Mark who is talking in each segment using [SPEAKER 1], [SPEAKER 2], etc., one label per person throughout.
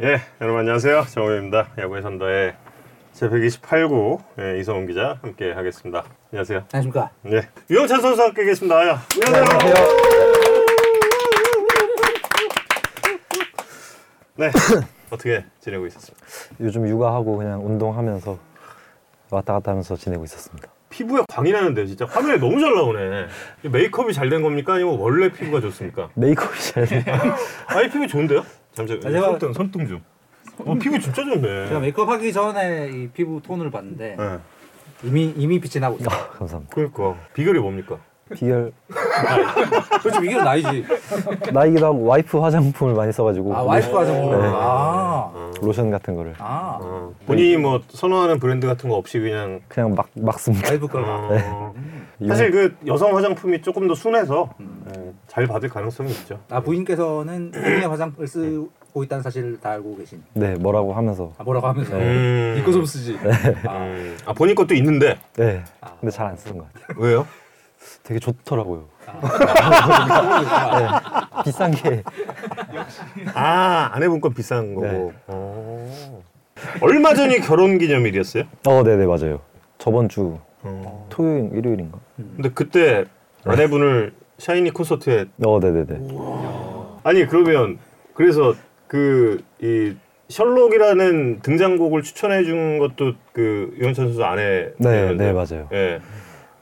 [SPEAKER 1] 예, 여러분 안녕하세요. 정우입니다. 야구의 선다의 제128구 예, 이성훈 기자 함께 하겠습니다. 안녕하세요.
[SPEAKER 2] 안녕하십니까.
[SPEAKER 3] 네.
[SPEAKER 1] 예. 유영찬 선수 함께 계십니다. 야, 안녕하세요. 네. 어떻게 지내고 있었습니까?
[SPEAKER 3] 요즘 육아하고 그냥 운동하면서 왔다 갔다 하면서 지내고 있었습니다.
[SPEAKER 1] 피부에 광이 나는데 진짜 화면에 너무 잘 나오네. 이 메이크업이 잘 된 겁니까? 아니면 원래 피부가 좋습니까?
[SPEAKER 3] 메이크업이 잘 돼.
[SPEAKER 1] 아니 피부 좋은데요? 잠시만.
[SPEAKER 2] 아, 제가-
[SPEAKER 1] 손등 손등 좀. 어, 피부 진짜 좋네.
[SPEAKER 2] 제가 메이크업 하기 전에 이 피부 톤을 봤는데
[SPEAKER 3] 네.
[SPEAKER 1] 예.
[SPEAKER 2] 이미 이미 빛이 나고 있어.
[SPEAKER 3] 아, 감사합니다.
[SPEAKER 1] 그러니까 비결이 뭡니까?
[SPEAKER 3] 비결
[SPEAKER 2] 솔직히 이게 나이지.
[SPEAKER 3] 나이기도 하고 와이프 화장품을 많이 써가지고
[SPEAKER 2] 아 와이프
[SPEAKER 3] 로션-
[SPEAKER 2] 화장품.
[SPEAKER 3] 네.
[SPEAKER 2] 아.
[SPEAKER 3] 로션 같은 거를
[SPEAKER 2] 아.
[SPEAKER 1] 어, 본인이 뭐 선호하는 브랜드 같은 거 없이 그냥
[SPEAKER 3] 그냥 막 막 씁니다.
[SPEAKER 2] 와이프 걸.
[SPEAKER 3] 네.
[SPEAKER 1] 어,
[SPEAKER 3] 이거-
[SPEAKER 1] 사실 그 여성 화장품이 조금 더 순해서 예, 잘 받을 가능성이 있죠.
[SPEAKER 2] 아 부인께서는 본인의 화장을 쓰고 있다는 사실을 다 알고 계신.
[SPEAKER 3] 네 뭐라고 하면서
[SPEAKER 2] 아, 뭐라고 하면서
[SPEAKER 1] 음.
[SPEAKER 2] 이거 좀 쓰지. 아,
[SPEAKER 1] 음, 아 본인 것도 있는데
[SPEAKER 3] 네 근데 잘 안 쓰는 것 같아요.
[SPEAKER 1] 왜요?
[SPEAKER 3] 되게 좋더라고요.
[SPEAKER 2] 아.
[SPEAKER 3] 네, 비싼 게
[SPEAKER 1] 아, 안 해본 건 비싼 거고. 어. 얼마 전이 결혼 기념일이었어요?
[SPEAKER 3] 어, 네네 맞아요. 저번 주
[SPEAKER 1] 어.
[SPEAKER 3] 토요일 일요일인가?
[SPEAKER 1] 근데 그때 아내분을 샤이니 콘서트에
[SPEAKER 3] 어, 네네네.
[SPEAKER 1] 아니 그러면 그래서 그 이 셜록이라는 등장곡을 추천해 준 것도 그 유현찬 선수 아내
[SPEAKER 3] 네, 네 맞아요.
[SPEAKER 1] 예.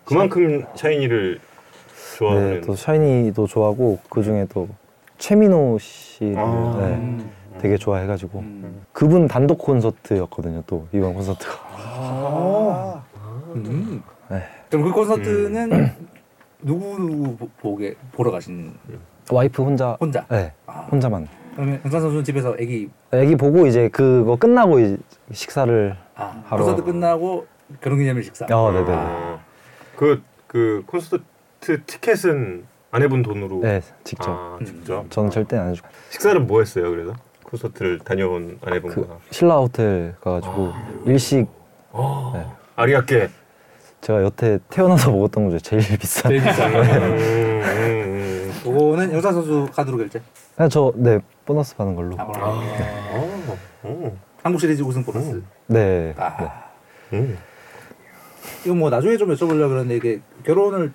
[SPEAKER 1] 그만큼 샤이니를
[SPEAKER 3] 네,
[SPEAKER 1] 좋아하는
[SPEAKER 3] 또 샤이니도 좋아하고 그 중에 또 최민호 씨를
[SPEAKER 1] 아.
[SPEAKER 3] 네,
[SPEAKER 2] 음.
[SPEAKER 3] 되게 좋아해가지고
[SPEAKER 2] 음.
[SPEAKER 3] 그분 단독 콘서트였거든요. 또 이번 콘서트가
[SPEAKER 2] 아. 음.
[SPEAKER 3] 네.
[SPEAKER 2] 그럼 그 콘서트는
[SPEAKER 3] 음.
[SPEAKER 2] 누구 누구 보- 보게 보러 가신
[SPEAKER 3] 와이프 혼자
[SPEAKER 2] 혼자.
[SPEAKER 3] 네
[SPEAKER 2] 아.
[SPEAKER 3] 혼자만.
[SPEAKER 2] 그러면 강산 선수는 집에서 아기
[SPEAKER 3] 애기 보고 이제 그거 끝나고 이- 식사를
[SPEAKER 2] 아,
[SPEAKER 3] 하러.
[SPEAKER 2] 콘서트 끝나고 결혼기념일 식사.
[SPEAKER 3] 어 네네
[SPEAKER 1] 아, 그, 그 콘서트 티켓은 안 해본 돈으로
[SPEAKER 3] 네 음, 직접.
[SPEAKER 1] 아, 직접
[SPEAKER 3] 저는 절대 안 해주고
[SPEAKER 1] 식사는 뭐 했어요 그래서 콘서트를 다녀온 안 해본
[SPEAKER 3] 그
[SPEAKER 1] 거가
[SPEAKER 3] 신라 호텔 가가지고
[SPEAKER 2] 아.
[SPEAKER 3] 일식
[SPEAKER 1] 아,
[SPEAKER 3] 네.
[SPEAKER 1] 아리아께
[SPEAKER 3] 제가 여태 태어나서 먹었던 것 중에 제일 비싼.
[SPEAKER 2] 제일 비싼 거.
[SPEAKER 1] 음, 음, 음.
[SPEAKER 2] 그거는 영상 선수 카드로 결제.
[SPEAKER 3] 그냥 저네 보너스 받은 걸로.
[SPEAKER 2] 아, 뭐라 그러나.
[SPEAKER 1] 어, 어,
[SPEAKER 2] 한국 시리즈 우승 보너스.
[SPEAKER 3] 네. 네.
[SPEAKER 2] 아,
[SPEAKER 1] 음.
[SPEAKER 2] 이거 뭐 나중에 좀 여쭤보려고 그러는데 이게 결혼을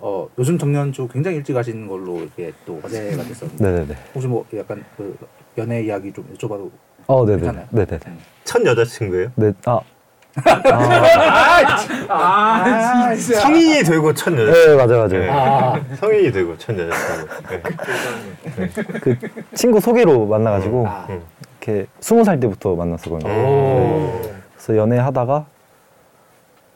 [SPEAKER 2] 어, 요즘 청년 쪽 굉장히 일찍 하시는 걸로 이렇게 또 화제가 됐었는데
[SPEAKER 3] 네네네.
[SPEAKER 2] 혹시 뭐 약간 그 연애 이야기 좀 여쭤봐도
[SPEAKER 3] 어 네네.
[SPEAKER 2] 괜찮아요?
[SPEAKER 3] 네네.
[SPEAKER 2] 음.
[SPEAKER 1] 첫 여자친구예요?
[SPEAKER 3] 네. 아.
[SPEAKER 2] 아, 진짜.
[SPEAKER 1] 성인이 되고 첫 여자
[SPEAKER 3] 네 맞아 맞아.
[SPEAKER 2] 아,
[SPEAKER 1] 성인이 되고 첫 여자친구 네.
[SPEAKER 3] 그 친구 소개로 만나가지고
[SPEAKER 2] 아.
[SPEAKER 1] 음.
[SPEAKER 3] 이렇게 스무 살 때부터 만났었거든요.
[SPEAKER 1] 오.
[SPEAKER 3] 그래서 연애하다가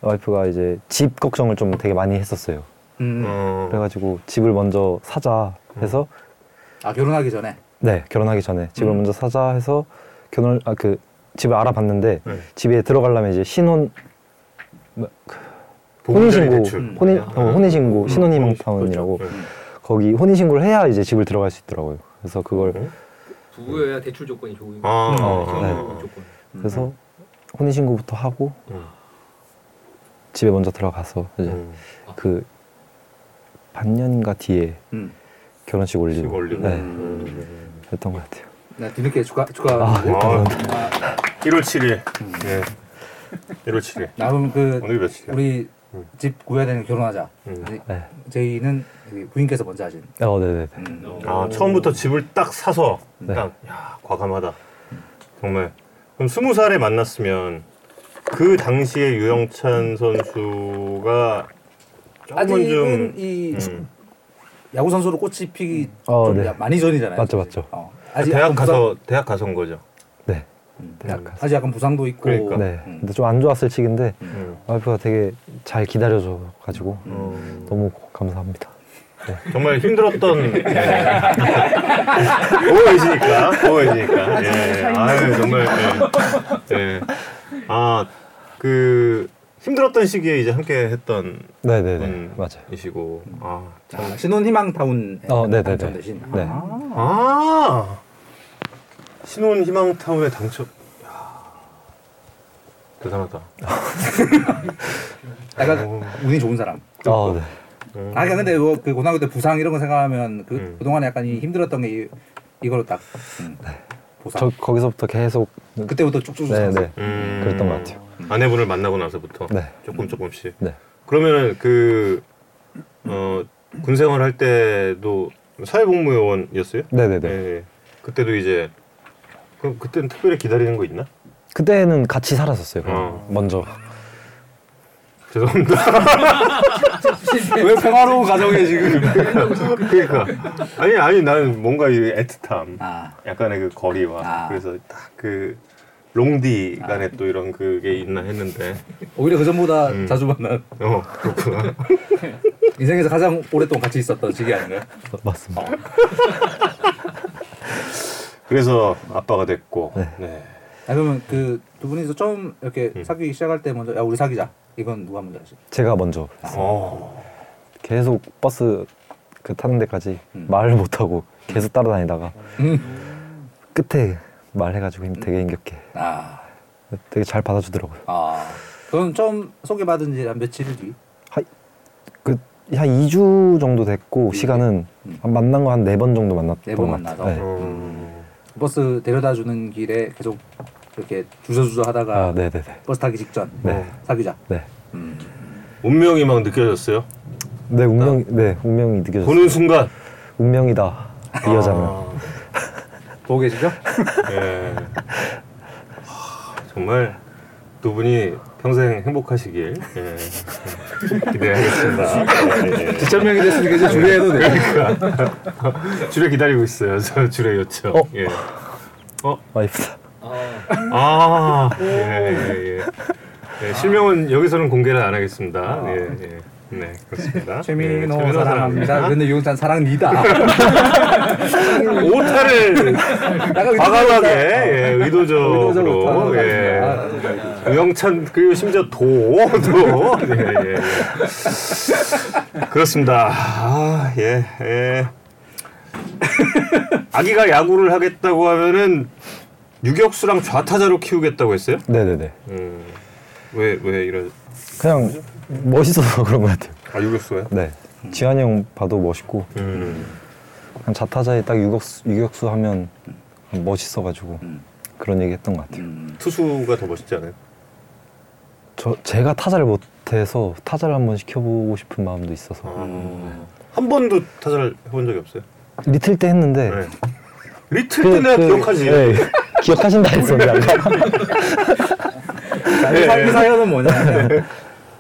[SPEAKER 3] 와이프가 이제 집 걱정을 좀 되게 많이 했었어요.
[SPEAKER 2] 음.
[SPEAKER 1] 어.
[SPEAKER 3] 그래가지고 집을 먼저 사자 해서
[SPEAKER 2] 아 결혼하기 전에.
[SPEAKER 3] 네 결혼하기 전에 집을
[SPEAKER 2] 음.
[SPEAKER 3] 먼저 사자 해서 결혼 아그 집을 알아봤는데
[SPEAKER 1] 네.
[SPEAKER 3] 집에 들어가려면 이제 신혼
[SPEAKER 1] 보금자리
[SPEAKER 3] 혼인신고
[SPEAKER 1] 대출.
[SPEAKER 3] 혼인
[SPEAKER 1] 아.
[SPEAKER 3] 어, 혼인신고 신혼이민 타운이라고
[SPEAKER 1] 그렇죠. 네.
[SPEAKER 3] 거기 혼인신고를 해야 이제 집을 들어갈 수 있더라고요. 그래서 그걸
[SPEAKER 1] 음.
[SPEAKER 4] 부부여야 대출 조건이 좋은 거.
[SPEAKER 1] 아,
[SPEAKER 3] 어,
[SPEAKER 4] 아,
[SPEAKER 3] 네.
[SPEAKER 4] 조건.
[SPEAKER 3] 그래서 혼인신고부터 하고
[SPEAKER 1] 음.
[SPEAKER 3] 집에 먼저 들어가서 이제
[SPEAKER 1] 음.
[SPEAKER 3] 그 반년인가 뒤에
[SPEAKER 2] 음.
[SPEAKER 3] 결혼식 올리고
[SPEAKER 1] 시골 리뷰.
[SPEAKER 3] 네,
[SPEAKER 1] 음.
[SPEAKER 3] 했던 것 같아요.
[SPEAKER 2] 나 네, 뒤늦게 축하 축하.
[SPEAKER 3] 아,
[SPEAKER 1] 와,
[SPEAKER 2] 아,
[SPEAKER 1] 1월 7일.
[SPEAKER 3] 음.
[SPEAKER 1] 예. 1월 7일.
[SPEAKER 2] 나 그럼 그
[SPEAKER 1] 오늘 며칠이야?
[SPEAKER 2] 우리
[SPEAKER 1] 음.
[SPEAKER 2] 집 구해야 되는 결혼하자.
[SPEAKER 1] 음.
[SPEAKER 2] 이제
[SPEAKER 3] 네.
[SPEAKER 2] 저희는 여기 부인께서 먼저 하신.
[SPEAKER 3] 어, 네네.
[SPEAKER 2] 음.
[SPEAKER 1] 아, 처음부터 집을 딱 사서
[SPEAKER 3] 네.
[SPEAKER 1] 딱 야, 과감하다. 정말. 그럼 스무 살에 만났으면 그 당시에 유영찬 선수가
[SPEAKER 3] 아,
[SPEAKER 1] 조금
[SPEAKER 2] 아직은
[SPEAKER 1] 좀
[SPEAKER 2] 이
[SPEAKER 1] 음,
[SPEAKER 2] 야구 선수로 꽃이 피기
[SPEAKER 3] 어,
[SPEAKER 2] 좀
[SPEAKER 3] 네.
[SPEAKER 2] 야- 많이 전이잖아요.
[SPEAKER 3] 맞죠,
[SPEAKER 2] 사실.
[SPEAKER 3] 맞죠.
[SPEAKER 2] 어. 아직
[SPEAKER 1] 대학
[SPEAKER 2] 약간 부상-
[SPEAKER 1] 가서 대학 가서인 거죠.
[SPEAKER 3] 네.
[SPEAKER 2] 음,
[SPEAKER 3] 대학 가서.
[SPEAKER 2] 아직 약간 부상도 있고.
[SPEAKER 1] 그러니까.
[SPEAKER 3] 네.
[SPEAKER 2] 음.
[SPEAKER 3] 근데 좀 안 좋았을 치기인데
[SPEAKER 1] 음.
[SPEAKER 3] 와이프가 되게 잘 기다려줘 가지고
[SPEAKER 1] 음.
[SPEAKER 3] 너무 감사합니다.
[SPEAKER 1] 정말 힘들었던 오해지니까 오해지니까 예. 아유 정말 예. 예. 아그 힘들었던 시기에 이제 함께 했던
[SPEAKER 3] 네네네.
[SPEAKER 1] 음.
[SPEAKER 3] 맞아요.
[SPEAKER 1] 이시고 아 참.
[SPEAKER 2] 아, 신혼희망 타운
[SPEAKER 3] 어, 네, 네, 네.
[SPEAKER 2] 당첨되신.
[SPEAKER 3] 네.
[SPEAKER 2] 아,
[SPEAKER 1] 아 신혼 희망 타운에 당첨 야. 대단하다
[SPEAKER 3] 아,
[SPEAKER 2] 약간 운이 좋은 사람.
[SPEAKER 3] 어, 네.
[SPEAKER 1] 음.
[SPEAKER 2] 아, 근데 뭐 그 고등학교 때 부상 이런 거 생각하면 그
[SPEAKER 1] 음.
[SPEAKER 2] 그동안에 약간 이 힘들었던 게 이, 이걸로 딱 음, 보상.
[SPEAKER 3] 네. 저 거기서부터 계속
[SPEAKER 2] 그때부터 쭉쭉
[SPEAKER 3] 네,
[SPEAKER 2] 살았어요.
[SPEAKER 3] 네.
[SPEAKER 1] 음.
[SPEAKER 3] 그랬던 것 같아요.
[SPEAKER 1] 아내분을 만나고 나서부터
[SPEAKER 3] 네.
[SPEAKER 1] 조금 조금씩.
[SPEAKER 3] 네.
[SPEAKER 1] 그러면은 그어군 생활 할 때도 사회복무요원이었어요?
[SPEAKER 3] 네, 네, 네.
[SPEAKER 1] 네. 그때도 이제 그럼 그때는 특별히 기다리는 거 있나?
[SPEAKER 3] 그때는 같이 살았었어요. 그냥
[SPEAKER 1] 어.
[SPEAKER 3] 먼저.
[SPEAKER 1] 죄송합니다.
[SPEAKER 2] 왜 평화로운 가정에 지금?
[SPEAKER 1] 그러니까 아니 아니 나는 뭔가 이 애틋함,
[SPEAKER 2] 아,
[SPEAKER 1] 약간의 그 거리와
[SPEAKER 2] 아.
[SPEAKER 1] 그래서 딱 그 롱디 간에 또 이런 그게 있나 했는데
[SPEAKER 2] 오히려 그 전보다
[SPEAKER 1] 음.
[SPEAKER 2] 자주 만난
[SPEAKER 1] 어 그렇구나.
[SPEAKER 2] 인생에서 가장 오랫동안 같이 있었던 시기 아닌가요?
[SPEAKER 3] 맞습니다.
[SPEAKER 1] 그래서 아빠가 됐고
[SPEAKER 3] 네.
[SPEAKER 1] 네.
[SPEAKER 2] 아, 그러면 그 두 분이서 처음 이렇게 사귀기 시작할 때 먼저 야 우리 사귀자 이건 누가 먼저 하시?
[SPEAKER 3] 제가 먼저
[SPEAKER 1] 어.
[SPEAKER 3] 계속 버스 그 타는 데까지
[SPEAKER 2] 음.
[SPEAKER 3] 말을 못 하고 계속 따라다니다가
[SPEAKER 2] 음.
[SPEAKER 3] 끝에 말해가지고 힘 되게 힘겹게
[SPEAKER 2] 아,
[SPEAKER 3] 되게 잘 받아주더라고요.
[SPEAKER 2] 아, 그건 처음 소개받은 지 한 며칠 뒤.
[SPEAKER 3] 그한 2주 정도 됐고
[SPEAKER 2] 네.
[SPEAKER 3] 시간은
[SPEAKER 2] 음.
[SPEAKER 3] 한 만난 거 한 네 번 정도 만났던
[SPEAKER 2] 네
[SPEAKER 3] 것
[SPEAKER 2] 번
[SPEAKER 3] 같아요.
[SPEAKER 2] 만나서.
[SPEAKER 1] 음.
[SPEAKER 2] 버스 데려다 주는 길에 계속 이렇게 주저주저 하다가
[SPEAKER 3] 아, 네, 네, 네,
[SPEAKER 2] 버스 타기 직전
[SPEAKER 3] 네.
[SPEAKER 2] 사귀자.
[SPEAKER 3] 네.
[SPEAKER 2] 음.
[SPEAKER 1] 운명이 막 느껴졌어요.
[SPEAKER 2] 아.
[SPEAKER 3] 네 운명, 네 운명이 느껴졌어요.
[SPEAKER 1] 보는 순간
[SPEAKER 3] 운명이다 이
[SPEAKER 2] 아.
[SPEAKER 3] 여자는.
[SPEAKER 2] 보고 계시죠?
[SPEAKER 1] 아, 예. 하, 아, 정말 두 분이 평생 행복하시길 예. 기대하겠습니다. 예,
[SPEAKER 2] 지천명이 됐으니까 이제 줄여해도 돼.
[SPEAKER 1] 예. 줄에 기다리고 있어요. 저 줄에 요청.
[SPEAKER 3] 어?
[SPEAKER 1] 예.
[SPEAKER 3] 와이프다.
[SPEAKER 4] 아,
[SPEAKER 1] 아, 예, 예, 예. 예, 실명은 여기서는 공개를 안 하겠습니다. 예, 예. 네, 그렇습니다. 예,
[SPEAKER 2] 아. 최민호
[SPEAKER 1] 최민호
[SPEAKER 2] 사랑합니다. 아, 근데 유용찬 사랑니다.
[SPEAKER 1] 오타를
[SPEAKER 2] 약간
[SPEAKER 1] 과감하게
[SPEAKER 2] 의도적이다.
[SPEAKER 1] 예,
[SPEAKER 2] 의도적으로
[SPEAKER 1] 의도적으로
[SPEAKER 2] 다가가는
[SPEAKER 1] 예.
[SPEAKER 2] 거야. 아,
[SPEAKER 1] 영찬 그리고 심지어 도도 예, 예, 예. 그렇습니다. 아, 예, 예. 아기가 야구를 하겠다고 하면은 유격수랑 좌타자로 키우겠다고 했어요?
[SPEAKER 3] 네, 네, 네.
[SPEAKER 1] 음. 왜, 왜 이런
[SPEAKER 3] 그냥 멋있어서 그런 것 같아요.
[SPEAKER 1] 아 유격수예요?
[SPEAKER 3] 네.
[SPEAKER 2] 음.
[SPEAKER 3] 지한이 형 봐도 멋있고
[SPEAKER 1] 음.
[SPEAKER 3] 그냥 자타자에 딱 유격수, 유격수 하면 멋있어가지고
[SPEAKER 2] 음.
[SPEAKER 3] 그런 얘기했던 것 같아요.
[SPEAKER 2] 음.
[SPEAKER 1] 투수가 더 멋있지 않아요?
[SPEAKER 3] 저 제가 타자를 못해서 타자를 한번 시켜보고 싶은 마음도 있어서
[SPEAKER 1] 아. 한 번도 타자를 해본 적이 없어요.
[SPEAKER 3] 리틀 때 했는데
[SPEAKER 1] 네. 리틀 때 내가 기억하지.
[SPEAKER 3] 네. 기억하신다 했었는데 아까.
[SPEAKER 1] 네.
[SPEAKER 2] 자, 이 사- 이 사연은 뭐냐?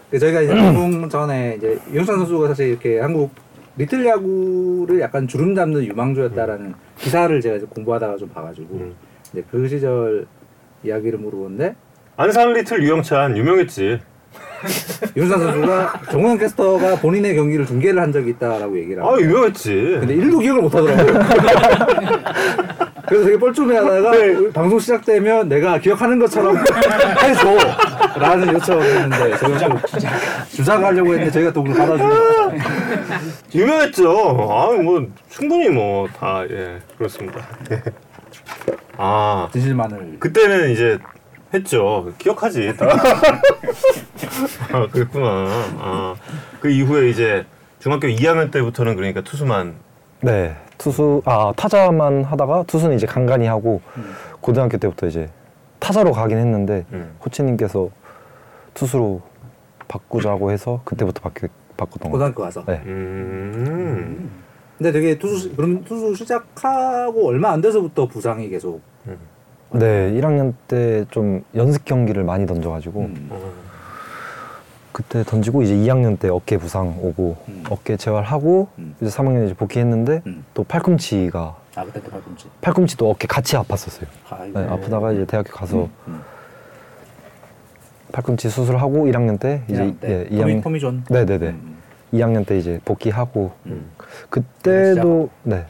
[SPEAKER 2] 그 저희가 이제 방송 전에 이제 유영찬 선수가 사실 이렇게 한국 리틀 야구를 약간 주름 잡는 유망주였다라는 기사를 제가 이제 공부하다가 좀 봐가지고
[SPEAKER 1] 음.
[SPEAKER 2] 이제 그 시절 이야기를 물어보는데
[SPEAKER 1] 안산 리틀 유영찬 유명했지.
[SPEAKER 2] 유영찬 선수가 정우영 캐스터가 본인의 경기를 중계를 한 적이 있다라고 얘기를
[SPEAKER 1] 아
[SPEAKER 2] 하고
[SPEAKER 1] 유명했지.
[SPEAKER 2] 근데 일도 기억을 못 하더라고요. 그래서 되게 뻘쭘해하다가
[SPEAKER 3] 네.
[SPEAKER 2] 우리 방송 시작되면 내가 기억하는 것처럼 해줘라는 요청을 했는데 저희가 좀 주작 하려고 했는데 저희가 또 오늘 받아주고
[SPEAKER 1] 유명했죠. 아, 뭐 충분히 뭐 다 예, 그렇습니다. 예. 아,
[SPEAKER 2] 진실만을
[SPEAKER 1] 그때는 이제 했죠. 기억하지. 다. 아, 그랬구나. 아, 그 이후에 이제 중학교 2학년 때부터는 그러니까 투수만
[SPEAKER 3] 네. 투수 아 타자만 하다가 투수는 이제 간간히 하고
[SPEAKER 2] 음.
[SPEAKER 3] 고등학교 때부터 이제 타자로 가긴 했는데
[SPEAKER 1] 음.
[SPEAKER 3] 코치님께서 투수로 바꾸자고 해서 그때부터 바뀌, 바꿨던 것 같아요.
[SPEAKER 2] 고등학교 가서.
[SPEAKER 3] 네.
[SPEAKER 1] 음.
[SPEAKER 2] 근데 되게 투수 시- 그럼 투수 시작하고 얼마 안 돼서부터 부상이 계속.
[SPEAKER 3] 네, 1학년 때 좀 연습 경기를 많이 던져가지고
[SPEAKER 2] 음.
[SPEAKER 1] 어.
[SPEAKER 3] 그때 던지고 이제 2학년 때 어깨 부상 오고
[SPEAKER 2] 음.
[SPEAKER 3] 어깨 재활하고
[SPEAKER 2] 음.
[SPEAKER 3] 이제 3학년 이제 복귀했는데
[SPEAKER 2] 음.
[SPEAKER 3] 또 팔꿈치가
[SPEAKER 2] 아 그때 또 발꿈치.
[SPEAKER 3] 팔꿈치도 어깨 같이 아팠었어요.
[SPEAKER 2] 아이고.
[SPEAKER 3] 네, 아프다가 이제 대학교 가서
[SPEAKER 2] 음.
[SPEAKER 3] 팔꿈치 수술하고 1학년 때 이제
[SPEAKER 2] 이제 때.
[SPEAKER 3] 예,
[SPEAKER 2] 토미
[SPEAKER 3] 2학년
[SPEAKER 2] 토미존.
[SPEAKER 3] 네네네
[SPEAKER 2] 음.
[SPEAKER 3] 2학년 때 이제 복귀하고
[SPEAKER 2] 음.
[SPEAKER 3] 그때도 네아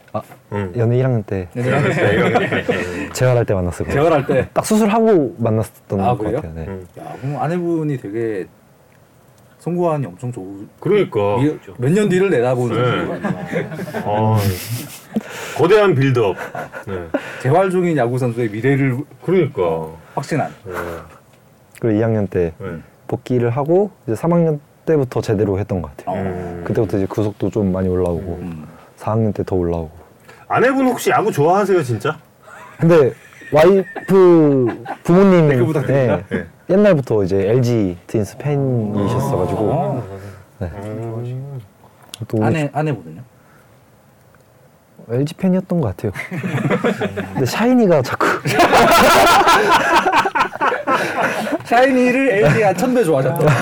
[SPEAKER 1] 음.
[SPEAKER 3] 연애 1학년 때
[SPEAKER 1] 네, 이런-
[SPEAKER 3] 재활할 때 만났어요.
[SPEAKER 2] 대화할 때.
[SPEAKER 3] 딱 수술하고 만났었던
[SPEAKER 2] 아,
[SPEAKER 3] 것
[SPEAKER 2] 그래요?
[SPEAKER 3] 같아요. 네.
[SPEAKER 1] 음.
[SPEAKER 2] 야, 그럼 아내분이 되게 송구한이 엄청 좋은
[SPEAKER 1] 그러니까
[SPEAKER 2] 몇 년 뒤를 내다보는
[SPEAKER 1] 네.
[SPEAKER 2] 거예요.
[SPEAKER 1] 아, 거대한 빌드업. 네.
[SPEAKER 2] 재활 중인 야구 선수의 미래를
[SPEAKER 1] 그러니까.
[SPEAKER 2] 확신한.
[SPEAKER 1] 네.
[SPEAKER 3] 그리고 2학년 때
[SPEAKER 1] 네.
[SPEAKER 3] 복귀를 하고 이제 3학년 때부터 제대로 했던 것 같아요.
[SPEAKER 2] 어.
[SPEAKER 1] 음.
[SPEAKER 3] 그때부터 이제 구속도 좀 많이 올라오고
[SPEAKER 2] 음.
[SPEAKER 3] 4학년 때 더 올라오고.
[SPEAKER 1] 아내분 혹시 야구 좋아하세요, 진짜?
[SPEAKER 3] 근데 와이프 부모님
[SPEAKER 2] 댓글 부탁드립니다.
[SPEAKER 3] 예,
[SPEAKER 1] 네.
[SPEAKER 3] 옛날부터 이제 LG 트윈스
[SPEAKER 1] 음.
[SPEAKER 3] 팬이셨어가지고 또 우리
[SPEAKER 2] 아내 아내분은요?
[SPEAKER 3] LG 팬이었던 것 같아요. 근데 샤이니가 자꾸
[SPEAKER 2] 샤이니를 LG가 천배 좋아하셨던.
[SPEAKER 1] 네.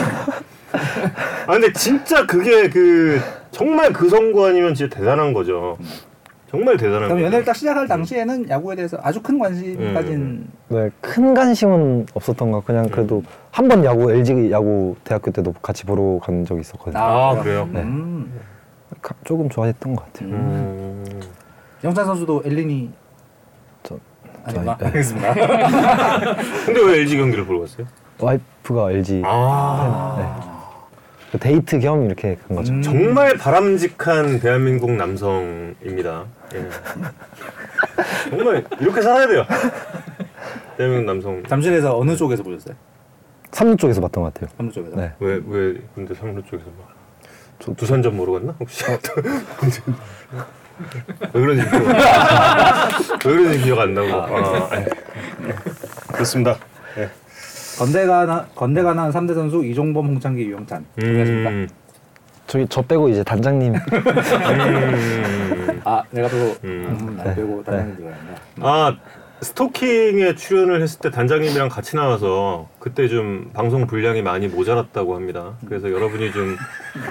[SPEAKER 1] 아 근데 진짜 그게 그 정말 그 선거 아니면 진짜 대단한 거죠. 정말 대단한
[SPEAKER 2] 그럼
[SPEAKER 1] 거죠.
[SPEAKER 2] 연애를 딱 시작할 당시에는 야구에 대해서 아주 큰 관심까지는
[SPEAKER 3] 네, 큰 관심은 없었던 것 같고 그냥 그래도 한 번 야구 LG 야구 대학교 때도 같이 보러 간 적이 있었거든요.
[SPEAKER 1] 아, 그래요?
[SPEAKER 2] 음.
[SPEAKER 3] 가- 조금 좋아했던 것 같아요.
[SPEAKER 1] 음.
[SPEAKER 2] 영찬 선수도 엘리니
[SPEAKER 3] 저-
[SPEAKER 2] 아니
[SPEAKER 3] 저-
[SPEAKER 2] 마-
[SPEAKER 3] 네.
[SPEAKER 2] 알겠습니다.
[SPEAKER 1] 근데 왜 LG 경기를 보러 갔어요?
[SPEAKER 3] 와이프가 LG
[SPEAKER 1] 아
[SPEAKER 3] 그 데이트 겸 이렇게 간 거죠.
[SPEAKER 2] 음.
[SPEAKER 1] 정말 바람직한 대한민국 남성입니다. 예. 정말 이렇게 살아야 돼요. 대한민국 남성
[SPEAKER 2] 잠실에서 어느 쪽에서 보셨어요?
[SPEAKER 3] 삼루 쪽에서 봤던 것 같아요.
[SPEAKER 2] 삼루 쪽에서.
[SPEAKER 3] 네.
[SPEAKER 1] 왜 왜 근데 상로 쪽에서 막
[SPEAKER 3] 저-
[SPEAKER 1] 두산전 보러 갔나 혹시 왜 그런지 기억 안 나. 왜 그런지 기억 안 나고 아, 아니. 그렇습니다.
[SPEAKER 2] 건대가 나, 건대가 난 3대 선수 이종범, 홍창기, 유영찬.
[SPEAKER 1] 음,
[SPEAKER 3] 저기 저 빼고 이제 단장님
[SPEAKER 1] 음.
[SPEAKER 2] 아, 내가 빼고
[SPEAKER 1] 음.
[SPEAKER 2] 음, 나
[SPEAKER 3] 네.
[SPEAKER 2] 빼고 다른 들어간다
[SPEAKER 1] 아 스토킹에 출연을 했을 때 단장님이랑 같이 나와서 그때 좀 방송 분량이 많이 모자랐다고 합니다. 그래서 여러분이 좀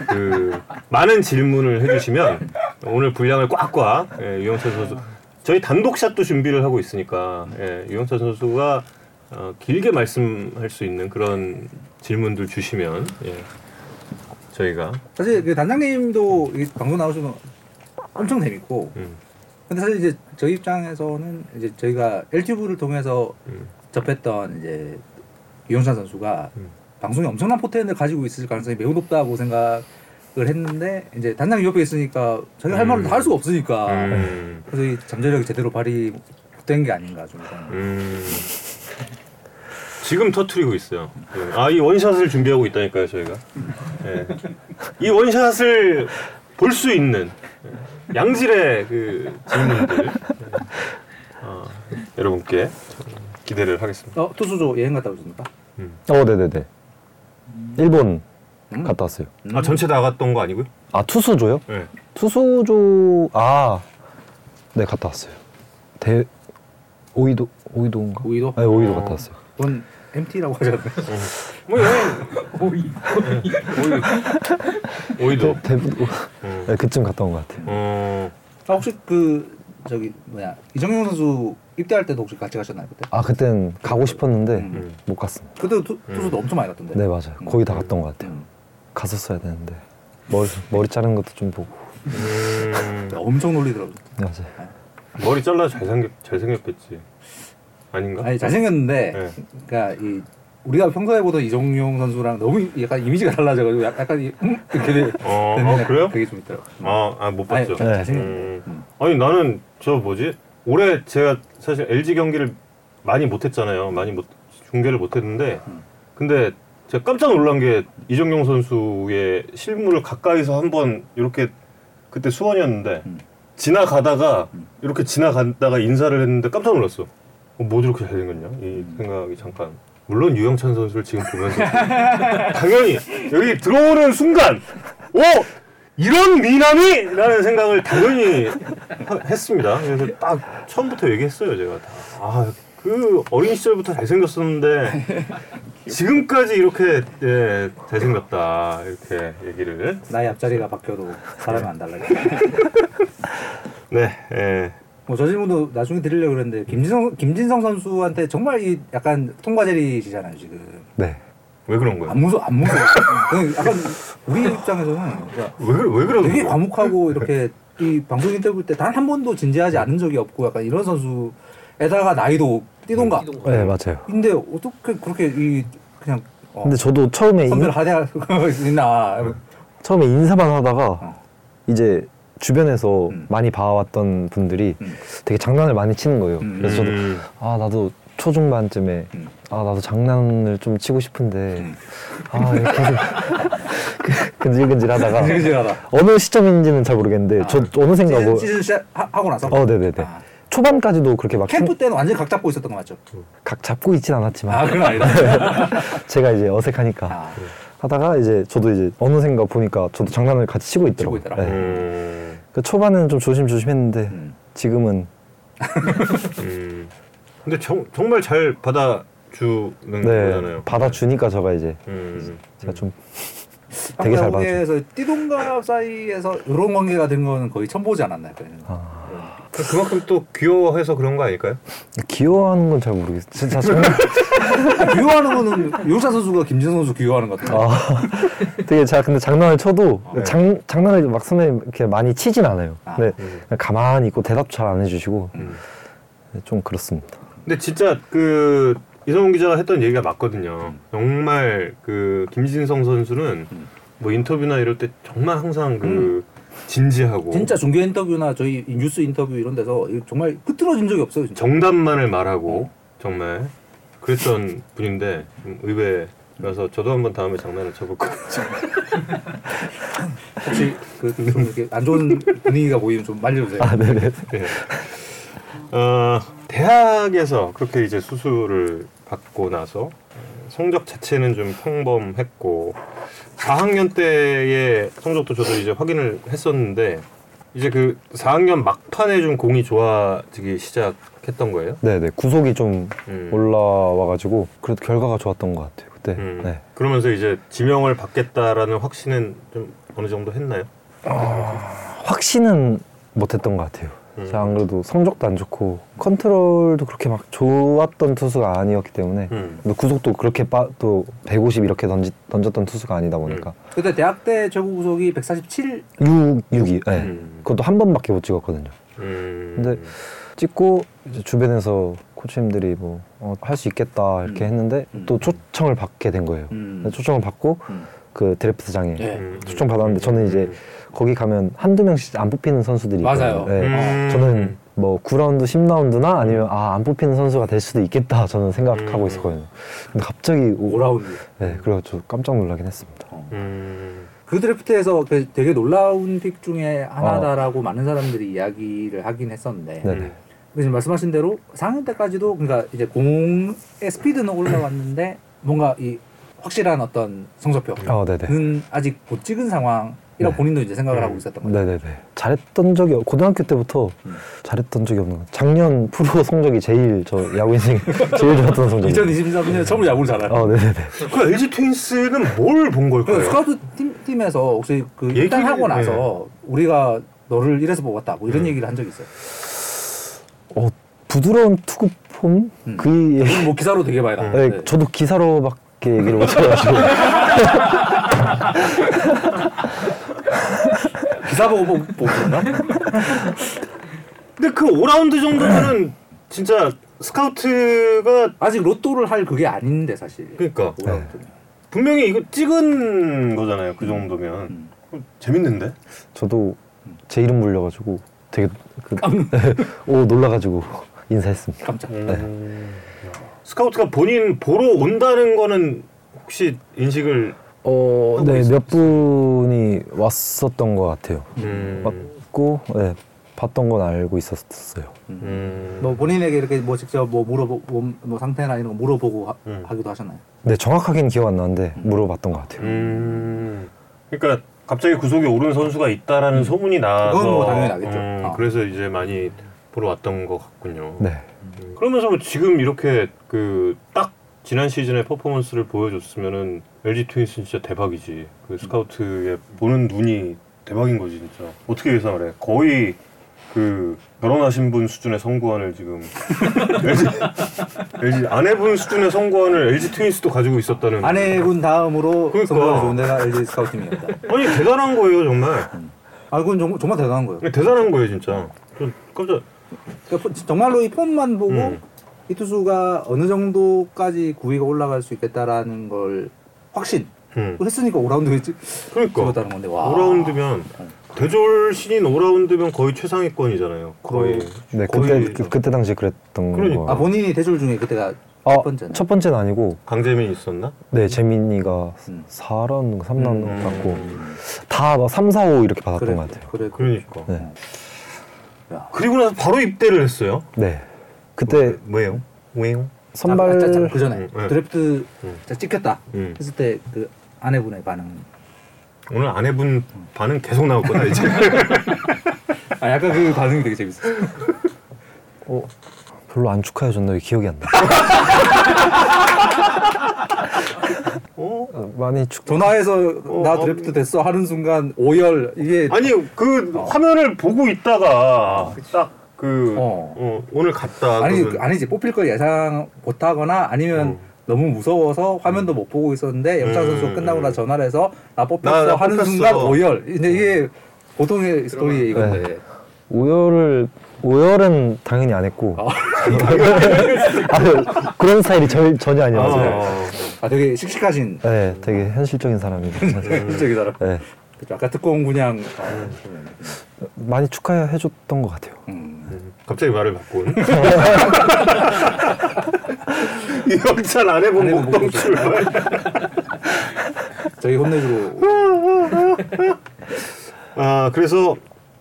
[SPEAKER 1] 그 많은 질문을 해주시면 오늘 분량을 꽉꽉 예, 유영철 선수 저희 단독샷도 준비를 하고 있으니까 예, 유영철 선수가 어, 길게 말씀할 수 있는 그런 질문들 주시면 예, 저희가
[SPEAKER 2] 사실 그 단장님도 이 방송 나오시면 엄청 재밌고
[SPEAKER 1] 음,
[SPEAKER 2] 근데 사실 이제 저희 입장에서는 이제 저희가 LTV를 통해서
[SPEAKER 1] 음.
[SPEAKER 2] 접했던 이제 유영찬 선수가
[SPEAKER 1] 음.
[SPEAKER 2] 방송에 엄청난 포텐을 가지고 있을 가능성이 매우 높다고 생각을 했는데 이제 단장 옆에 있으니까 자기가 할 말을 다 할 수가 없으니까
[SPEAKER 1] 음,
[SPEAKER 2] 그래서 이 잠재력이 제대로 발휘 못된 게 아닌가 좀 이런.
[SPEAKER 1] 음. 지금 터트리고 있어요. 아 이 원샷을 준비하고 있다니까요 저희가. 예. 이 원샷을 볼 수 있는 예. 양질의 그 질문들 예. 아, 여러분께 기대를 하겠습니다.
[SPEAKER 2] 어 투수조 여행 갔다 오셨습니까?
[SPEAKER 3] 어 네네네 일본
[SPEAKER 2] 음.
[SPEAKER 3] 갔다 왔어요.
[SPEAKER 1] 아 전체 나갔던 거 아니고요?
[SPEAKER 3] 아 투수조요?
[SPEAKER 1] 예.
[SPEAKER 3] 투수조 아네 갔다 왔어요. 대 오이도 오이도인가?
[SPEAKER 2] 오이도?
[SPEAKER 3] 네 오이도 갔다 왔어요.
[SPEAKER 2] 그건 MT라고 하잖아요.
[SPEAKER 1] 뭐 여행 오이도.
[SPEAKER 3] 대, 대부분
[SPEAKER 1] 음.
[SPEAKER 3] 네, 그쯤 갔다 온 것 같아요.
[SPEAKER 1] 어,
[SPEAKER 2] 아 혹시 그 저기 뭐야 이정용 선수 입대할 때도 혹시 같이 가셨나요 그때?
[SPEAKER 3] 아 그땐 가고 싶었는데
[SPEAKER 2] 음.
[SPEAKER 3] 못 갔습니다.
[SPEAKER 2] 그때 투, 투수도 엄청 많이 갔던데.
[SPEAKER 3] 네 맞아요.
[SPEAKER 2] 음.
[SPEAKER 3] 거의 다 갔던 것 같아요.
[SPEAKER 2] 음.
[SPEAKER 3] 갔었어야 되는데 머리 머리 자른 것도 좀 보고
[SPEAKER 1] 음,
[SPEAKER 2] 엄청 놀리더라고.
[SPEAKER 3] 네, 맞아요.
[SPEAKER 1] 머리 잘라 잘생겼 잘생겼겠지. 아닌가?
[SPEAKER 2] 아니 잘생겼는데,
[SPEAKER 1] 네.
[SPEAKER 2] 그러니까 이 우리가 평소에 보던 이종용 선수랑 너무 이- 약간 이미지가 달라져가지고 약- 약간 이, 음? 이렇게 되-
[SPEAKER 1] 어,
[SPEAKER 2] 되는
[SPEAKER 1] 아, 그래요?
[SPEAKER 2] 그게 좀 있더라고.
[SPEAKER 1] 아, 아, 못
[SPEAKER 2] 아니,
[SPEAKER 1] 봤죠.
[SPEAKER 3] 네.
[SPEAKER 2] 잘생겼는데.
[SPEAKER 1] 음. 아니 나는 저 뭐지 올해 제가 사실 LG 경기를 많이 못했잖아요. 많이 못 중계를 못했는데 근데 제가 깜짝 놀란 게 이정용 선수의 실물을 가까이서 한번 이렇게 그때 수원이었는데
[SPEAKER 2] 음.
[SPEAKER 1] 지나가다가 이렇게 지나가다가 인사를 했는데 깜짝 놀랐어. 어, 뭐 저렇게 잘생겼냐 이 생각이 잠깐. 물론 유영찬 선수를 지금 보면서 당연히 여기 들어오는 순간 오 이런 미남이라는 생각을 당연히 하- 했습니다. 그래서 딱 처음부터 얘기했어요 제가 다. 아그 어린 시절부터 잘생겼었는데 지금까지 이렇게 예, 잘생겼다 이렇게 얘기를
[SPEAKER 2] 나의 앞자리가 바뀌어도 사람은 안 달라요.
[SPEAKER 1] 네 예.
[SPEAKER 2] 뭐저 질문도 나중에 드리려고 그랬는데 김진성 김진성 선수한테 정말 이 약간 통과제리시잖아요 지금
[SPEAKER 3] 네.
[SPEAKER 1] 왜 그런 거예요?
[SPEAKER 2] 안 무서 안 무서. 약간 우리 입장에서는 그러니까
[SPEAKER 1] 왜 그래 왜 그런
[SPEAKER 2] 되게
[SPEAKER 1] 거예요?
[SPEAKER 2] 과묵하고 이렇게 이 방송 인터뷰 때 단 한 번도 진지하지 않은 적이 없고 약간 이런 선수에다가 나이도 뛰던가.
[SPEAKER 4] 뛰던가.
[SPEAKER 3] 네 맞아요.
[SPEAKER 2] 근데 어떻게 그렇게 이 그냥 어,
[SPEAKER 3] 근데 아. 저도 처음에 인,
[SPEAKER 2] 선배를 하대할 수 있나?
[SPEAKER 3] 처음에 인사만 하다가
[SPEAKER 2] 어.
[SPEAKER 3] 이제 주변에서
[SPEAKER 2] 음.
[SPEAKER 3] 많이 봐왔던 분들이
[SPEAKER 2] 음.
[SPEAKER 3] 되게 장난을 많이 치는 거예요.
[SPEAKER 2] 음.
[SPEAKER 3] 그래서 저도
[SPEAKER 1] 음.
[SPEAKER 3] 아 나도 초중반쯤에
[SPEAKER 2] 음.
[SPEAKER 3] 아 나도 장난을 좀 치고 싶은데 아 이렇게 계속 그- 근질근질하다가
[SPEAKER 2] 진실하다.
[SPEAKER 3] 어느 시점인지는 잘 모르겠는데 저 어느샌가 뭐
[SPEAKER 2] 시즌 시즌 시작 하- 하고 나서.
[SPEAKER 3] 어, 네네네.
[SPEAKER 2] 아.
[SPEAKER 3] 초반까지도 그렇게 막
[SPEAKER 2] 캠프 때는 완전 각 잡고 있었던 거 맞죠? 아,
[SPEAKER 3] 각 잡고 있진 않았지만
[SPEAKER 2] 그건 아니다.
[SPEAKER 3] 제가 이제 어색하니까
[SPEAKER 2] 아,
[SPEAKER 3] 하다가 이제 저도 이제 어느샌가 보니까 저도 장난을 같이 치고
[SPEAKER 2] 치고
[SPEAKER 3] 있더라고요.
[SPEAKER 2] 있더라.
[SPEAKER 3] 네.
[SPEAKER 1] 음.
[SPEAKER 3] 그 초반에는 좀 조심조심했는데
[SPEAKER 2] 음.
[SPEAKER 3] 지금은
[SPEAKER 1] 음. 근데 정, 정말 잘 받아주는
[SPEAKER 3] 네
[SPEAKER 1] 거잖아요.
[SPEAKER 3] 받아주니까 제가 이제
[SPEAKER 1] 음.
[SPEAKER 3] 제가 좀 되게 잘 봐줘.
[SPEAKER 2] 방송에서 띠동갑 사이에서 이런 관계가 된 거는 거의 처음 보지 않았나요? 그러면?
[SPEAKER 3] 아,
[SPEAKER 1] 그만큼 또 귀여워해서 그런 거 아닐까요?
[SPEAKER 3] 귀여워하는 건 잘 모르겠어요. 진짜 저는
[SPEAKER 2] 아, 귀여워하는 거는 요사 선수가 김진 선수 귀여워하는 것 같아요.
[SPEAKER 3] 아, 되게 제가 근데 장난을 쳐도
[SPEAKER 1] 네.
[SPEAKER 3] 장, 장난을 막 선배님 이렇게 많이 치진 않아요.
[SPEAKER 2] 아.
[SPEAKER 3] 근데
[SPEAKER 1] 음.
[SPEAKER 3] 그냥 가만히 있고 대답 잘 안 해주시고
[SPEAKER 1] 음.
[SPEAKER 3] 좀 그렇습니다.
[SPEAKER 1] 근데 진짜 그 이성훈 기자가 했던 얘기가 맞거든요. 정말 그 김진성 선수는
[SPEAKER 2] 음.
[SPEAKER 1] 뭐 인터뷰나 이럴 때 정말 항상 그 진지하고
[SPEAKER 2] 진짜 종교 인터뷰나 저희 뉴스 인터뷰 이런 데서 정말 흐트러진 적이 없어요. 진짜.
[SPEAKER 1] 정답만을 말하고
[SPEAKER 2] 음.
[SPEAKER 1] 정말 그랬던 분인데 좀 의외라서 저도 한번 다음에 장난을 쳐볼까.
[SPEAKER 2] 혹시 그좀 이렇게 안 좋은 분위기가 보이면 좀 말려주세요.
[SPEAKER 3] 아 네네.
[SPEAKER 1] 네. 어, 대학에서 그렇게 이제 수술을 받고 나서 어, 성적 자체는 좀 평범했고 4학년 때의 성적도 저도 이제 확인을 했었는데 이제 그 4학년 막판에 좀 공이 좋아지기 시작했던 거예요.
[SPEAKER 3] 네네 구속이 좀
[SPEAKER 1] 음.
[SPEAKER 3] 올라와가지고 그래도 결과가 좋았던 것 같아요 그때.
[SPEAKER 1] 음.
[SPEAKER 3] 네.
[SPEAKER 1] 그러면서 이제 지명을 받겠다라는 확신은 좀 어느 정도 했나요?
[SPEAKER 3] 확신은 못했던 것 같아요.
[SPEAKER 1] 음.
[SPEAKER 3] 제가 안 그래도 성적도 안 좋고 컨트롤도 그렇게 막 좋았던 투수가 아니었기 때문에
[SPEAKER 1] 음.
[SPEAKER 3] 근데 구속도 그렇게 또 150 이렇게 던지, 던졌던 투수가 아니다 보니까
[SPEAKER 2] 그때 대학 때 최고 구속이 147.
[SPEAKER 3] 6, 6이 네.
[SPEAKER 1] 음.
[SPEAKER 3] 그것도 한 번밖에 못 찍었거든요.
[SPEAKER 1] 음.
[SPEAKER 3] 근데 찍고 이제 주변에서 코치님들이 뭐 할 수 있겠다 이렇게
[SPEAKER 2] 음.
[SPEAKER 3] 했는데
[SPEAKER 2] 음.
[SPEAKER 3] 또 초청을 받게 된 거예요.
[SPEAKER 2] 음.
[SPEAKER 3] 초청을 받고
[SPEAKER 2] 음.
[SPEAKER 3] 그 드래프트장에
[SPEAKER 2] 예. 음.
[SPEAKER 1] 음.
[SPEAKER 3] 초청 받았는데 저는 이제 거기 가면 한두 명씩 안 뽑히는 선수들이
[SPEAKER 2] 맞아요. 음.
[SPEAKER 3] 있거든요. 네.
[SPEAKER 1] 음.
[SPEAKER 3] 저는 뭐 9라운드, 10라운드나 아니면 아, 안 뽑히는 선수가 될 수도 있겠다 저는 생각하고
[SPEAKER 1] 음.
[SPEAKER 3] 있었거든요. 근데 갑자기 오,
[SPEAKER 2] 5라운드.
[SPEAKER 3] 네, 그래서 좀 깜짝 놀라긴 했습니다.
[SPEAKER 1] 음.
[SPEAKER 2] 그 드래프트에서 그 되게 놀라운 픽 중에 하나다라고 많은 사람들이 이야기를 하긴 했었는데
[SPEAKER 3] 아. 네.
[SPEAKER 1] 음.
[SPEAKER 2] 근데 지금 말씀하신 대로 4학년 때까지도 그러니까 이제 공의 스피드는 올라왔는데 뭔가 이 확실한 어떤 성적표는
[SPEAKER 3] 아, 네네.
[SPEAKER 2] 아직 못 찍은 상황이라고
[SPEAKER 3] 네.
[SPEAKER 2] 본인도 이제 생각을
[SPEAKER 1] 음.
[SPEAKER 2] 하고 있었던 거죠.
[SPEAKER 3] 네네네. 잘했던 적이 없- 고등학교 때부터
[SPEAKER 2] 음.
[SPEAKER 3] 잘했던 적이 없는 것 같아요. 작년 프로 성적이 제일 저 야구 인생 제일 좋았던 성적이에요.
[SPEAKER 2] 2023년 처음으로 야구를 잘하요.
[SPEAKER 3] 네. 어, 네. 네네네.
[SPEAKER 1] 그 LG 네, 트윈스는 뭘 본
[SPEAKER 2] 그
[SPEAKER 1] 걸까요?
[SPEAKER 2] 스카우트 팀, 팀에서 혹시 그
[SPEAKER 1] 얘기를-
[SPEAKER 2] 일단 하고 나서 우리가 너를 이래서 뽑았다 뭐 이런
[SPEAKER 1] 음.
[SPEAKER 2] 얘기를 한 적이 있어요.
[SPEAKER 3] 어, 부드러운 투구폼
[SPEAKER 2] 음.
[SPEAKER 3] 그 얘기.
[SPEAKER 2] 저는 뭐 기사로 되게 많이
[SPEAKER 3] 네,
[SPEAKER 2] 나왔는데
[SPEAKER 3] 저도 기사로밖에 얘기를 못 해가지고.
[SPEAKER 2] 네. 기사 보고 뽑- 뽑았나?
[SPEAKER 1] 근데 그 5라운드 정도면은 진짜 스카우트가
[SPEAKER 2] 아직 로또를 할 그게 아닌데 사실.
[SPEAKER 1] 그러니까
[SPEAKER 2] 뭐라고
[SPEAKER 3] 네.
[SPEAKER 2] 그러냐.
[SPEAKER 1] 분명히 이거 찍은 거잖아요. 그 정도면
[SPEAKER 2] 음.
[SPEAKER 1] 재밌는데?
[SPEAKER 3] 저도 제 이름 불려가지고 되게 그, 오 놀라가지고 인사했습니다.
[SPEAKER 2] 깜짝.
[SPEAKER 3] 네.
[SPEAKER 1] 음. 스카우트가 본인 보러 온다는 거는 혹시 인식을
[SPEAKER 3] 어,
[SPEAKER 1] 하고
[SPEAKER 3] 네,
[SPEAKER 1] 있었어요.
[SPEAKER 3] 몇 분이 왔었던 것 같아요.
[SPEAKER 1] 음.
[SPEAKER 3] 왔고, 네, 봤던 건 알고 있었어요.
[SPEAKER 2] 음.
[SPEAKER 1] 음.
[SPEAKER 2] 뭐 본인에게 이렇게 뭐 직접 뭐 물어보 뭐, 뭐 상태나 이런 거 물어보고 하,
[SPEAKER 1] 음.
[SPEAKER 2] 하기도 하셨나요?
[SPEAKER 3] 네, 정확하게는 기억 안 나는데 물어봤던 것 같아요.
[SPEAKER 1] 음. 그러니까 갑자기 구속에 오른 선수가 있다라는 소문이 나서
[SPEAKER 2] 그건 뭐 당연히 나겠죠.
[SPEAKER 1] 음,
[SPEAKER 2] 아.
[SPEAKER 1] 그래서 이제 많이 보러 왔던 것 같군요.
[SPEAKER 3] 네,
[SPEAKER 1] 그러면서 뭐 지금 이렇게 그 딱 지난 시즌의 퍼포먼스를 보여줬으면은 LG 트윈스 진짜 대박이지. 그 스카우트의 보는 눈이 대박인 거지 진짜. 어떻게 예상을 해? 거의 그 결혼하신 분 수준의 성구안을 지금 LG, LG 아내분 수준의 성구안을 LG 트윈스도 가지고 있었다는.
[SPEAKER 2] 아내분 다음으로
[SPEAKER 1] 그러니까.
[SPEAKER 2] 성적이 좋은 데가 LG 스카우팅이었다.
[SPEAKER 1] 아니 대단한 거예요 정말.
[SPEAKER 2] 아 그건 정, 정말 대단한 거예요.
[SPEAKER 1] 대단한 거예요 진짜. 저 깜짝.
[SPEAKER 2] 그러니까 포- 정말로 이 폼만 보고
[SPEAKER 1] 음.
[SPEAKER 2] 이 투수가 어느 정도까지 구위가 올라갈 수 있겠다라는 걸 확신을
[SPEAKER 1] 음.
[SPEAKER 2] 했으니까 5라운드에
[SPEAKER 1] 그러니까.
[SPEAKER 2] 찍었다는 건데 와.
[SPEAKER 1] 5라운드면 대졸 신인 5라운드면 거의 최상위권이잖아요. 거의.
[SPEAKER 3] 네
[SPEAKER 1] 거의 뭐
[SPEAKER 3] 그때 그, 때 당시 에 그랬던
[SPEAKER 1] 그러니까.
[SPEAKER 2] 아
[SPEAKER 3] 거.
[SPEAKER 2] 본인이 대졸 중에 그때가
[SPEAKER 3] 아,
[SPEAKER 2] 첫 번째는?
[SPEAKER 3] 첫 번째는 아니고,
[SPEAKER 1] 강재민 있었나?
[SPEAKER 3] 네 재민이가
[SPEAKER 2] 음.
[SPEAKER 3] 4라운드, 3라운드
[SPEAKER 1] 음.
[SPEAKER 3] 받고 다 막 3, 4, 5 이렇게 받았던
[SPEAKER 2] 그래 음.
[SPEAKER 3] 것 같아요.
[SPEAKER 2] 그래
[SPEAKER 1] 그러니까.
[SPEAKER 3] 네.
[SPEAKER 1] 그리고 나서 바로 입대를 했어요.
[SPEAKER 3] 네. 그때
[SPEAKER 1] 왜요? 왜요?
[SPEAKER 3] 선발
[SPEAKER 2] 그 전에
[SPEAKER 1] 응, 응.
[SPEAKER 2] 드래프트
[SPEAKER 1] 응.
[SPEAKER 2] 자, 찍혔다
[SPEAKER 1] 응.
[SPEAKER 2] 했을 때 그 아내분의 반응.
[SPEAKER 1] 오늘 아내분 반응 계속 나올 거다 이제.
[SPEAKER 2] 아 약간 그 반응이 되게 재밌었어.
[SPEAKER 3] 어, 별로 안 축하해 줬나 기억이 안 나.
[SPEAKER 1] 어?
[SPEAKER 3] 어, 많이 축
[SPEAKER 2] 전화해서 나
[SPEAKER 1] 어.
[SPEAKER 2] 드래프트 됐어 하는 순간 오열 이게
[SPEAKER 1] 아니 그 화면을 보고 있다가 딱 그
[SPEAKER 2] 어.
[SPEAKER 1] 어. 오늘 갔다.
[SPEAKER 2] 아니
[SPEAKER 1] 그러면-
[SPEAKER 2] 아니지 뽑힐 걸 예상 못하거나 아니면
[SPEAKER 1] 어.
[SPEAKER 2] 너무 무서워서 화면도 못 보고 있었는데 영창 선수 가
[SPEAKER 1] 음,
[SPEAKER 2] 끝나고
[SPEAKER 1] 음.
[SPEAKER 2] 나 전화를 해서 나
[SPEAKER 1] 나-
[SPEAKER 2] 뽑혔어
[SPEAKER 1] 나
[SPEAKER 2] 하는
[SPEAKER 1] 뽑혔어. 음.
[SPEAKER 2] 순간 오열 근데 이게 보통의 스토리 이건데
[SPEAKER 3] 네. 오열을 오열은 당연히 안 했고. 아, 그런 스타일이 절, 전혀 아니어서.
[SPEAKER 2] 아 되게 씩씩하신
[SPEAKER 3] 네, 되게 현실적인 사람이에요.
[SPEAKER 1] 음.
[SPEAKER 2] 적인 사람
[SPEAKER 3] 네,
[SPEAKER 2] 그쵸, 아까 특공 분양
[SPEAKER 3] 많이 축하해 줬던 것 같아요.
[SPEAKER 2] 음.
[SPEAKER 1] 음, 갑자기 말을 바꾼. 이영찬 아내분
[SPEAKER 2] 아내분
[SPEAKER 1] 목동
[SPEAKER 2] 목동
[SPEAKER 1] 출발.
[SPEAKER 2] 저희 혼내주고
[SPEAKER 1] 아 그래서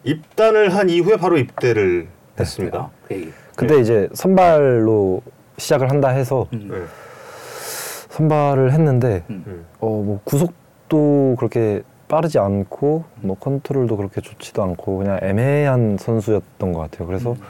[SPEAKER 1] 입단을 한 이후에 바로 입대를 했습니다.
[SPEAKER 2] 아, 그 얘기
[SPEAKER 3] 근데 이제 선발로 시작을 한다 해서
[SPEAKER 2] 음.
[SPEAKER 1] 네.
[SPEAKER 3] 선발을 했는데
[SPEAKER 2] 음.
[SPEAKER 1] 음.
[SPEAKER 3] 어 뭐 구속도 그렇게 빠르지 않고
[SPEAKER 2] 음.
[SPEAKER 3] 뭐 컨트롤도 그렇게 좋지도 않고 그냥 애매한 선수였던 것 같아요. 그래서
[SPEAKER 2] 음.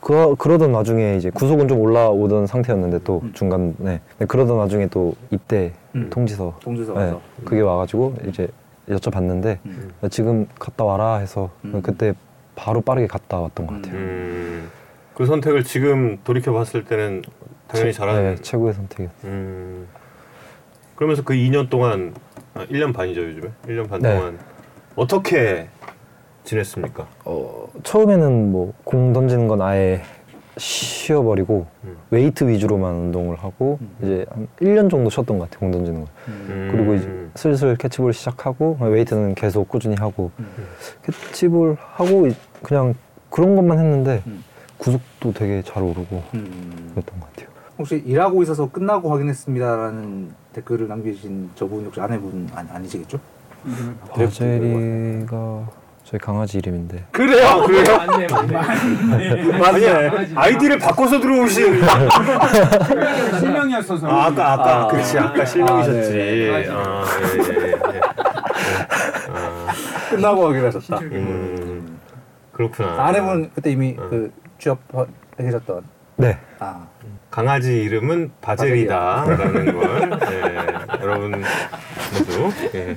[SPEAKER 3] 그 그러던 와중에 이제 구속은 좀 올라오던 상태였는데 또
[SPEAKER 2] 음.
[SPEAKER 3] 중간에 네. 근데 그러던 와중에 또 입대
[SPEAKER 2] 음.
[SPEAKER 3] 통지서
[SPEAKER 2] 동주서
[SPEAKER 3] 네,
[SPEAKER 2] 가서
[SPEAKER 3] 그게 와가지고 이제 여쭤봤는데
[SPEAKER 2] 음.
[SPEAKER 3] 야, 지금 갔다 와라 해서
[SPEAKER 2] 음.
[SPEAKER 3] 그때 바로 빠르게 갔다 왔던 것 같아요.
[SPEAKER 1] 음, 그 선택을 지금 돌이켜 봤을 때는 당연히 잘한.
[SPEAKER 3] 네, 최고의 선택이.
[SPEAKER 1] 음. 그러면서 그 2년 동안 아, 1년 반이죠 요즘에 1년 반
[SPEAKER 3] 네.
[SPEAKER 1] 동안 어떻게 지냈습니까?
[SPEAKER 3] 어, 처음에는 뭐 공 던지는 건 아예 쉬어버리고
[SPEAKER 1] 음.
[SPEAKER 3] 웨이트 위주로만 운동을 하고
[SPEAKER 2] 음.
[SPEAKER 3] 이제 한 1년 정도 쉬었던 것 같아요. 공 던지는 거.
[SPEAKER 2] 음.
[SPEAKER 1] 음.
[SPEAKER 3] 그리고 이제 슬슬 캐치볼 시작하고 웨이트는 계속 꾸준히 하고
[SPEAKER 2] 음.
[SPEAKER 3] 캐치볼 하고 이- 그냥 그런 것만 했는데
[SPEAKER 2] 음.
[SPEAKER 3] 구속도 되게 잘 오르고
[SPEAKER 2] 음.
[SPEAKER 3] 그랬던 것 같아요.
[SPEAKER 2] 혹시 일하고 있어서 끝나고 확인했습니다라는 댓글을 남겨주신 저분 혹시 아내분 아니, 아니시겠죠?
[SPEAKER 3] 바제리가 저희 강아지 이름인데
[SPEAKER 1] 그래요? 아, 그래요?
[SPEAKER 4] 맞네 맞네.
[SPEAKER 1] 맞네. 아이디를 바꿔서 들어오신
[SPEAKER 5] 실명이었어서.
[SPEAKER 1] 아, 아까 아까
[SPEAKER 2] 아,
[SPEAKER 1] 그렇지 아까
[SPEAKER 2] 아,
[SPEAKER 1] 실명이셨지. 아, 예,
[SPEAKER 4] 네.
[SPEAKER 1] 예, 예. 아,
[SPEAKER 2] 끝나고 확인하셨다.
[SPEAKER 1] 음, 그렇구나.
[SPEAKER 2] 아내분 그때 이미
[SPEAKER 1] 음.
[SPEAKER 2] 그 취업해 계셨던
[SPEAKER 3] 네
[SPEAKER 2] 아
[SPEAKER 1] 강아지 이름은 바젤이다라는 걸 예, 여러분 모두 예.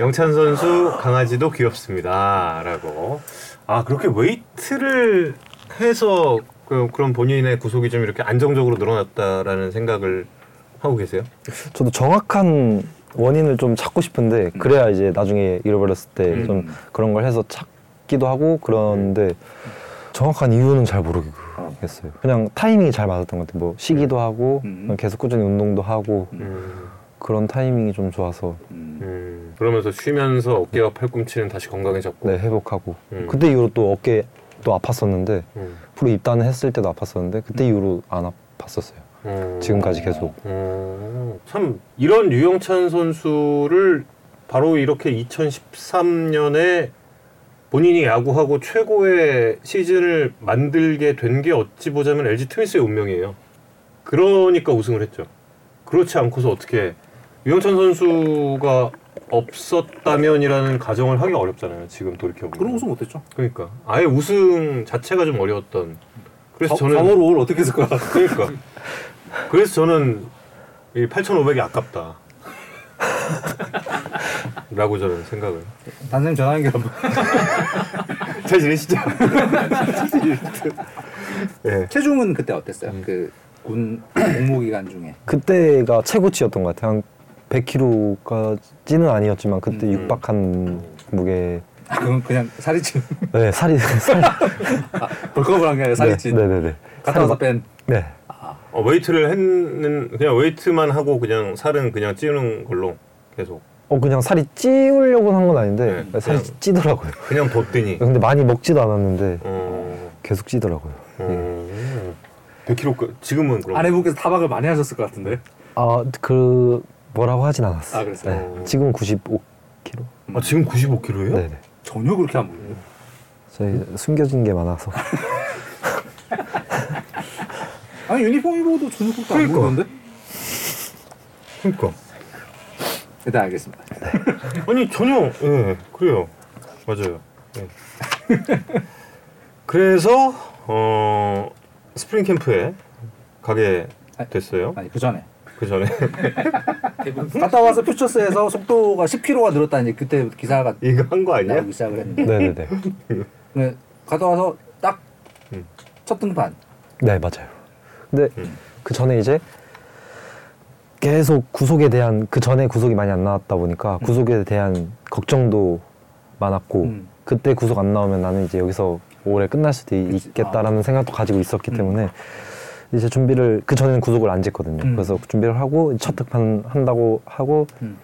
[SPEAKER 1] 영찬 선수 강아지도 귀엽습니다라고 아 그렇게 웨이트를 해서 그, 그런 본인의 구속이 좀 이렇게 안정적으로 늘어났다라는 생각을 하고 계세요?
[SPEAKER 3] 저도 정확한 원인을 좀 찾고 싶은데 그래야 이제 나중에 잃어버렸을 때 좀
[SPEAKER 2] 음.
[SPEAKER 3] 그런 걸 해서 찾기도 하고 그런데 정확한 이유는 잘 모르겠어요. 그냥 타이밍이 잘 맞았던 것 같아요. 뭐 쉬기도 하고
[SPEAKER 2] 음.
[SPEAKER 3] 계속 꾸준히 운동도 하고
[SPEAKER 1] 음,
[SPEAKER 3] 그런 타이밍이 좀 좋아서
[SPEAKER 2] 음.
[SPEAKER 1] 음, 그러면서 쉬면서 어깨와 팔꿈치는 다시 건강해졌고
[SPEAKER 3] 네 회복하고
[SPEAKER 1] 음.
[SPEAKER 3] 그때 이후로 또 어깨 또 아팠었는데
[SPEAKER 1] 음,
[SPEAKER 3] 프로 입단을 했을 때도 아팠었는데
[SPEAKER 2] 음.
[SPEAKER 3] 그때 이후로 안 아팠었어요.
[SPEAKER 1] 음.
[SPEAKER 3] 지금까지 계속
[SPEAKER 1] 음, 참 이런 유영찬 선수를 바로 이렇게 2013년에 본인이 야구하고 최고의 시즌을 만들게 된 게 어찌 보자면 LG 트윈스의 운명이에요. 그러니까 우승을 했죠. 그렇지 않고서 어떻게 유영찬 선수가 없었다면이라는 가정을 하기 어렵잖아요. 지금 돌이켜 보면.
[SPEAKER 2] 그런 우승 못했죠.
[SPEAKER 1] 그러니까 아예 우승 자체가 좀 어려웠던. 그래서 저는
[SPEAKER 2] 4월 5월 어떻게 했을까?
[SPEAKER 1] 그러니까. 그래서 저는 이 8,500이 아깝다. 라고 저는 생각을.
[SPEAKER 2] 단생 전화한 게 한번.
[SPEAKER 1] 잘 지내시죠? 예.
[SPEAKER 2] 체중은 그때 어땠어요? 그 군 복무 기간 중에
[SPEAKER 3] 그때가 최고치였던 것 같아요. 한 100kg까지는 아니었지만 그때
[SPEAKER 2] 음.
[SPEAKER 3] 육박한 무게
[SPEAKER 2] 아, 그건 그냥 살이 찐
[SPEAKER 3] 네 살이 살
[SPEAKER 2] 벌크업을한 게 아니라 살이 찐
[SPEAKER 3] 네네네
[SPEAKER 2] 갔다 와서 뺀
[SPEAKER 3] 네
[SPEAKER 1] 어, 웨이트를 했는 그냥 웨이트만 하고 그냥 살은 그냥 찌우는 걸로 계속
[SPEAKER 3] 어 그냥 살이 찌우려고 한 건 아닌데
[SPEAKER 1] 네.
[SPEAKER 3] 살이 찌더라고요.
[SPEAKER 1] 그냥 뒀더니
[SPEAKER 3] 근데 많이 먹지도 않았는데
[SPEAKER 1] 어,
[SPEAKER 3] 계속 찌더라고요.
[SPEAKER 1] 어, 100kg 지금은 그럼
[SPEAKER 2] 아내분께서 타박을 많이 하셨을 것 같은데.
[SPEAKER 3] 아 그 뭐라고 하진 않았어요.
[SPEAKER 2] 아, 그랬어요? 어?
[SPEAKER 3] 네. 지금 95kg.
[SPEAKER 1] 아, 지금 95kg예요?
[SPEAKER 3] 네네.
[SPEAKER 2] 전혀 그렇게 안 보여요.
[SPEAKER 3] 저희 숨겨진 게 많아서
[SPEAKER 2] 아니 유니폼 입어도 준우국도 안 보이는데?
[SPEAKER 1] 그러니까.
[SPEAKER 2] 일단 알겠습니다.
[SPEAKER 1] 아니 전혀 예 그래요 맞아요 예. 그래서 어 스프링 캠프에 가게 됐어요
[SPEAKER 2] 아니 그 전에
[SPEAKER 1] 그 전에
[SPEAKER 4] 대부분
[SPEAKER 2] 갔다 와서 퓨처스에서 속도가 10km가 늘었다니 그때 기사가
[SPEAKER 1] 이거 한 거 아니야?
[SPEAKER 2] 나오기 시작을 했는데
[SPEAKER 3] 네네네
[SPEAKER 2] 근데 갔다 와서 딱
[SPEAKER 1] 음.
[SPEAKER 2] 첫 등판
[SPEAKER 3] 네 맞아요 근데
[SPEAKER 1] 음.
[SPEAKER 3] 그 전에 이제 계속 구속에 대한 그 전에 구속이 많이 안 나왔다 보니까 구속에 대한 걱정도 많았고
[SPEAKER 2] 음.
[SPEAKER 3] 그때 구속 안 나오면 나는 이제 여기서 올해 끝날 수도 있겠다라는
[SPEAKER 2] 아.
[SPEAKER 3] 생각도 가지고 있었기
[SPEAKER 2] 음.
[SPEAKER 3] 때문에 이제 준비를 그 전에는 구속을 안 짓거든요
[SPEAKER 2] 음.
[SPEAKER 3] 그래서 준비를 하고 첫 특판 한다고 하고
[SPEAKER 2] 음.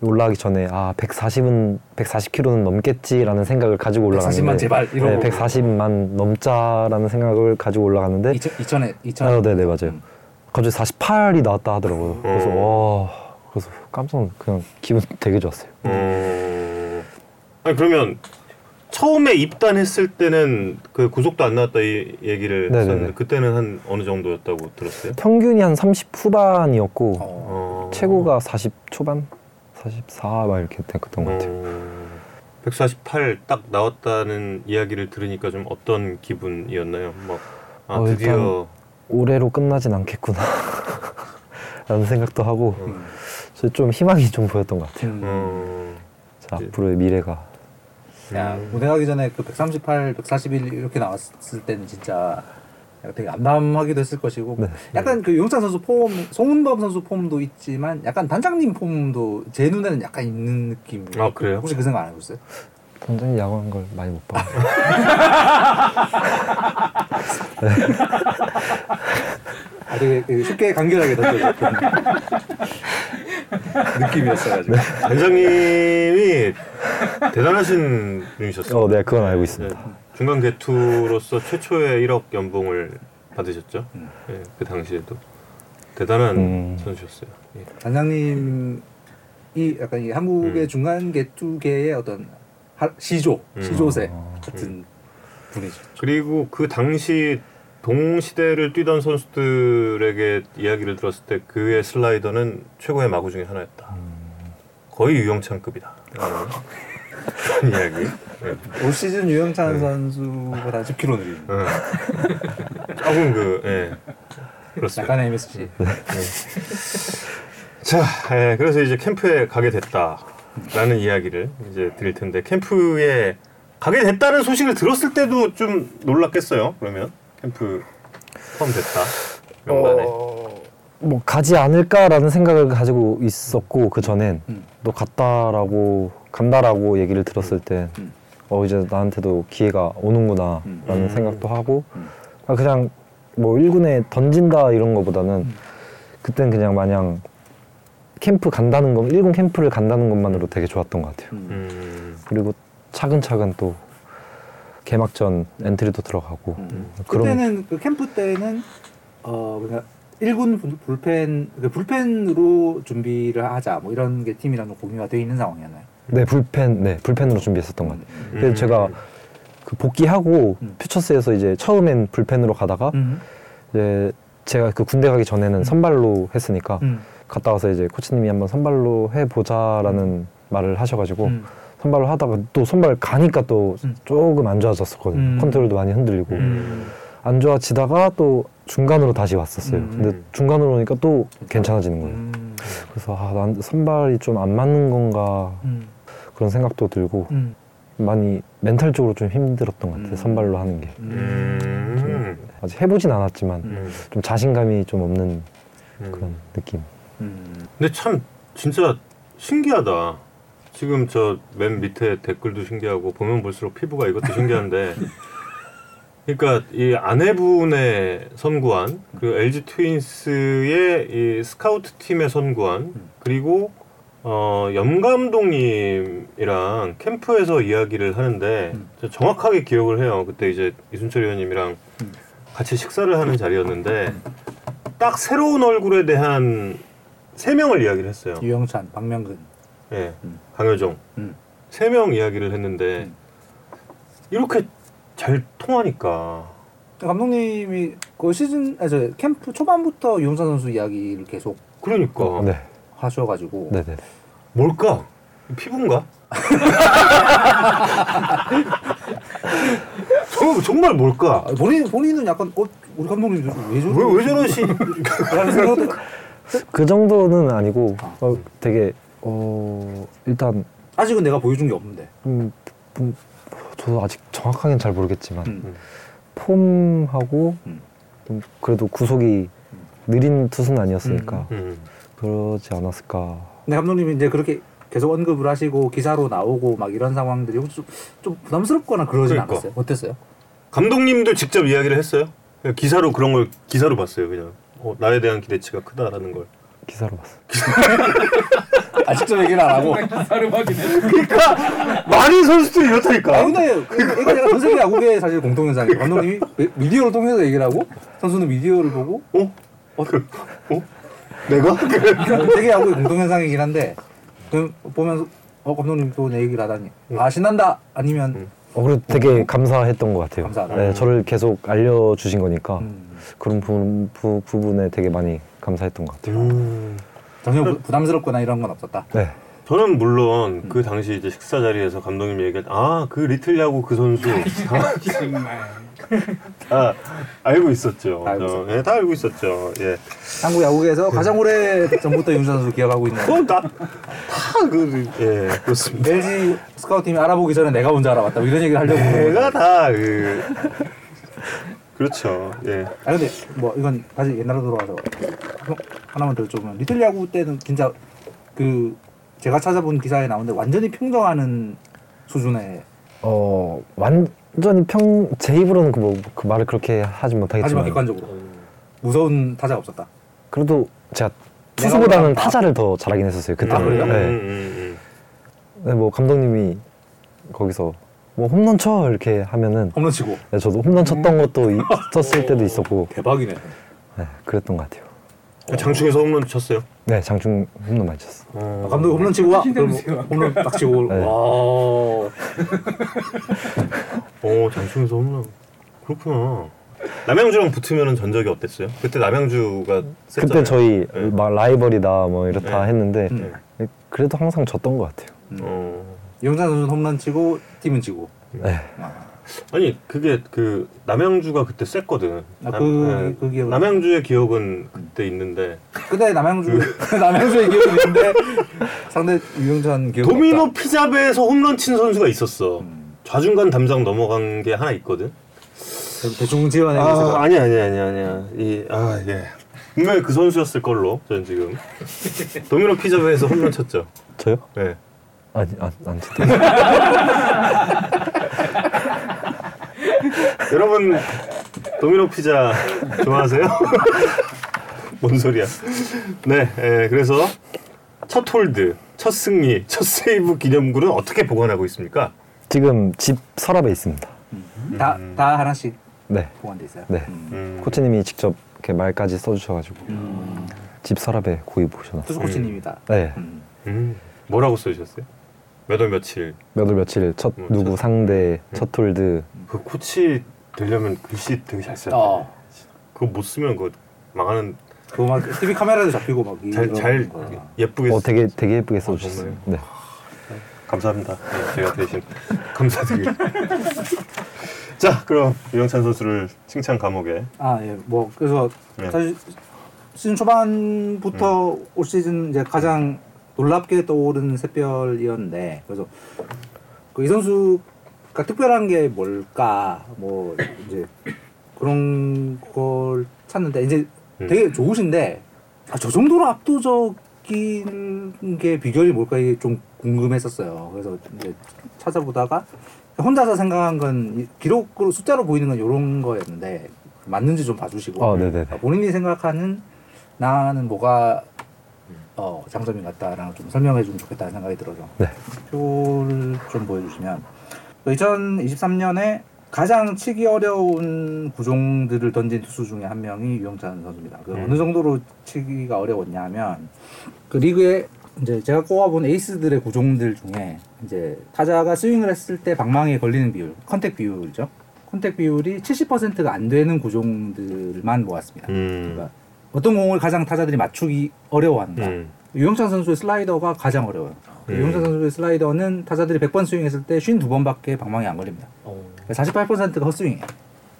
[SPEAKER 3] 올라가기 전에 아 140은 140km는 넘겠지라는 생각을 가지고 올라갔는데
[SPEAKER 2] 140만 제발 이러고
[SPEAKER 3] 네, 140만 넘자라는 생각을 가지고 올라갔는데
[SPEAKER 2] 2000에 2000
[SPEAKER 3] 아, 네네 맞아요.
[SPEAKER 2] 음.
[SPEAKER 3] 갑자기 48이 나왔다 하더라고요. 그래서
[SPEAKER 1] 음.
[SPEAKER 3] 와, 그래서 깜짝 놀- 그냥 기분 되게 좋았어요.
[SPEAKER 1] 어 아니 그러면 처음에 입단했을 때는 그 구속도 안 나왔다 이 얘기를
[SPEAKER 3] 네네네.
[SPEAKER 1] 했었는데 그때는 한 어느 정도였다고 들었어요?
[SPEAKER 3] 평균이 한 30 후반이었고
[SPEAKER 2] 어.
[SPEAKER 1] 어,
[SPEAKER 3] 최고가 40 초반, 44막 이렇게 됐던 것 같아요.
[SPEAKER 1] 148 음. 딱 나왔다는 이야기를 들으니까 좀 어떤 기분이었나요? 막, 아,
[SPEAKER 3] 어, 일단-
[SPEAKER 1] 드디어.
[SPEAKER 3] 올해로 끝나진 않겠구나. 라는 생각도 하고
[SPEAKER 1] 음.
[SPEAKER 3] 저좀 희망이 좀 보였던 것 같아요.
[SPEAKER 2] 음.
[SPEAKER 1] 어,
[SPEAKER 3] 저 앞으로의 미래가
[SPEAKER 2] 야
[SPEAKER 1] 음.
[SPEAKER 2] 무대 가기 전에 그 138, 141 이렇게 나왔을 때는 진짜 약간 되게 암담하기도 했을 것이고
[SPEAKER 3] 네.
[SPEAKER 2] 약간 그 용찬 선수 폼, 송은범 선수 폼도 있지만 약간 단장님 폼도 제 눈에는 약간 있는 느낌이에요.
[SPEAKER 1] 아, 그래요?
[SPEAKER 2] 혹시 그 생각 안 해보셨어요?
[SPEAKER 3] 완전히 야구한 걸 많이 못 봐.
[SPEAKER 2] 아, 되게, 되게 쉽게 간결하게 던져줬던 느낌이었어가지고
[SPEAKER 1] 단장님이 대단하신 분이셨어요.
[SPEAKER 3] 어, 네, 그건 알고 있습니다.
[SPEAKER 1] 네. 중간 개투로서 최초의 1억 연봉을 받으셨죠. 예, 그 당시에도 대단한
[SPEAKER 3] 음.
[SPEAKER 1] 선수였어요. 예.
[SPEAKER 2] 단장님이 약간 이 한국의
[SPEAKER 1] 음.
[SPEAKER 2] 중간 개투계의 어떤 하, 시조,
[SPEAKER 1] 음.
[SPEAKER 2] 시조세 같은 분이죠.
[SPEAKER 1] 그리고 그 당시 동시대를 뛰던 선수들에게 이야기를 들었을 때 그의 슬라이더는 최고의 마구 중에 하나였다. 거의 유영찬급이다. 그런 이야기. 예.
[SPEAKER 2] 올 시즌 유영찬 선수가 한 10kg 늘린
[SPEAKER 1] 응. 조금 그 예. 그렇습니다.
[SPEAKER 2] 약간의 MSG.
[SPEAKER 1] 자, 예, 그래서 이제 캠프에 가게 됐다라는 이야기를 이제 드릴 텐데 캠프에 가게 됐다는 소식을 들었을 때도 좀 놀랐겠어요. 그러면 캠프 포함됐다 명단에.
[SPEAKER 3] 뭐 가지 않을까라는 생각을 가지고 있었고 그 전엔
[SPEAKER 2] 음.
[SPEAKER 3] 너 갔다라고 간다라고 얘기를 들었을 때
[SPEAKER 2] 음.
[SPEAKER 3] 어 이제 나한테도 기회가 오는구나라는
[SPEAKER 2] 음.
[SPEAKER 1] 음.
[SPEAKER 3] 생각도 하고
[SPEAKER 2] 음.
[SPEAKER 3] 아, 그냥 뭐 1군에 던진다 이런 거보다는
[SPEAKER 2] 음.
[SPEAKER 3] 그땐 그냥 마냥 캠프 간다는 건 1군 캠프를 간다는 것만으로 되게 좋았던 것 같아요.
[SPEAKER 2] 음.
[SPEAKER 1] 음,
[SPEAKER 3] 그리고 차근차근 또 개막전 엔트리도 들어가고
[SPEAKER 2] 음.
[SPEAKER 3] 그런-
[SPEAKER 2] 그때는 그 캠프 때는 어 그러니까 1군 불- 불펜 그 불펜으로 준비를 하자 뭐 이런 게 팀이랑 좀 공유가 돼 있는 상황이었나요?
[SPEAKER 3] 네 불펜 네 불펜으로 준비했었던 것 같아요. 그래서
[SPEAKER 1] 음.
[SPEAKER 3] 제가 그 복귀하고
[SPEAKER 2] 음.
[SPEAKER 3] 퓨처스에서 이제 처음엔 불펜으로 가다가
[SPEAKER 2] 음.
[SPEAKER 3] 이제 제가 그 군대 가기 전에는 선발로 했으니까
[SPEAKER 2] 음.
[SPEAKER 3] 갔다 와서 이제 코치님이 한번 선발로 해보자라는 말을 하셔가지고
[SPEAKER 2] 음.
[SPEAKER 3] 선발로 하다가 또 선발 가니까 또
[SPEAKER 2] 음.
[SPEAKER 3] 조금 안 좋아졌었거든요.
[SPEAKER 2] 음.
[SPEAKER 3] 컨트롤도 많이 흔들리고
[SPEAKER 1] 음.
[SPEAKER 3] 안 좋아지다가 또 중간으로 다시 왔었어요.
[SPEAKER 2] 음. 그렇죠.
[SPEAKER 3] 근데 중간으로 오니까 또 괜찮아지는 거예요.
[SPEAKER 2] 음.
[SPEAKER 3] 그래서 아, 난 선발이 좀 안 맞는 건가
[SPEAKER 2] 음.
[SPEAKER 3] 그런 생각도 들고
[SPEAKER 2] 음.
[SPEAKER 3] 많이 멘탈적으로 좀 힘들었던 것 같아요.
[SPEAKER 2] 음.
[SPEAKER 3] 선발로 하는 게.
[SPEAKER 1] 음.
[SPEAKER 3] 아직 해보진 않았지만
[SPEAKER 1] 음.
[SPEAKER 3] 좀 자신감이 좀 없는
[SPEAKER 1] 음.
[SPEAKER 3] 그런 느낌.
[SPEAKER 2] 음.
[SPEAKER 1] 근데 참 진짜 신기하다. 지금 저 맨 밑에 댓글도 신기하고 보면 볼수록 피부가 이것도 신기한데. 그러니까 이 아내분의 선구안, 그리고 LG 트윈스의 이 스카우트 팀의
[SPEAKER 2] 음.
[SPEAKER 1] 선구안, 그리고 어, 염 감독님이랑 캠프에서 이야기를 하는데
[SPEAKER 2] 음.
[SPEAKER 1] 저 정확하게 기억을 해요. 그때 이제 이순철 의원님이랑
[SPEAKER 2] 음.
[SPEAKER 1] 같이 식사를 하는 자리였는데 딱 새로운 얼굴에 대한 세 명을 이야기를 했어요.
[SPEAKER 2] 유영찬, 박명근.
[SPEAKER 1] 예,
[SPEAKER 2] 음.
[SPEAKER 1] 강효정
[SPEAKER 2] 음.
[SPEAKER 1] 세 명 이야기를 했는데
[SPEAKER 2] 음.
[SPEAKER 1] 이렇게 잘 통하니까
[SPEAKER 2] 감독님이 그 시즌 아, 저 캠프 초반부터 유영찬 선수 이야기를 계속
[SPEAKER 1] 그러니까
[SPEAKER 3] 네,
[SPEAKER 2] 하셔가지고
[SPEAKER 3] 네, 네.
[SPEAKER 1] 뭘까? 피부인가? 저, 어, 정말 뭘까?
[SPEAKER 2] 아, 본인 본인은 약간 어 우리 감독님 왜 저러
[SPEAKER 1] 왜, 왜 저러시?
[SPEAKER 2] 라는 생각도
[SPEAKER 3] 그 정도는 아니고 어, 되게 어 일단
[SPEAKER 2] 아직은 내가 보여준 게 없는데
[SPEAKER 3] 음, 음, 저도 아직 정확하게는 잘 모르겠지만
[SPEAKER 2] 음.
[SPEAKER 3] 폼하고
[SPEAKER 2] 음.
[SPEAKER 3] 좀 그래도 구속이 느린 투수는 아니었으니까
[SPEAKER 1] 음.
[SPEAKER 3] 그러지 않았을까.
[SPEAKER 2] 근데 감독님이 이제 그렇게 계속 언급을 하시고 기사로 나오고 막 이런 상황들이 혹시 좀, 좀 부담스럽거나 그러진
[SPEAKER 1] 그러니까.
[SPEAKER 2] 않았어요? 어땠어요?
[SPEAKER 1] 감독님도 직접 이야기를 했어요? 그냥 기사로 그런 걸 기사로 봤어요 그냥 어, 나에 대한 기대치가 크다라는 걸
[SPEAKER 3] 기사로 봤어.
[SPEAKER 2] 아 직접 얘기를 안 하고
[SPEAKER 4] 기사를 확인해.
[SPEAKER 1] 많은 선수들이 이렇다니까
[SPEAKER 2] 아 근데 이- 이거 제가 전 세계 야구계 사실 공통 현상이에요. 감독님이 미- 미디어를 통해서 얘기를 하고 선수는 미디어를 보고
[SPEAKER 1] 어? 어? 그, 어? 내가?
[SPEAKER 2] 세계 야구의 뭐 공통 현상이긴 한데 그 보면서 어 감독님 또 내 얘기를 하다니 아 신난다 아니면
[SPEAKER 1] 음.
[SPEAKER 3] 어, 그래도 되게 감사했던 것 같아요.
[SPEAKER 2] 감사하다.
[SPEAKER 3] 네, 저를 계속 알려주신 거니까
[SPEAKER 2] 음,
[SPEAKER 3] 그런 부, 부, 부분에 되게 많이 감사했던 것 같아요.
[SPEAKER 1] 음.
[SPEAKER 2] 전혀 부- 부담스럽거나 이런 건 없었다.
[SPEAKER 3] 네,
[SPEAKER 1] 저는 물론 그 당시 이제 식사 자리에서 감독님 얘기할 아그 리틀 야구 그 선수 다,
[SPEAKER 5] 정말.
[SPEAKER 1] 다 알고 있었죠.
[SPEAKER 2] 알고
[SPEAKER 1] 저,
[SPEAKER 2] 있었죠.
[SPEAKER 1] 예, 다 알고 있었죠. 예.
[SPEAKER 2] 한국 야구계에서 가장 오래 전부터 윤 선수 기억하고 있는
[SPEAKER 1] 그다다그 예, 그렇습니다.
[SPEAKER 2] LG 스카우트팀이 알아보기 전에 내가 먼저 알아봤다 뭐 이런 얘기를 하려고 그러는
[SPEAKER 1] 내가
[SPEAKER 2] 거예요.
[SPEAKER 1] 다그 음. 그렇죠. 예.
[SPEAKER 2] 아 근데 뭐 이건 다시 옛날로 돌아가서 한- 하나만 더 여쭤보면 리틀 야구 때는 진짜 그 제가 찾아본 기사에 나오는데 완전히 평정하는 수준의
[SPEAKER 3] 어 완전히 평 제 입으로는 그, 뭐, 그 말을 그렇게 하진
[SPEAKER 2] 하지만
[SPEAKER 3] 못하겠지만
[SPEAKER 2] 객관적으로 무서운 타자가 없었다.
[SPEAKER 3] 그래도 제가
[SPEAKER 2] 내가
[SPEAKER 3] 투수보다는
[SPEAKER 2] 올라간다.
[SPEAKER 3] 타자를 더 잘하긴 했었어요. 그때
[SPEAKER 2] 아, 그래요?
[SPEAKER 1] 음,
[SPEAKER 3] 네.
[SPEAKER 1] 음,
[SPEAKER 3] 네, 뭐 감독님이 거기서 뭐 홈런 쳐 이렇게 하면은
[SPEAKER 2] 홈런 치고
[SPEAKER 3] 네, 저도 홈런
[SPEAKER 2] 음.
[SPEAKER 3] 쳤던 것도 이- 쳤을 때도 있었고
[SPEAKER 2] 대박이네.
[SPEAKER 3] 네, 그랬던 것 같아요.
[SPEAKER 1] 음. 장충에서 홈런 쳤어요.
[SPEAKER 3] 네, 장충 홈런 많이 쳤어.
[SPEAKER 1] 어.
[SPEAKER 2] 아, 감독이 홈런 치고 와.
[SPEAKER 5] 힘든
[SPEAKER 2] 그럼
[SPEAKER 5] 세요.
[SPEAKER 2] 홈런 딱 치고
[SPEAKER 3] 네.
[SPEAKER 2] 와.
[SPEAKER 1] 오 어, 장충에서 홈런. 그렇구나. 남양주랑 붙으면 전적이 어땠어요? 그때 남양주가
[SPEAKER 3] 그때
[SPEAKER 1] 셌잖아요.
[SPEAKER 3] 저희
[SPEAKER 1] 네.
[SPEAKER 3] 막 라이벌이다 뭐 이렇다
[SPEAKER 1] 네.
[SPEAKER 3] 했는데
[SPEAKER 2] 음.
[SPEAKER 3] 그래도 항상 졌던 것 같아요.
[SPEAKER 1] 어.
[SPEAKER 2] 영찬 선수는 홈런 치고 팀은 지고.
[SPEAKER 3] 네.
[SPEAKER 1] 아니 그게 그 남양주가 그때 셌거든.
[SPEAKER 2] 아,
[SPEAKER 1] 남-
[SPEAKER 2] 그-
[SPEAKER 1] 예.
[SPEAKER 2] 그 기억은- 음.
[SPEAKER 1] 남양주의 기억은 그때 있는데
[SPEAKER 2] 그때 남양주
[SPEAKER 1] 음.
[SPEAKER 2] 남양주의 기억이 있는데 상대 유영찬 기억.
[SPEAKER 1] 도미노 피자배에서 홈런 친 선수가 있었어.
[SPEAKER 2] 음.
[SPEAKER 1] 좌중간 담장 넘어간 게 하나 있거든.
[SPEAKER 2] 대충 지원해
[SPEAKER 1] 아,
[SPEAKER 2] 아,
[SPEAKER 1] 아니 아니 아니 아니야. 이아 예. 분명히 그 선수였을 걸로 저는 지금 도미노 피자배에서 홈런 쳤죠.
[SPEAKER 3] 저요?
[SPEAKER 1] 네.
[SPEAKER 3] 아니 안안 쳤다.
[SPEAKER 1] 여러분 도미노 피자 좋아하세요? 뭔 소리야? 네, 예, 그래서 첫 홀드, 첫 승리, 첫 세이브 기념구는 어떻게 보관하고 있습니까?
[SPEAKER 3] 지금 집 서랍에 있습니다.
[SPEAKER 2] 다다 하나씩
[SPEAKER 3] 네,
[SPEAKER 2] 보관돼 있어요.
[SPEAKER 3] 네.
[SPEAKER 2] 음.
[SPEAKER 1] 음,
[SPEAKER 3] 코치님이 직접 이렇게 말까지 써주셔가지고 집 서랍에 고이 보셔놨어요.
[SPEAKER 2] 음. 투수 코치님이다.
[SPEAKER 3] 네,
[SPEAKER 2] 음.
[SPEAKER 1] 음, 뭐라고 써주셨어요? 몇 월 며칠?
[SPEAKER 3] 몇 월 며칠 첫
[SPEAKER 1] 음,
[SPEAKER 3] 누구
[SPEAKER 1] 첫- 네.
[SPEAKER 3] 상대 첫 홀드
[SPEAKER 1] 그 코치 되려면 글씨 되게 잘 써야 돼.
[SPEAKER 3] 아.
[SPEAKER 2] 어.
[SPEAKER 1] 그거 못 쓰면 그거 망하는
[SPEAKER 2] 그막 TV 카메라도 잡히고 막
[SPEAKER 1] 잘
[SPEAKER 2] 이런
[SPEAKER 1] 잘
[SPEAKER 2] 거야.
[SPEAKER 1] 예쁘게
[SPEAKER 3] 어
[SPEAKER 1] 쓰-
[SPEAKER 3] 되게 되게 예쁘게 써주셨어요.
[SPEAKER 1] 아, 정말요?
[SPEAKER 3] 네.
[SPEAKER 1] 감사합니다. 네, 제가 대신 감사드립니다. 자, 그럼 유영찬 선수를 칭찬 감옥에
[SPEAKER 2] 아 예. 뭐 그래서
[SPEAKER 1] 네. 음.
[SPEAKER 2] 사실 시즌 초반부터 올 시즌 이제 가장 놀랍게 떠오른 샛별이었는데 그래서 그이 선수가 특별한 게 뭘까 뭐 이제 그런 걸 찾는데 이제
[SPEAKER 1] 음.
[SPEAKER 2] 되게 좋으신데 아, 저 정도로 압도적인 게 비결이 뭘까 이게 좀 궁금했었어요. 그래서 이제 찾아보다가 혼자서 생각한 건이 기록으로 숫자로 보이는 건 이런 거였는데 맞는지 좀 봐주시고
[SPEAKER 3] 아, 네네네.
[SPEAKER 2] 본인이 생각하는 나는 뭐가 어, 장점이 같다라는 좀 설명해 주면 좋겠다는 생각이 들어서
[SPEAKER 3] 네.
[SPEAKER 2] 표를 좀 보여주시면 2023년에 가장 치기 어려운 구종들을 던진 투수 중에 한 명이 유영찬 선수입니다. 그
[SPEAKER 1] 음.
[SPEAKER 2] 어느 정도로 치기가 어려웠냐면 그 리그에 이제 제가 꼽아본 에이스들의 구종들 중에 이제 타자가 스윙을 했을 때 방망이에 걸리는 비율, 컨택 비율이죠. 컨택 비율이 70%가 안 되는 구종들만 모았습니다.
[SPEAKER 1] 음.
[SPEAKER 2] 그러니까 어떤 공을 가장 타자들이 맞추기 어려워한다.
[SPEAKER 1] 음.
[SPEAKER 2] 유영찬 선수의 슬라이더가 가장 어려워요. 그
[SPEAKER 1] 음.
[SPEAKER 2] 유영찬 선수의 슬라이더는 타자들이 100번 스윙했을 때 52번밖에 방망이 안 걸립니다.
[SPEAKER 4] 어.
[SPEAKER 2] 48%가 헛스윙이에요.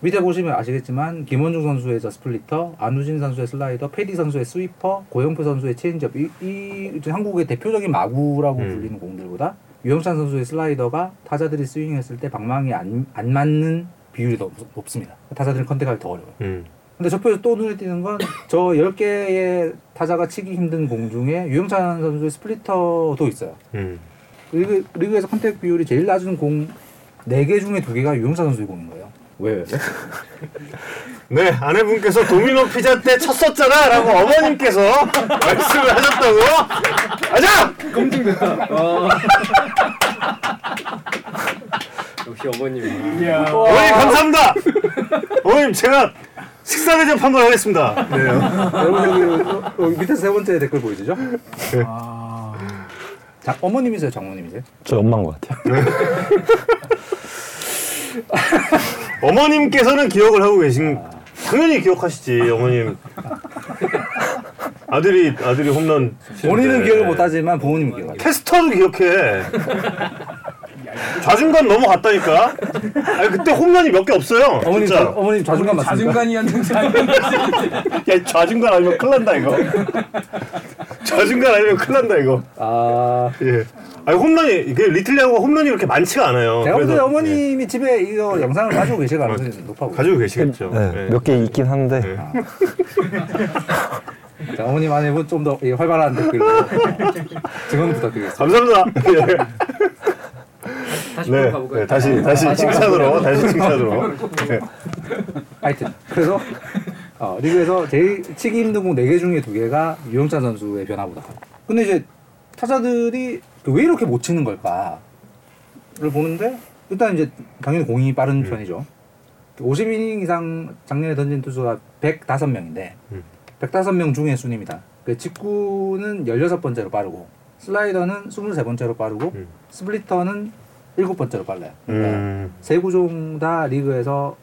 [SPEAKER 2] 밑에 보시면 아시겠지만 김원중 선수의 저 스플리터, 안우진 선수의 슬라이더, 페디 선수의 스위퍼, 고영표 선수의 체인지업 이, 이 이제 한국의 대표적인 마구라고
[SPEAKER 1] 음.
[SPEAKER 2] 불리는 공들보다 유영찬 선수의 슬라이더가 타자들이 스윙했을 때 방망이 안, 안 맞는 비율이 더 높- 높습니다. 타자들은 컨택하기 더 어려워요.
[SPEAKER 1] 음.
[SPEAKER 2] 근데 저표에서 또 눈에 띄는 건 저 10개의 타자가 치기 힘든 공 중에 유영찬 선수의 스플리터도 있어요.
[SPEAKER 1] 음.
[SPEAKER 2] 리그, 리그에서 컨택 비율이 제일 낮은 공 4개 중에 2개가 유영찬 선수의 공인 거예요. 왜?
[SPEAKER 1] 네, 아내분께서 도미노 피자 때 쳤었잖아! 라고 어머님께서 말씀을 하셨다고! 가자!
[SPEAKER 4] 검증됐다. 어. 역시 어머님.
[SPEAKER 1] 어머님, 감사합니다! 어머님, 제가 식사 대접 한번 하겠습니다. 네,
[SPEAKER 2] 여러분 여기, 여기 밑에 세 번째 댓글 보이시죠? 네. 아. 자, 어머님이세요, 장모님이세요?
[SPEAKER 3] 저 엄마인 것 같아요.
[SPEAKER 1] 어머님께서는 기억을 하고 계신, 당연히 기억하시지, 어머님. 아들이, 아들이 홈런. 치는데.
[SPEAKER 2] 본인은 기억을 못하지만 부모님은 기억하죠.
[SPEAKER 1] 테스터도 기억해. 좌중간 넘어갔다니까? 아니, 그때 홈런이 몇 개 없어요.
[SPEAKER 2] 어머님,
[SPEAKER 1] 진짜.
[SPEAKER 2] 자, 어머님 자존감
[SPEAKER 4] 아,
[SPEAKER 2] 맞습니까?
[SPEAKER 5] 자중간이 한
[SPEAKER 4] 네,
[SPEAKER 5] 등장.
[SPEAKER 1] 야 좌중간 아니면 큰일 난다 이거 좌중간 아니면 큰일 난다 이거
[SPEAKER 2] 아,
[SPEAKER 1] 예 아니 홈런이 그 리틀리하고 홈런이 그렇게 많지가 않아요
[SPEAKER 2] 제가 볼 때
[SPEAKER 1] 그래서, 예.
[SPEAKER 2] 네, 어머님이 집에 이거 영상을 가지고 계실 가능성이 높아 보여요.
[SPEAKER 1] 가지고 계시겠죠
[SPEAKER 3] 네,
[SPEAKER 1] 예.
[SPEAKER 3] 몇 개 있긴 한데
[SPEAKER 1] 네.
[SPEAKER 2] 자, 어머님 아내분 좀더 예, 활발한 댓글로 증언 부탁드리겠습니다.
[SPEAKER 1] 감사합니다 예.
[SPEAKER 4] 다시
[SPEAKER 1] 네,
[SPEAKER 4] 가볼까요? 아,
[SPEAKER 1] 네 다시 다시 칭찬으로 다시 칭찬으로 예.
[SPEAKER 2] 하여튼 그래서 어, 리그에서 제일 치기 힘든 공 4개 중에 2개가 유영찬 선수의 변화보다 근데 이제 타자들이 그왜 이렇게 못 치는 걸까를 보는데 일단 이제 당연히 공이 빠른 편이죠 50이닝 이상 작년에 던진 투수가 105명인데
[SPEAKER 1] 음.
[SPEAKER 2] 105명 중에 순입니다 그 직구는 16번째로 빠르고 슬라이더는 23번째로 빠르고
[SPEAKER 1] 음.
[SPEAKER 2] 스플리터는 7번째로 빨라요 그러니까
[SPEAKER 1] 음,
[SPEAKER 2] 세 구종 다 리그에서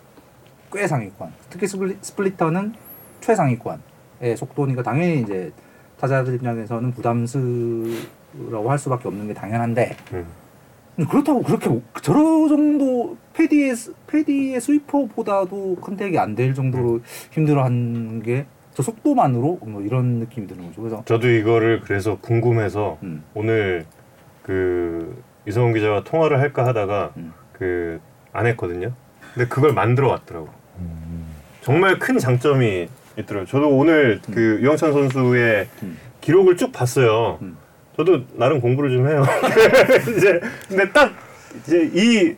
[SPEAKER 2] 꽤 상위권. 특히 스플리, 스플리터는 최상위권의 속도니까 당연히 이제 타자들 입장에서는 부담스러워 할 수밖에 없는 게 당연한데
[SPEAKER 1] 음.
[SPEAKER 2] 그렇다고 그렇게 오- 저 정도 패디의 스- 패디의 스위퍼보다도 컨택이 안 될 정도로 힘들어하는 게 저 속도만으로 뭐 이런 느낌이 드는 거죠. 그래서
[SPEAKER 1] 저도 이거를 그래서 궁금해서
[SPEAKER 2] 음,
[SPEAKER 1] 오늘 그 이성훈 기자와 통화를 할까 하다가
[SPEAKER 2] 음.
[SPEAKER 1] 그 안 했거든요. 근데 그걸 만들어 왔더라고. 정말 큰 장점이 있더라고요. 저도 오늘 그 유영찬 선수의
[SPEAKER 2] 음.
[SPEAKER 1] 기록을 쭉 봤어요.
[SPEAKER 2] 음.
[SPEAKER 1] 저도 나름 공부를 좀 해요. 이제 근데 딱 이제 이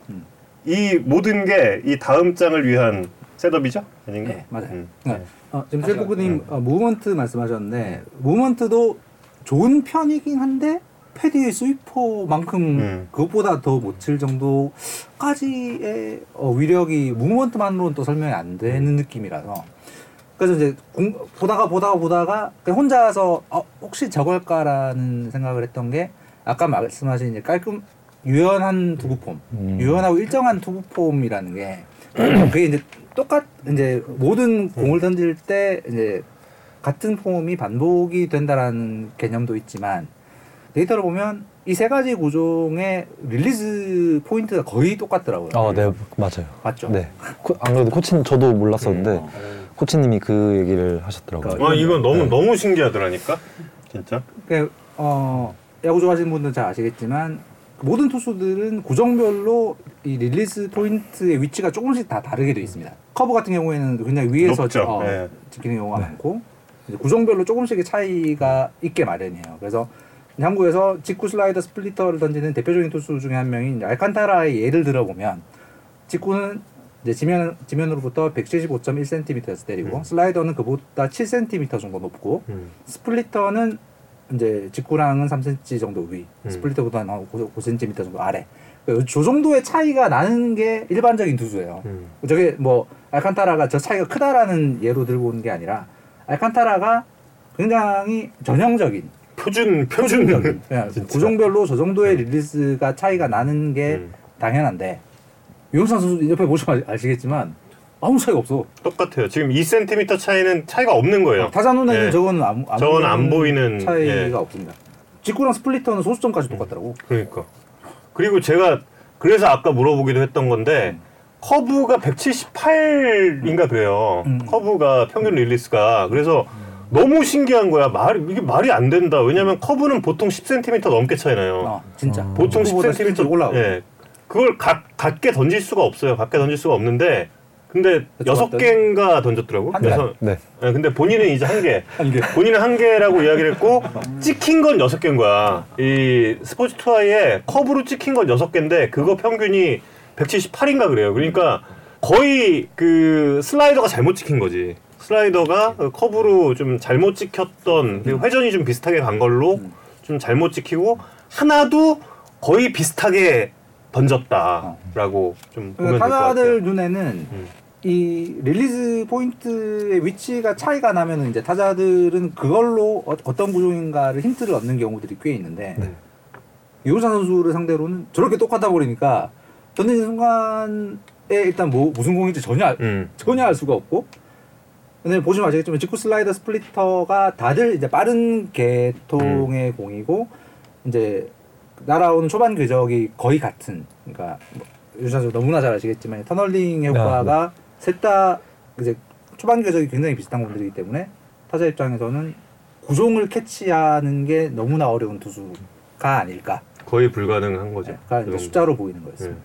[SPEAKER 1] 이
[SPEAKER 2] 음.
[SPEAKER 1] 모든 게 이 다음 장을 위한 셋업이죠? 아닌가?
[SPEAKER 2] 네, 맞아요.
[SPEAKER 1] 음.
[SPEAKER 2] 그러니까 어, 지금 셀프님 어, 무브먼트 말씀하셨는데 무브먼트도 좋은 편이긴 한데 패디의 스위퍼만큼
[SPEAKER 1] 음.
[SPEAKER 2] 그것보다 더 못 칠 정도까지의 어, 위력이 무브먼트만으로는 또 설명이 안 되는
[SPEAKER 1] 음.
[SPEAKER 2] 느낌이라서 그래서 이제 공, 보다가 보다가 보다가 그냥 혼자서 어, 혹시 저걸까라는 생각을 했던 게 아까 말씀하신 이제 깔끔 유연한 투구폼
[SPEAKER 3] 음.
[SPEAKER 2] 유연하고 일정한 투구폼이라는 게 그게 이제 똑같 이제 모든 공을 던질 때 이제 같은 폼이 반복이 된다라는 개념도 있지만 데이터를 보면 이 세 가지 구종의 릴리즈 포인트가 거의 똑같더라고요.
[SPEAKER 3] 아, 네 맞아요.
[SPEAKER 2] 맞죠?
[SPEAKER 3] 네. 코- 안 그래도 코치님 저도 몰랐었는데
[SPEAKER 2] 음,
[SPEAKER 1] 네.
[SPEAKER 3] 코치님이 그 얘기를 하셨더라고요.
[SPEAKER 2] 어,
[SPEAKER 1] 와 아, 이건 너무
[SPEAKER 2] 네.
[SPEAKER 1] 너무 신기하더라니까. 진짜.
[SPEAKER 2] 그, 어, 야구 좋아하시는 분들은 잘 아시겠지만 모든 투수들은 구정별로 이 릴리스 포인트의 위치가 조금씩 다 다르게 되어 있습니다. 커브 같은 경우에는 굉장히 위에서
[SPEAKER 1] 높죠.
[SPEAKER 2] 어,
[SPEAKER 1] 네.
[SPEAKER 2] 지키는 경우가 많고 이제 구정별로 조금씩의 차이가 있게 마련이에요. 그래서 한국에서 직구 슬라이더 스플리터를 던지는 대표적인 투수 중에 한 명인 이제 알칸타라의 예를 들어보면 직구는 이제 지면 지면으로부터 175.1cm에서 때리고
[SPEAKER 1] 음.
[SPEAKER 2] 슬라이더는 그보다 7cm 정도 높고
[SPEAKER 1] 음.
[SPEAKER 2] 스플리터는 이제 직구랑은 3cm 정도 위,
[SPEAKER 1] 음.
[SPEAKER 2] 스플리터보다는 한 5, 5cm 정도 아래. 그저 정도의 차이가 나는 게 일반적인 두수예요.
[SPEAKER 1] 음.
[SPEAKER 2] 저게 뭐 알칸타라가 저 차이가 크다라는 예로 들고 오는 게 아니라 알칸타라가 굉장히 전형적인
[SPEAKER 1] 표준
[SPEAKER 2] 음.
[SPEAKER 1] 표준적인.
[SPEAKER 2] 그냥 구종별로 저 정도의 릴리스가 차이가 나는 게
[SPEAKER 1] 네. 음.
[SPEAKER 2] 당연한데 유영찬 선수 옆에 보시면 아- 아시겠지만 아무 차이가 없어.
[SPEAKER 1] 똑같아요. 지금 2cm 차이는 차이가 없는 거예요.
[SPEAKER 2] 아, 타자 눈에는
[SPEAKER 1] 예.
[SPEAKER 2] 저건 아무 안
[SPEAKER 1] 저건 안 보이는,
[SPEAKER 2] 차이가
[SPEAKER 1] 예.
[SPEAKER 2] 없습니다. 직구랑 스플리터는 소수점까지 똑같더라고.
[SPEAKER 1] 그러니까. 그리고 제가 그래서 아까 물어보기도 했던
[SPEAKER 2] 음.
[SPEAKER 1] 건데 커브가 178인가 그래요.
[SPEAKER 2] 음.
[SPEAKER 1] 커브가 평균 릴리스가 그래서 너무 신기한 거야. 말 이게 말이 안 된다. 왜냐면 커브는 보통 10cm 넘게 차이나요.
[SPEAKER 2] 어, 진짜.
[SPEAKER 1] 보통
[SPEAKER 2] 축구보다
[SPEAKER 1] 10cm
[SPEAKER 2] 올라오고.
[SPEAKER 1] 예. 그걸 각, 각게 던질 수가 없어요. 각게 던질 수가 없는데 근데
[SPEAKER 2] 그쵸,
[SPEAKER 1] 여섯
[SPEAKER 2] 맞다.
[SPEAKER 1] 개인가 던졌더라고.
[SPEAKER 2] 한 개.
[SPEAKER 1] 여섯-
[SPEAKER 3] 네.
[SPEAKER 1] 예, 근데 본인은 이제 한 개.
[SPEAKER 2] 한 개.
[SPEAKER 1] 본인은 한 개라고 이야기를 했고 찍힌 건 여섯 개인 거야. 이 스포츠 투아에 커브로 찍힌 건 여섯 개인데 그거 평균이 178인가 그래요. 그러니까 거의 그 슬라이더가 잘못 찍힌 거지. 슬라이더가 그 커브로 좀 잘못 찍혔던 그리고 회전이 좀 비슷하게 간 걸로 좀 잘못 찍히고 하나도 거의 비슷하게 던졌다라고 좀 보면
[SPEAKER 2] 그러니까
[SPEAKER 1] 될 것
[SPEAKER 2] 타자들
[SPEAKER 1] 같아요.
[SPEAKER 2] 눈에는
[SPEAKER 1] 음.
[SPEAKER 2] 이 릴리즈 포인트의 위치가 차이가 나면은 이제 타자들은 그걸로 어, 어떤 구종인가를 힌트를 얻는 경우들이 꽤 있는데
[SPEAKER 1] 네.
[SPEAKER 2] 유우찬 선수를 상대로는 저렇게 똑같아 버리니까 던지는 순간에 일단 뭐 무슨 공인지 전혀 알-
[SPEAKER 1] 음.
[SPEAKER 2] 전혀 알 수가 없고 근데 보시면 아시겠지만 직구 슬라이더 스플리터가 다들 이제 빠른 계통의 공이고 이제 날아오는 초반 궤적이 거의 같은 그러니까 뭐 유산소 너무나 잘 아시겠지만 터널링 효과가 셋 다 이제 초반 궤적이 굉장히 비슷한 공들이기 때문에 타자 입장에서는 구종을 캐치하는 게 너무나 어려운 투수가 아닐까
[SPEAKER 1] 거의 불가능한 거죠.
[SPEAKER 2] 그러니까 이제
[SPEAKER 1] 그 정도.
[SPEAKER 2] 숫자로 보이는 거였습니다.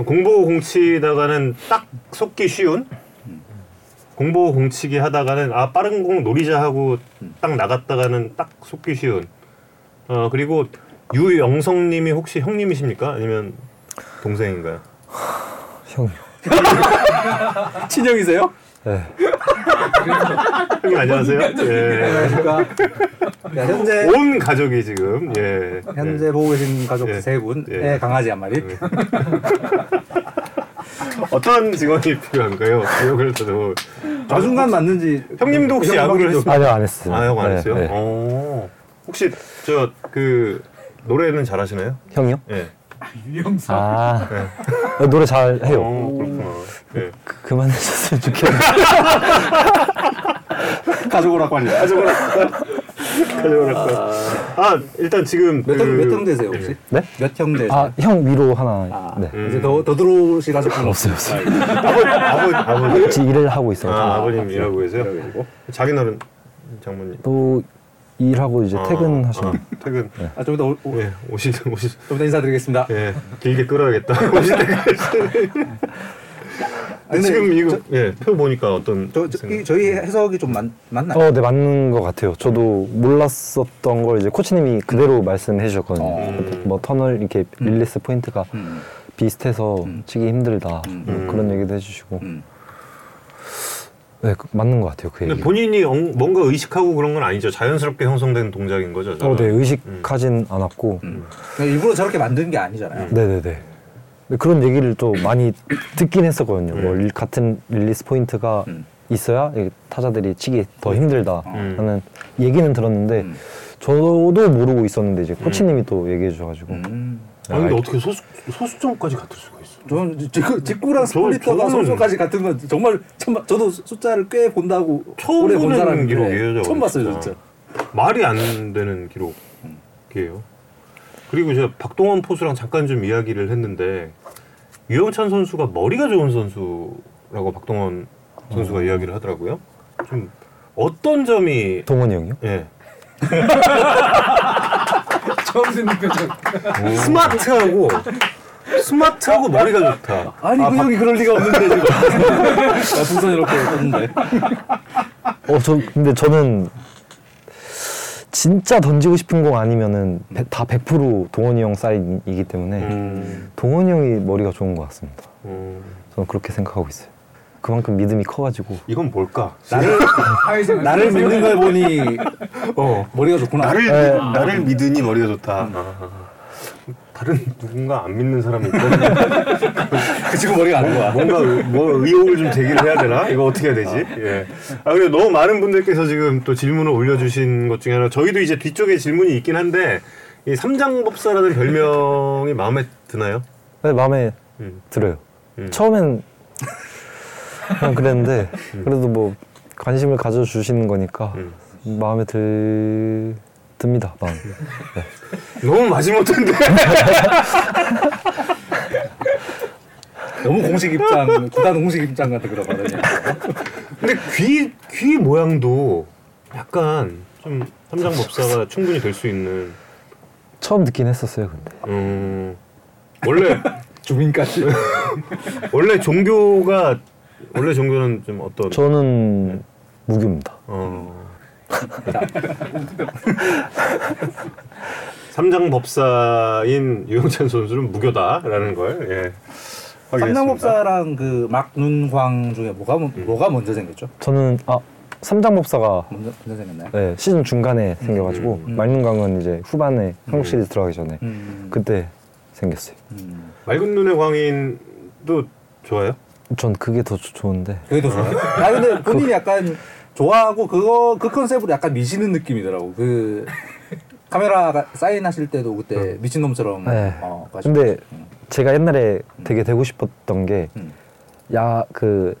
[SPEAKER 1] 예. 공보 공치다가는 딱 속기 쉬운 공보 공치기 하다가는 아 빠른 공 노리자 하고 딱 나갔다가는 딱 속기 쉬운 어 그리고 유영성님이 혹시 형님이십니까 아니면 동생인가요?
[SPEAKER 3] 형이요.
[SPEAKER 2] 친형이세요?
[SPEAKER 3] 네.
[SPEAKER 1] 형님 안녕하세요. 예.
[SPEAKER 2] 그러니까 야, 현재
[SPEAKER 1] 온 가족이 지금 예
[SPEAKER 2] 현재 보고 계신 가족
[SPEAKER 1] 예.
[SPEAKER 2] 세 분의 네,
[SPEAKER 1] 예.
[SPEAKER 2] 강아지 한 마리.
[SPEAKER 1] 예. 어떤 직원이 필요한가요? 기억을 저도
[SPEAKER 2] 좌중간 맞는지
[SPEAKER 1] 형님도 혹시
[SPEAKER 2] 그
[SPEAKER 1] 야구를
[SPEAKER 2] 형님도-
[SPEAKER 1] 했습니까?
[SPEAKER 3] 아니요 안 했어요.
[SPEAKER 1] 아, 형안 했어요?
[SPEAKER 3] 네, 네.
[SPEAKER 1] 오. 혹시 저 그 노래는 잘하시나요?
[SPEAKER 3] 형이요?
[SPEAKER 1] 예.
[SPEAKER 5] 유영석.
[SPEAKER 3] 아 노래 잘 해요.
[SPEAKER 1] 오, 어, 그렇구나. 예.
[SPEAKER 3] 그- 그만하셨으면 좋겠네요.
[SPEAKER 2] 가족으로 관리. 가족으로
[SPEAKER 1] 가져오랄까. 아, 일단 지금 그
[SPEAKER 2] 몇형몇 형제세요 혹시?
[SPEAKER 3] 네?
[SPEAKER 2] 몇 형제? 아,
[SPEAKER 3] 아형 위로 하나. 네.
[SPEAKER 1] 음.
[SPEAKER 2] 이제 더 더 들어오실 가족분
[SPEAKER 3] 없어요 없어요.
[SPEAKER 1] 아버지 네. 아버지 아버지.
[SPEAKER 3] 같이 일을 하고 있어요.
[SPEAKER 1] 아, 아버님이라고 계세요?
[SPEAKER 2] 그리고
[SPEAKER 1] 자기 나름 장모님.
[SPEAKER 3] 또 일하고 이제
[SPEAKER 1] 아,
[SPEAKER 2] 어,
[SPEAKER 3] 퇴근하시면
[SPEAKER 1] 아, 퇴근.
[SPEAKER 2] 아, 좀 이따 오, 오,
[SPEAKER 1] 예, 오시든 오시
[SPEAKER 2] 좀 이따 인사드리겠습니다.
[SPEAKER 1] 예, 길게 끌어야겠다. 오실 때까지.
[SPEAKER 2] 아, 근데
[SPEAKER 1] 지금 이거 예, 표 보니까 어떤
[SPEAKER 2] 저, 저, 이, 저희 해석이 좀 맞, 맞나요?
[SPEAKER 3] 어, 네 맞는 것 같아요. 저도 몰랐었던 걸 이제 코치님이 그대로 말씀해 주셨거든요.
[SPEAKER 2] 어.
[SPEAKER 3] 뭐 터널 이렇게
[SPEAKER 2] 음.
[SPEAKER 3] 릴리스 포인트가
[SPEAKER 2] 음,
[SPEAKER 3] 비슷해서
[SPEAKER 2] 음.
[SPEAKER 3] 치기 힘들다
[SPEAKER 2] 음.
[SPEAKER 3] 뭐 그런 얘기도 해주시고
[SPEAKER 2] 음.
[SPEAKER 3] 네 그- 맞는 것 같아요 그
[SPEAKER 1] 근데
[SPEAKER 3] 얘기.
[SPEAKER 1] 본인이 엉- 뭔가 의식하고 그런 건 아니죠. 자연스럽게 형성된 동작인 거죠.
[SPEAKER 3] 어, 네
[SPEAKER 1] 저는.
[SPEAKER 3] 의식하진 않았고
[SPEAKER 2] 음. 그러니까 일부러 저렇게 만든 게 아니잖아요.
[SPEAKER 3] 네네네. 근데 그런 얘기를 또 많이 듣긴 했었거든요. 뭐
[SPEAKER 1] 음.
[SPEAKER 3] 릴- 같은 릴리스 포인트가
[SPEAKER 2] 음.
[SPEAKER 3] 있어야 이게 타자들이 치기 더 힘들다
[SPEAKER 1] 음.
[SPEAKER 3] 하는 얘기는 들었는데
[SPEAKER 2] 음.
[SPEAKER 3] 저도 모르고 있었는데
[SPEAKER 1] 음.
[SPEAKER 3] 이제 코치님이 또 얘기해 주셔가지고
[SPEAKER 2] 음.
[SPEAKER 1] 아니 근데
[SPEAKER 3] 아,
[SPEAKER 1] 어떻게 소수 소수점까지 같을 수가 있어?
[SPEAKER 2] 저는 지- 그 직구, 직구랑
[SPEAKER 1] 저-
[SPEAKER 2] 스플리터가
[SPEAKER 1] 저는-
[SPEAKER 2] 소수까지 같은 건 정말 처음 봐- 저도 숫자를 꽤 본다고
[SPEAKER 1] 처음
[SPEAKER 2] 오래 본
[SPEAKER 1] 보는
[SPEAKER 2] 사람인데
[SPEAKER 1] 기록이에요, 저거 아.
[SPEAKER 2] 처음 봤어요
[SPEAKER 1] 진짜.
[SPEAKER 2] 진짜.
[SPEAKER 1] 말이 안 되는 기록이에요. 그리고 제가 박동원 포수랑 잠깐 좀 이야기를 했는데 유영찬 선수가 머리가 좋은 선수라고 박동원 선수가
[SPEAKER 2] 음.
[SPEAKER 1] 이야기를 하더라고요. 좀 어떤 점이
[SPEAKER 3] 동원이 형이요?
[SPEAKER 1] 예
[SPEAKER 5] 처음 듣는 표정.
[SPEAKER 1] 스마트하고 스마트하고 머리가 좋다.
[SPEAKER 2] 아니 그 형이 그럴 리가 없는데 지금 나 풍선 이렇게 떴는데
[SPEAKER 3] 어, 저 근데 저는 진짜 던지고 싶은 공 아니면은 배- 다 100% 동원이 형 사인이기 때문에
[SPEAKER 1] 음,
[SPEAKER 3] 동원이 형이 머리가 좋은 것 같습니다.
[SPEAKER 1] 음.
[SPEAKER 3] 저는 그렇게 생각하고 있어요. 그만큼 믿음이 커가지고
[SPEAKER 1] 이건 뭘까?
[SPEAKER 2] 나를
[SPEAKER 5] 사회생활.
[SPEAKER 2] 나를 믿는 걸 보니
[SPEAKER 1] 어.
[SPEAKER 2] 머리가 좋구나.
[SPEAKER 1] 나를
[SPEAKER 3] 네.
[SPEAKER 1] 나를 믿으니 머리가 좋다. 아. 다른 누군가 안 믿는 사람이 있거든요.
[SPEAKER 2] 그 지금 머리가 안 좋아.
[SPEAKER 1] 뭔가 의- 뭐 의혹을 좀 제기를 해야 되나? 이거 어떻게 해야 되지? 예. 아 그리고 너무 많은 분들께서 지금 또 질문을 올려주신 것 중에 하나 저희도 이제 뒤쪽에 질문이 있긴 한데 이 삼장법사라는 별명이 마음에 드나요?
[SPEAKER 3] 네, 마음에
[SPEAKER 1] 음.
[SPEAKER 3] 들어요.
[SPEAKER 1] 음.
[SPEAKER 3] 처음엔 그냥 그랬는데
[SPEAKER 2] 음.
[SPEAKER 3] 그래도 뭐 관심을 가져주시는 거니까
[SPEAKER 1] 음.
[SPEAKER 3] 마음에 들 듭니다. 마음.
[SPEAKER 1] 너무 마지못한데
[SPEAKER 2] 너무 공식 입장, 구단 공식 입장 같은 그런 거거든요.
[SPEAKER 1] 근데 귀, 귀 모양도 약간 좀 삼장법사가 충분히 될 수 있는
[SPEAKER 3] 처음 듣긴 했었어요, 근데.
[SPEAKER 1] 음, 원래
[SPEAKER 2] 주민까지.
[SPEAKER 1] 원래 종교가 원래 종교는 좀 어떤
[SPEAKER 2] 음.
[SPEAKER 3] 저는 무교입니다.
[SPEAKER 1] 어. 삼장법사인 유영찬 선수는 무교다라는 걸 예. 확인했습니다.
[SPEAKER 2] 삼남법사랑 그 막눈광 중에 뭐가 먼- 뭐가 먼저 생겼죠?
[SPEAKER 3] 저는 아 삼장법사가
[SPEAKER 2] 먼저 먼저 생겼나요?
[SPEAKER 3] 네, 시즌 중간에 생겨가지고
[SPEAKER 2] 음.
[SPEAKER 3] 말눈강은 이제 후반에 한국 시리즈 들어가기 전에
[SPEAKER 2] 음.
[SPEAKER 3] 그때 생겼어요.
[SPEAKER 2] 음.
[SPEAKER 1] 맑은 눈의 광인도 좋아요?
[SPEAKER 3] 전 그게 더 좋- 좋은데
[SPEAKER 2] 그게 더 좋아요. 아 근데 본인이 약간 좋아하고 그거 그 컨셉으로 약간 미치는 느낌이더라고. 그 카메라가 사인하실 때도 그때 미친놈처럼
[SPEAKER 3] 네.
[SPEAKER 2] 어, 가지고.
[SPEAKER 3] 근데
[SPEAKER 2] 음.
[SPEAKER 3] 제가 옛날에 되게 되고 싶었던
[SPEAKER 2] 음.
[SPEAKER 3] 게 야 그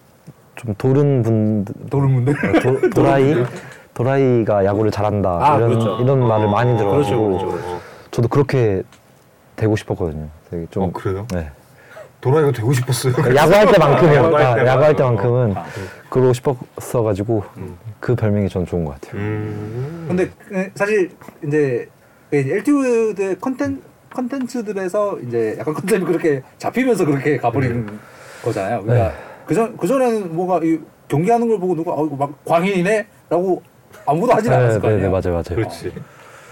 [SPEAKER 3] 좀 도른 분들
[SPEAKER 2] 도루문데.
[SPEAKER 3] 도, 도라이 도라이가 야구를 잘한다
[SPEAKER 2] 아,
[SPEAKER 3] 이런
[SPEAKER 2] 그렇죠.
[SPEAKER 3] 이런 말을 많이
[SPEAKER 1] 그렇죠,
[SPEAKER 3] 들어가지고
[SPEAKER 1] 그렇죠, 그렇죠.
[SPEAKER 3] 저도 그렇게 되고 싶었거든요. 되게 좀
[SPEAKER 1] 어, 그래요?
[SPEAKER 3] 네. 그러니까
[SPEAKER 1] 도라이가 되고 싶었어요.
[SPEAKER 3] 야구할 때만큼이요.
[SPEAKER 1] 야구할 그렇죠.
[SPEAKER 3] 아,
[SPEAKER 1] 때만.
[SPEAKER 3] 야구할 때만큼은
[SPEAKER 2] 아.
[SPEAKER 3] 그러고 싶었어가지고 그 별명이 전 좋은 것 같아요.
[SPEAKER 1] 음.
[SPEAKER 2] 근데 그 사실 이제 엘티우드의 컨텐 컨텐츠들에서 이제 약간 컨셉이 그렇게 잡히면서 그렇게 가버리는
[SPEAKER 3] 음.
[SPEAKER 2] 거잖아요. 그러니까
[SPEAKER 3] 네.
[SPEAKER 2] 그전 그전에는 뭔가 이 경기하는 걸 보고 누가 어, 이거 막 광인이네라고 아무도 하진 않았을 거
[SPEAKER 3] 네,
[SPEAKER 2] 아니에요.
[SPEAKER 3] 네, 맞아요, 맞아요.
[SPEAKER 1] 그렇지.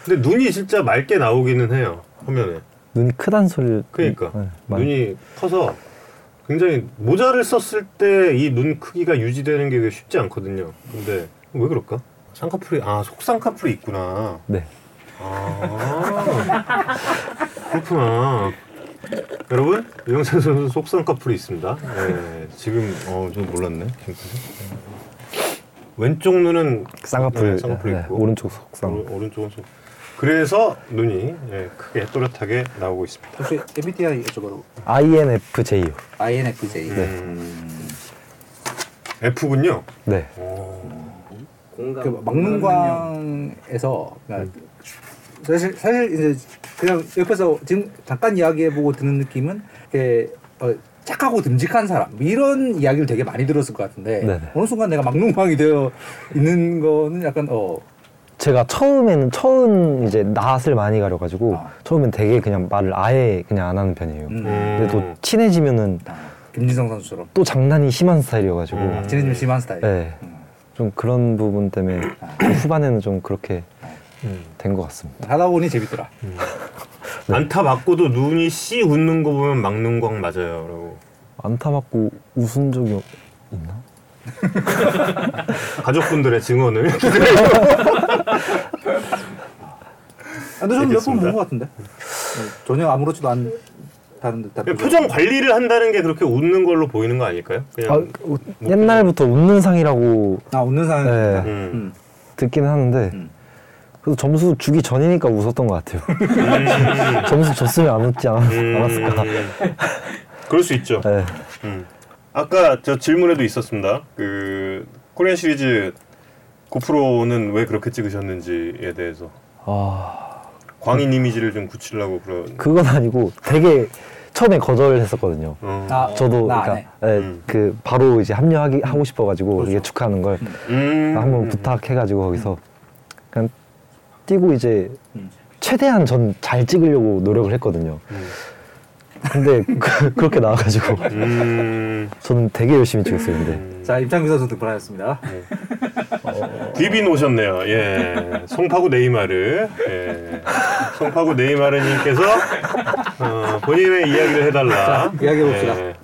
[SPEAKER 1] 근데 눈이 진짜 맑게 나오기는 해요 화면에.
[SPEAKER 3] 눈이 크단 소리를
[SPEAKER 1] 그러니까
[SPEAKER 3] 네, 많이-
[SPEAKER 1] 눈이 커서 굉장히 모자를 썼을 때 이 눈 크기가 유지되는 게 쉽지 않거든요. 근데 왜 그럴까? 쌍꺼풀이 아 속쌍꺼풀이 있구나.
[SPEAKER 3] 네.
[SPEAKER 1] 아 그렇구나. 여러분 유영찬 선수 속쌍꺼풀이 있습니다. 네, 지금 어좀 몰랐네. 지금까지. 왼쪽 눈은
[SPEAKER 3] 쌍꺼풀,
[SPEAKER 1] 네, 쌍꺼풀
[SPEAKER 3] 네,
[SPEAKER 1] 있고 음.
[SPEAKER 3] 오른쪽 속쌍.
[SPEAKER 1] 오른, 쪽은 속. 그래서 눈이 예, 크게 또렷하게 나오고 있습니다.
[SPEAKER 2] 혹시 MBTI 여쭤봐도
[SPEAKER 3] INFJ요.
[SPEAKER 2] INFJ.
[SPEAKER 1] 음. F군요.
[SPEAKER 3] 네.
[SPEAKER 4] 공감.
[SPEAKER 2] 그 막문광에서 그러니까
[SPEAKER 3] 음.
[SPEAKER 2] 사실 사실 이제 그냥 옆에서 지금 잠깐 이야기해보고 드는 느낌은 이렇게 어, 착하고 듬직한 사람 뭐 이런 이야기를 되게 많이 들었을 것 같은데
[SPEAKER 3] 네네.
[SPEAKER 2] 어느 순간 내가 막문광이 되어 있는 거는 약간 어
[SPEAKER 3] 제가 처음에는 처음 이제 낯을 많이 가려가지고
[SPEAKER 2] 아.
[SPEAKER 3] 처음엔 되게 그냥 말을 아예 그냥 안 하는 편이에요.
[SPEAKER 2] 음,
[SPEAKER 3] 근데 또 친해지면은
[SPEAKER 2] 아, 김진성 선수처럼
[SPEAKER 3] 또 장난이 심한 스타일이어가지고
[SPEAKER 1] 음.
[SPEAKER 2] 진해좀 심한 스타일.
[SPEAKER 3] 네.
[SPEAKER 2] 음.
[SPEAKER 3] 좀 그런 부분 때문에 그 후반에는 좀 그렇게
[SPEAKER 1] 음.
[SPEAKER 3] 된 것 같습니다.
[SPEAKER 2] 하다 보니 재밌더라.
[SPEAKER 3] 음. 네.
[SPEAKER 1] 안타 맞고도 눈이 씨 웃는 거 보면 막눈광 맞아요라고
[SPEAKER 3] 안타 맞고 웃은 적이 없- 있나?
[SPEAKER 1] 가족분들의 증언을
[SPEAKER 2] 아, 근데 저는 몇 번
[SPEAKER 1] 알겠습니다.
[SPEAKER 2] 본 것 같은데 네, 전혀 아무렇지도 않다는 듯한
[SPEAKER 1] 그냥 예, 표정 관리를 한다는 게 그렇게 웃는 걸로 보이는 거 아닐까요? 그냥 음.
[SPEAKER 3] 아, 그, 옛날부터 웃는 상이라고
[SPEAKER 2] 아 웃는 사람.
[SPEAKER 3] 네.
[SPEAKER 1] 음.
[SPEAKER 3] 듣긴 하는데
[SPEAKER 2] 음.
[SPEAKER 3] 그래서 점수 주기 전이니까 웃었던 것 같아요.
[SPEAKER 1] 음.
[SPEAKER 3] 점수 줬으면 안 웃지 않,
[SPEAKER 1] 음.
[SPEAKER 3] 않았을까.
[SPEAKER 1] 그럴 수 있죠.
[SPEAKER 3] 네.
[SPEAKER 1] 음. 아까 저 질문에도 있었습니다. 그 코리안 시리즈 고프로는 왜 그렇게 찍으셨는지에 대해서
[SPEAKER 3] 아
[SPEAKER 1] 광인 이미지를 좀 굳히려고 그런.
[SPEAKER 3] 그건 아니고 되게 처음에 거절했었거든요.
[SPEAKER 1] 어.
[SPEAKER 2] 아,
[SPEAKER 3] 저도
[SPEAKER 2] 나
[SPEAKER 3] 그러니까
[SPEAKER 2] 안 해.
[SPEAKER 3] 예,
[SPEAKER 1] 음.
[SPEAKER 3] 그 바로 이제 합류하기 하고 싶어가지고 이게 축하하는 걸
[SPEAKER 1] 음.
[SPEAKER 3] 아, 한번 부탁해가지고 거기서 그냥 뛰고 이제
[SPEAKER 2] 음.
[SPEAKER 3] 최대한 전 잘 찍으려고 노력을 했거든요.
[SPEAKER 1] 음.
[SPEAKER 3] 근데 그, 그렇게 나와가지고
[SPEAKER 1] 음.
[SPEAKER 3] 저는 되게 열심히 찍었어요. 근데
[SPEAKER 2] 자 임창규 선수 등판하였습니다.
[SPEAKER 3] 네.
[SPEAKER 1] 귀빈 오셨네요. 예. 송파구 네이마르. 예. 송파구 네이마르님께서 어, 본인의 이야기를 해달라.
[SPEAKER 2] 자, 이야기해봅시다.
[SPEAKER 1] 예.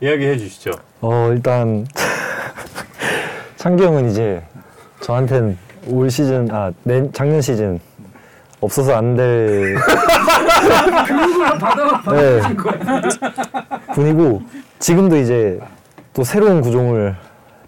[SPEAKER 1] 이야기해 주시죠.
[SPEAKER 3] 어 일단 창규 형은 이제 저한텐 올 시즌 아 내, 작년 시즌 없어서 안될
[SPEAKER 5] 받아.
[SPEAKER 3] 네. 군이고 지금도 이제 또 새로운 구종을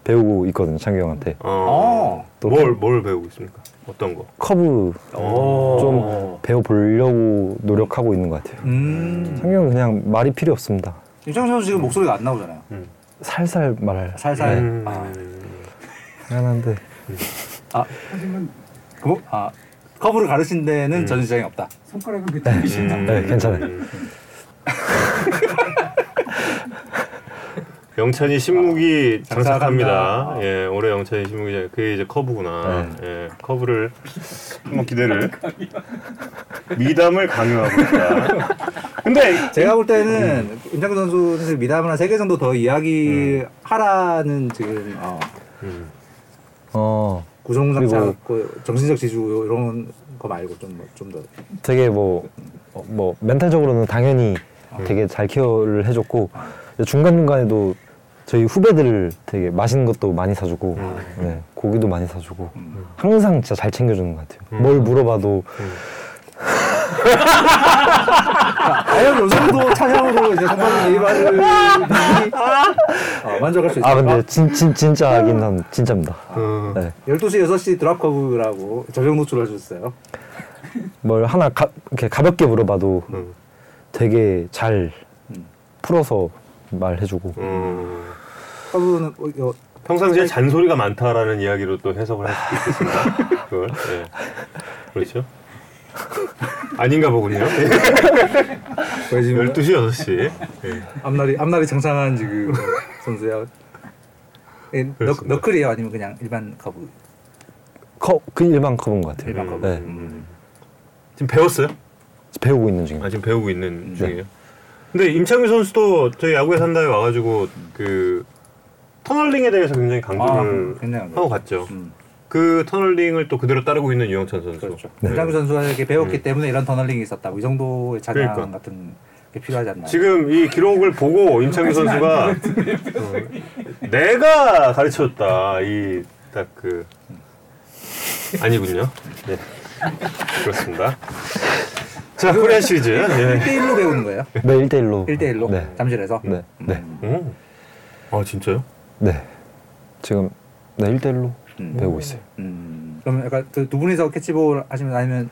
[SPEAKER 3] 배우고 있거든요 창규 형한테
[SPEAKER 1] 어,
[SPEAKER 2] 아.
[SPEAKER 3] 또
[SPEAKER 1] 뭘, 뭘 배우고 있습니까? 어떤 거?
[SPEAKER 3] 커브
[SPEAKER 1] 오.
[SPEAKER 5] 어.
[SPEAKER 3] 좀 배워보려고 노력하고 있는 것 같아요
[SPEAKER 2] 음.
[SPEAKER 3] 창규 형은 그냥 말이 필요 없습니다
[SPEAKER 2] 임창정 선수 지금 목소리가 안 나오잖아요.
[SPEAKER 3] 음. 살살 말할
[SPEAKER 2] 살살.
[SPEAKER 1] 음.
[SPEAKER 2] 아,
[SPEAKER 3] 네. 미안한데
[SPEAKER 5] 하지만
[SPEAKER 2] 그, 아 커브를 가르친
[SPEAKER 3] 음.
[SPEAKER 2] 데는 전혀 지장이 없다.
[SPEAKER 5] 손가락은 그 비틀리신다.
[SPEAKER 1] 음.
[SPEAKER 3] 네, 괜찮아요.
[SPEAKER 1] 영찬이 신무기 장착합니다.
[SPEAKER 2] 아, 장착한다. 네.
[SPEAKER 1] 예, 올해 영찬이 신무기 장- 그게 이제 커브구나. 예, 커브를 한번 기대를 미담을 강요하고 있다. 근데
[SPEAKER 2] 제가 볼 때는
[SPEAKER 3] 음.
[SPEAKER 2] 임창정 선수 사실 미담을 한 세 개 정도 더 이야기하라는 지금 어,
[SPEAKER 1] 음,
[SPEAKER 3] 어
[SPEAKER 2] 구성상
[SPEAKER 3] 그리고-
[SPEAKER 2] 잡고 정신적 지주 요- 이런 거 말고 좀좀더
[SPEAKER 3] 되게 뭐, 어, 뭐 멘탈적으로는 당연히 되게 잘 케어를 해줬고 이제 중간중간에도 저희 후배들 되게 맛있는 것도 많이 사주고 네, 고기도 많이 사주고 항상 진짜 잘 챙겨주는 것 같아요 뭘 물어봐도
[SPEAKER 2] 과연 요정도 찬양으로 이제 선배님 일반을 어, 만족할 수 있을
[SPEAKER 3] 아 근데 진, 진, 진짜긴 한 진짜입니다
[SPEAKER 1] 어,
[SPEAKER 3] 네.
[SPEAKER 2] 12시, 6시 드랍커브라고 저녁 노출을 해주셨어요.
[SPEAKER 3] 뭘 하나 가, 이렇게 가볍게 물어봐도
[SPEAKER 1] 음,
[SPEAKER 3] 되게 잘
[SPEAKER 2] 음.
[SPEAKER 3] 풀어서 말해주고
[SPEAKER 1] 음.
[SPEAKER 2] 커브는 어, 이거
[SPEAKER 1] 평상시에 잔소리가 많다라는 이야기로 또 해석을 할 수도 있겠습니다. 그걸 예. 그렇죠. 아닌가 보군요. 네.
[SPEAKER 2] 보여지면
[SPEAKER 1] 12시, 6시. 예.
[SPEAKER 2] 앞날이, 앞날이 장상한 지금 선수야. 예, 너,
[SPEAKER 1] 그렇습니다.
[SPEAKER 2] 너클이에요? 아니면 그냥 일반 커브?
[SPEAKER 3] 커, 그 일반 커브인 것 같아요
[SPEAKER 1] 음,
[SPEAKER 3] 네.
[SPEAKER 1] 음. 지금 배웠어요?
[SPEAKER 3] 배우고 있는 중입니다
[SPEAKER 1] 아 지금 배우고
[SPEAKER 2] 네.
[SPEAKER 1] 있는 중이에요. 근데 임창규 선수도 저희 야구에 산다에 와가지고 그 터널링에 대해서 굉장히 강조를
[SPEAKER 2] 아, 굉장히
[SPEAKER 1] 하고 갔죠.
[SPEAKER 2] 음.
[SPEAKER 1] 그 터널링을 또 그대로 따르고 있는 유영찬 선수.
[SPEAKER 2] 그렇죠.
[SPEAKER 1] 네.
[SPEAKER 2] 이장규 선수에게 배웠기 때문에 이런 터널링이 있었다고 이 정도의 자장
[SPEAKER 1] 그러니까.
[SPEAKER 2] 같은 게 필요하지 않나요?
[SPEAKER 1] 지금 이 기록을 보고 임창규 선수가 어, 내가 가르쳐줬다 이 딱 그 아니군요. 네. 그렇습니다. 자 코리안 시리즈. 예.
[SPEAKER 2] 1대1로 배우는 거예요?
[SPEAKER 3] 네 1대1로
[SPEAKER 2] 1대1로? 음.
[SPEAKER 3] 네.
[SPEAKER 2] 잠실에서?
[SPEAKER 3] 네. 네.
[SPEAKER 1] 오. 아 진짜요?
[SPEAKER 3] 네. 지금 네 1대1로
[SPEAKER 2] 음.
[SPEAKER 3] 배우고 있어요.
[SPEAKER 2] 음. 그러면 약간 그두 분이서 캐치볼 하시면 아니면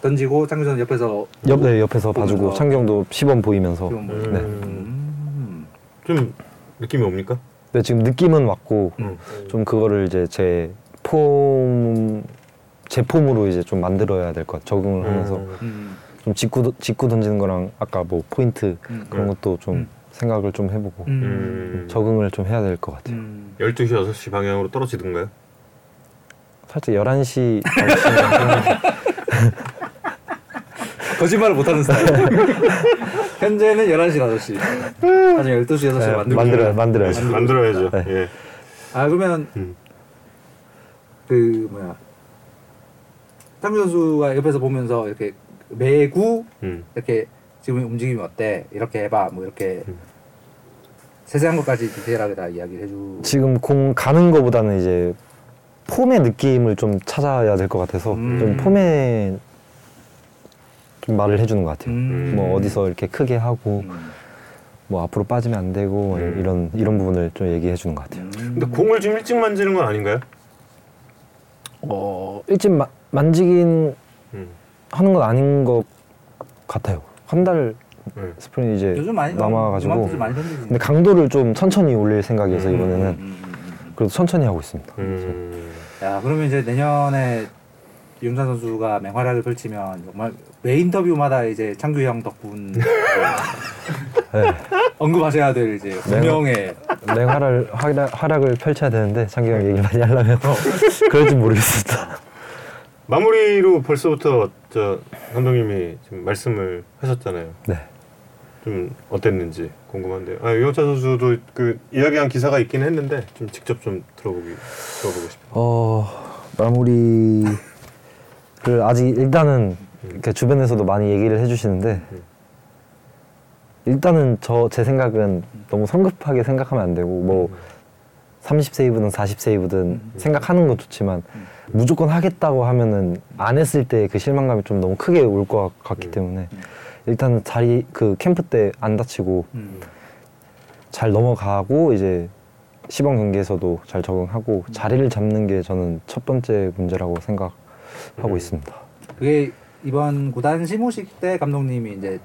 [SPEAKER 2] 던지고 창규 선수 옆에서
[SPEAKER 3] 옆, 네, 옆에서 봐주고
[SPEAKER 2] 보면서.
[SPEAKER 3] 창경도 시범 보이면서.
[SPEAKER 2] 지금 뭐-
[SPEAKER 1] 음,
[SPEAKER 3] 네.
[SPEAKER 2] 음.
[SPEAKER 1] 좀 느낌이 옵니까?
[SPEAKER 3] 네, 지금 느낌은 왔고
[SPEAKER 1] 음.
[SPEAKER 3] 좀 그거를 이제 제 폼, 제 폼으로 이제 좀 만들어야 될 것 같아요. 적응을 하면서
[SPEAKER 1] 음.
[SPEAKER 2] 음.
[SPEAKER 3] 좀 직구 도- 직구 던지는 거랑 아까 뭐 포인트
[SPEAKER 2] 음.
[SPEAKER 3] 그런 것도 좀
[SPEAKER 2] 음.
[SPEAKER 3] 생각을 좀 해보고
[SPEAKER 2] 음.
[SPEAKER 1] 음.
[SPEAKER 3] 적응을 좀 해야 될 것 같아요.
[SPEAKER 2] 음.
[SPEAKER 1] 12시, 6시 방향으로 떨어지던가요?
[SPEAKER 3] 살짝 11시 9시
[SPEAKER 2] 거짓말을 못하는 스타일. 현재는 11시, 5시. 나중에 12시, 6시 에 만들고.
[SPEAKER 3] 네, 만들어야 만들어야죠.
[SPEAKER 1] 만들어야죠. 예.
[SPEAKER 2] 아, 그러면
[SPEAKER 1] 음.
[SPEAKER 2] 그, 뭐야. 창규 선수가 옆에서 보면서 이렇게 매구
[SPEAKER 1] 음.
[SPEAKER 2] 이렇게 지금 움직임이 어때? 이렇게 해봐. 뭐 이렇게
[SPEAKER 1] 음.
[SPEAKER 2] 세세한 것까지 디테일하게 다 이야기를 해주.
[SPEAKER 3] 지금 공 가는 거보다는 이제 폼의 느낌을 좀 찾아야 될 것 같아서
[SPEAKER 2] 음.
[SPEAKER 3] 좀 폼에 좀 말을 해주는 것 같아요.
[SPEAKER 2] 음.
[SPEAKER 3] 뭐 어디서 이렇게 크게 하고
[SPEAKER 2] 음.
[SPEAKER 3] 뭐 앞으로 빠지면 안 되고 뭐
[SPEAKER 1] 음.
[SPEAKER 3] 이런 이런 부분을 좀 얘기해 주는 것 같아요.
[SPEAKER 2] 음.
[SPEAKER 1] 근데 공을 좀 일찍 만지는 건 아닌가요?
[SPEAKER 3] 어 일찍 마- 만지긴
[SPEAKER 1] 음.
[SPEAKER 3] 하는 건 아닌 것 같아요. 한 달
[SPEAKER 1] 음.
[SPEAKER 3] 스프링 이제
[SPEAKER 2] 네. 요즘 많이
[SPEAKER 3] 네. 남아가지고
[SPEAKER 2] 요즘 많이 던지지.
[SPEAKER 3] 근데 강도를 좀 천천히 올릴 생각이어서
[SPEAKER 1] 음.
[SPEAKER 3] 이번에는
[SPEAKER 2] 음, 음, 음.
[SPEAKER 3] 그래도 천천히 하고 있습니다.
[SPEAKER 1] 음.
[SPEAKER 2] 야 그러면 이제 내년에 윤산 선수가 맹활약을 펼치면 정말 매 인터뷰마다 이제 창규 형 덕분
[SPEAKER 3] 네.
[SPEAKER 2] 언급하셔야 될 이제 분명의
[SPEAKER 3] 맹활을 활약, 활약을 펼쳐야 되는데 창경 얘기 를 많이 하려면 그럴지 모르겠습니다.
[SPEAKER 1] 마무리로 벌써부터 저 감독님이 지금 말씀을 하셨잖아요.
[SPEAKER 3] 네.
[SPEAKER 1] 좀 어땠는지 궁금한데요. 아, 유영찬 선수도 그 이야기한 기사가 있긴 했는데 좀 직접 좀 들어보기 들어보고 싶어요.
[SPEAKER 3] 어 마무리를 그 아직 일단은 이렇게 주변에서도 많이 얘기를 해주시는데
[SPEAKER 1] 음.
[SPEAKER 3] 일단은 저 제 생각은 너무 성급하게 생각하면 안 되고 뭐 30세이브든 40세이브든 생각하는 건 좋지만 무조건 하겠다고 하면은 안 했을 때 그 실망감이 좀 너무 크게 올 것 같기 때문에 일단은 자리 그 캠프 때 안 다치고
[SPEAKER 2] 음,
[SPEAKER 3] 잘 넘어가고 이제 시범 경기에서도 잘 적응하고 자리를 잡는 게 저는 첫 번째 문제라고
[SPEAKER 2] 음.
[SPEAKER 3] 생각하고 있습니다.
[SPEAKER 2] 그게 이번 구단 시무식 때 감독님이 이제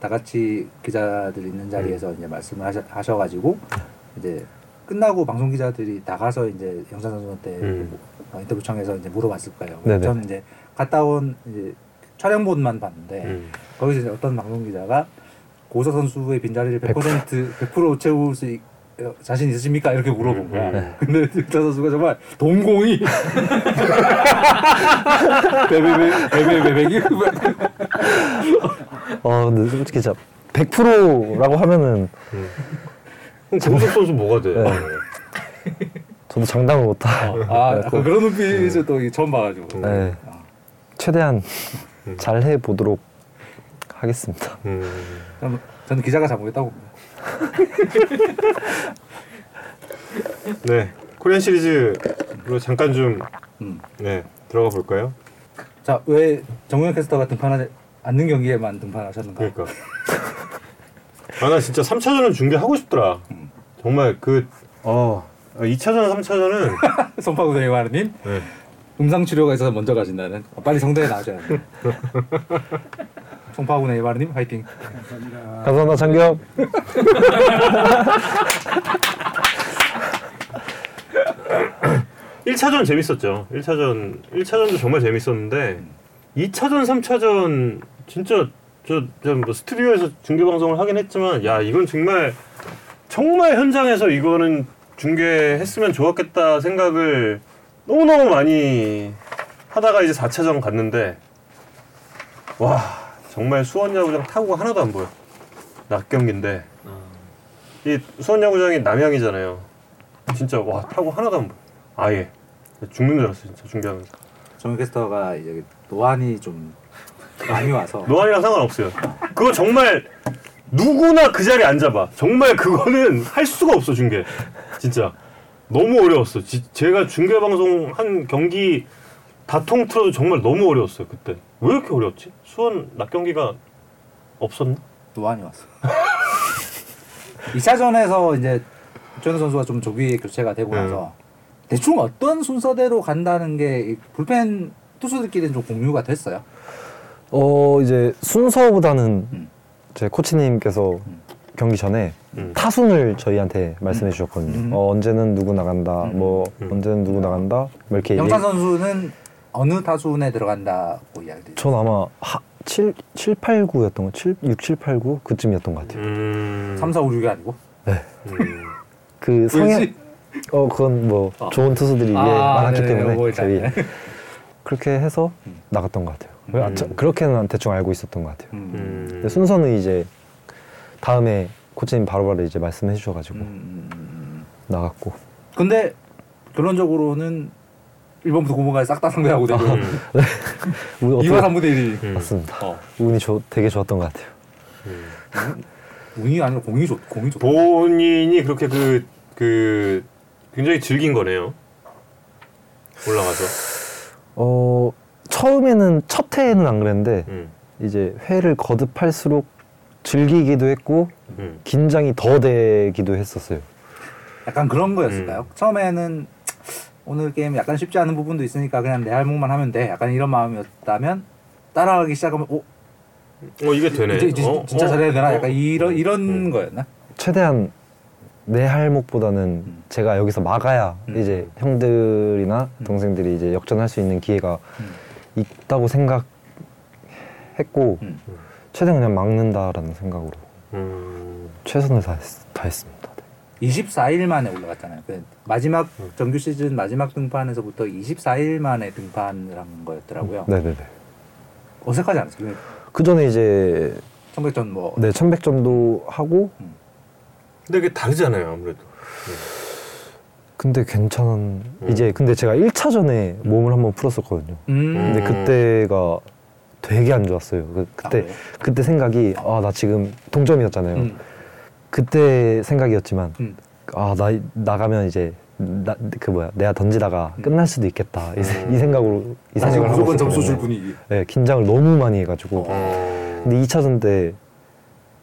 [SPEAKER 2] 다 같이 기자들 있는 자리에서 이제 말씀을 하셔, 하셔가지고 이제 끝나고 방송 기자들이 나가서 이제 영상 선수한테
[SPEAKER 1] 음.
[SPEAKER 2] 어, 인터뷰 청에서 이제 물어봤을 거예요.
[SPEAKER 3] 네네.
[SPEAKER 2] 저는 이제 갔다 온 이제 촬영본만 봤는데
[SPEAKER 1] 음.
[SPEAKER 2] 거기서 이제 어떤 방송 기자가 고우석 선수의 빈자리를 100% 100% 채울 수 있, 어, 자신 있으십니까? 이렇게 물어본
[SPEAKER 3] 음,
[SPEAKER 2] 거야. 근데 뒷타 선수가 정말 동공이 베베베베베베기
[SPEAKER 3] 어 근데 솔직히 진짜 100%라고 하면은
[SPEAKER 1] 그럼 고우석 선수 뭐가 돼?
[SPEAKER 3] 저도 장담을 못하.
[SPEAKER 2] 아 약간 그런 눈빛을 또 이게 처음 봐가지고
[SPEAKER 3] 음. 네. 최대한
[SPEAKER 2] 음.
[SPEAKER 3] 잘 해 보도록 하겠습니다.
[SPEAKER 1] 음.
[SPEAKER 2] 저는, 저는 기자가 잘못했다고 봅니다.
[SPEAKER 1] 네. 코리안 시리즈로 잠깐 좀
[SPEAKER 2] 음.
[SPEAKER 1] 네, 들어가 볼까요?
[SPEAKER 2] 자왜 정우영 캐스터가 등판하지 않는 경기에만 등판하셨는가?
[SPEAKER 3] 네.
[SPEAKER 1] 그러니까. 아 나 진짜 3차전은 중계하고 싶더라. 정말 그 어. 2차전, 3차전은
[SPEAKER 2] 손파구 대리마르님
[SPEAKER 1] 네.
[SPEAKER 2] 음상 치료가 있어서 먼저 가신다는 아, 빨리 성대에 나와줘야 돼. 송파구 네이바르님 화이팅. 아.
[SPEAKER 3] 감사합니다, 장경.
[SPEAKER 1] 일차전 재밌었죠. 일차전일차전도 정말 재밌었는데 이차전삼차전 진짜 저뭐 스튜디오에서 중계 방송을 하긴 했지만 야, 이건 정말 정말 현장에서 이거는 중계했으면 좋았겠다 생각을 너무너무 많이 하다가 이제 4차전 갔는데 와, 정말 수원 야구장 타구가 하나도 안 보여. 낮 경기인데. 이 수원 야구장이 남양이잖아요. 진짜 와, 타구 하나도 안 보여. 아예 죽는 줄 알았어 진짜 중계하면서
[SPEAKER 2] 정우 캐스터가 이제 노안이 좀 많이 와서
[SPEAKER 1] 노안이랑 상관없어요 그거 정말 누구나 그 자리에 앉아봐 정말 그거는 할 수가 없어 중계 진짜 너무 어려웠어 지- 제가 중계 방송 한 경기 다 통틀어도 정말 너무 어려웠어요 그때 왜 이렇게 어려웠지 수원 낮 경기가 없었나
[SPEAKER 2] 노안이 왔어. 2차전에서 이제 조현우 선수가 좀 조기 교체가 되고
[SPEAKER 1] 네.
[SPEAKER 2] 나서 대충 어떤 순서대로 간다는 게이 불펜 투수들끼리는 좀 공유가 됐어요.
[SPEAKER 3] 어 이제 순서보다는
[SPEAKER 2] 음.
[SPEAKER 3] 제 코치님께서 경기 전에
[SPEAKER 1] 음.
[SPEAKER 3] 타순을 저희한테 말씀해 주셨거든요.
[SPEAKER 2] 음.
[SPEAKER 3] 어, 언제는 누구 나간다,
[SPEAKER 2] 음.
[SPEAKER 3] 뭐
[SPEAKER 1] 음.
[SPEAKER 3] 언제는 누구 나간다, 뭐 이렇게.
[SPEAKER 2] 영찬
[SPEAKER 3] 얘기-
[SPEAKER 2] 선수는 어느 타순에 들어간다고 이야기를
[SPEAKER 3] 전 아마 하, 7, 7, 8, 9였던 거, 7, 6, 7, 8, 9 그쯤이었던 것 같아요.
[SPEAKER 1] 음,
[SPEAKER 2] 3, 4, 5, 6이 아니고
[SPEAKER 1] 음.
[SPEAKER 3] 그 성향, 어 그건 뭐
[SPEAKER 2] 아.
[SPEAKER 3] 좋은 투수들이 위에
[SPEAKER 2] 아,
[SPEAKER 3] 많았기
[SPEAKER 2] 네네네,
[SPEAKER 3] 때문에
[SPEAKER 2] 요거
[SPEAKER 3] 저희
[SPEAKER 2] 일단. 음.
[SPEAKER 3] 그렇게 해서 나갔던 것 같아요. 아, 저-
[SPEAKER 1] 음.
[SPEAKER 3] 그렇게는 대충 알고 있었던 것 같아요.
[SPEAKER 2] 음.
[SPEAKER 1] 음.
[SPEAKER 3] 근데 네, 순서는 이제 다음에 코치님 바로바로 이제 말씀해
[SPEAKER 2] 음,
[SPEAKER 3] 주셔가지고
[SPEAKER 2] 음, 음.
[SPEAKER 3] 나갔고.
[SPEAKER 2] 근데 결론적으로는 1번부터 9번까지 싹 다 상대하고 되고
[SPEAKER 1] 음.
[SPEAKER 3] 운-
[SPEAKER 2] 2와
[SPEAKER 3] 어떻게-
[SPEAKER 2] 3분의 1이
[SPEAKER 1] 음.
[SPEAKER 3] 맞습니다.
[SPEAKER 2] 어.
[SPEAKER 3] 운이 좋, 되게 좋았던 것 같아요.
[SPEAKER 1] 음.
[SPEAKER 2] 운이 아니라 공이 좋 공이 좋
[SPEAKER 1] 본인이 그렇게 그, 그 굉장히 즐긴 거네요. 올라가서.
[SPEAKER 3] 어 처음에는 첫 회에는 안 그랬는데
[SPEAKER 1] 음,
[SPEAKER 3] 이제 회를 거듭할수록 즐기기도 했고
[SPEAKER 1] 음,
[SPEAKER 3] 긴장이 더 되기도 했었어요.
[SPEAKER 2] 약간 그런 거였을까요?
[SPEAKER 1] 음.
[SPEAKER 2] 처음에는 오늘 게임 약간 쉽지 않은 부분도 있으니까 그냥 내 할목만 하면 돼 약간 이런 마음이었다면 따라가기 시작하면 오
[SPEAKER 1] 어 이게 되네.
[SPEAKER 2] 이제, 이제
[SPEAKER 1] 어,
[SPEAKER 2] 진짜
[SPEAKER 1] 어,
[SPEAKER 2] 잘해야 되나
[SPEAKER 1] 어.
[SPEAKER 2] 약간 이런 이런
[SPEAKER 1] 음.
[SPEAKER 2] 거였나?
[SPEAKER 3] 최대한 내 할목보다는
[SPEAKER 2] 음.
[SPEAKER 3] 제가 여기서 막아야
[SPEAKER 2] 음.
[SPEAKER 3] 이제 형들이나
[SPEAKER 2] 음.
[SPEAKER 3] 동생들이 이제 역전할 수 있는 기회가
[SPEAKER 2] 음.
[SPEAKER 3] 있다고 생각했고
[SPEAKER 2] 음.
[SPEAKER 3] 최대한 그냥 막는다라는 생각으로
[SPEAKER 1] 음,
[SPEAKER 3] 최선을 다했, 다했습니다. 네.
[SPEAKER 2] 24일 만에 올라갔잖아요. 그 마지막
[SPEAKER 1] 음.
[SPEAKER 2] 정규 시즌 마지막 등판에서부터 24일 만에 등판을 한 거였더라고요.
[SPEAKER 1] 음.
[SPEAKER 3] 네네네.
[SPEAKER 2] 어색하지 않았어요.
[SPEAKER 3] 그 전에 이제
[SPEAKER 2] 청백전 뭐
[SPEAKER 3] 네 천백점도 하고
[SPEAKER 1] 근데 이게 다르잖아요 아무래도.
[SPEAKER 3] 근데 괜찮은 이제 근데 제가 1차전에 몸을 한번 풀었었거든요.
[SPEAKER 2] 음.
[SPEAKER 3] 근데
[SPEAKER 1] 음.
[SPEAKER 3] 그때가 되게 안 좋았어요. 그,
[SPEAKER 2] 아,
[SPEAKER 3] 그때
[SPEAKER 2] 그래요?
[SPEAKER 3] 그때 생각이 아 나 지금 동점이었잖아요.
[SPEAKER 2] 음.
[SPEAKER 3] 그때 생각이었지만
[SPEAKER 2] 음.
[SPEAKER 3] 아 나 나가면 이제 나 그 뭐야 내가 던지다가 끝날 수도 있겠다 이, 세-
[SPEAKER 1] 음.
[SPEAKER 3] 이 생각으로 이
[SPEAKER 2] 나 지금
[SPEAKER 3] 생각을 하고
[SPEAKER 2] 음. 아, 무조건 점수 줄
[SPEAKER 3] 있었거든요.
[SPEAKER 2] 분위기.
[SPEAKER 3] 네, 긴장을 너무 많이 해가지고
[SPEAKER 1] 어.
[SPEAKER 3] 근데 2차전 때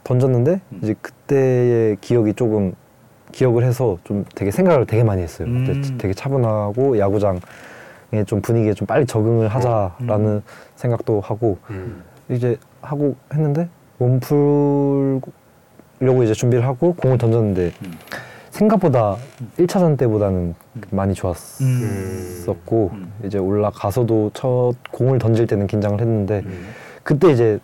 [SPEAKER 3] 던졌는데
[SPEAKER 2] 음.
[SPEAKER 3] 이제 그때의 기억이 조금 기억을 해서 좀 되게 생각을 되게 많이 했어요.
[SPEAKER 2] 음.
[SPEAKER 3] 그때 되게 차분하고 야구장의 좀 분위기에
[SPEAKER 2] 음.
[SPEAKER 3] 좀 빨리 적응을 하자라는 생각도 하고
[SPEAKER 1] 음,
[SPEAKER 3] 이제 하고 했는데 몸 풀려고 이제 준비를 하고 공을 던졌는데
[SPEAKER 2] 음.
[SPEAKER 3] 생각보다 1차전 때보다는 많이 음. 좋았었고
[SPEAKER 2] 음.
[SPEAKER 3] 이제 올라가서도 첫 공을 던질 때는 긴장을 했는데
[SPEAKER 1] 음.
[SPEAKER 3] 그때 이제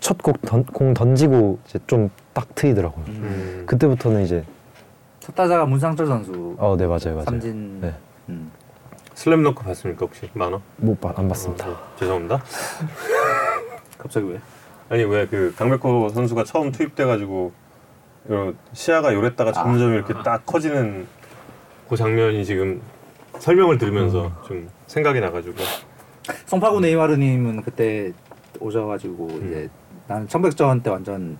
[SPEAKER 3] 첫공 던지고 이제 좀 딱 트이더라고요.
[SPEAKER 1] 음.
[SPEAKER 3] 그때부터는 이제
[SPEAKER 2] 첫 타자가 문상철 선수
[SPEAKER 3] 어 네 맞아요 맞아요.
[SPEAKER 2] 삼진
[SPEAKER 3] 네.
[SPEAKER 2] 음.
[SPEAKER 1] 슬램덩크 봤습니까 혹시 만화?
[SPEAKER 3] 못안 봤습니다.
[SPEAKER 1] 어, 죄송합니다.
[SPEAKER 2] 갑자기 왜?
[SPEAKER 1] 아니 왜 그 강백호 선수가 처음 투입돼가지고 요- 시야가
[SPEAKER 2] 아.
[SPEAKER 1] 요랬다가 점점 이렇게 딱 커지는 그 장면이 지금 설명을 들으면서
[SPEAKER 2] 음.
[SPEAKER 1] 좀 생각이 나가지고
[SPEAKER 2] 송파구 네이마르님은 그때 오셔가지고
[SPEAKER 3] 음.
[SPEAKER 2] 이제 나는 청백전 때 완전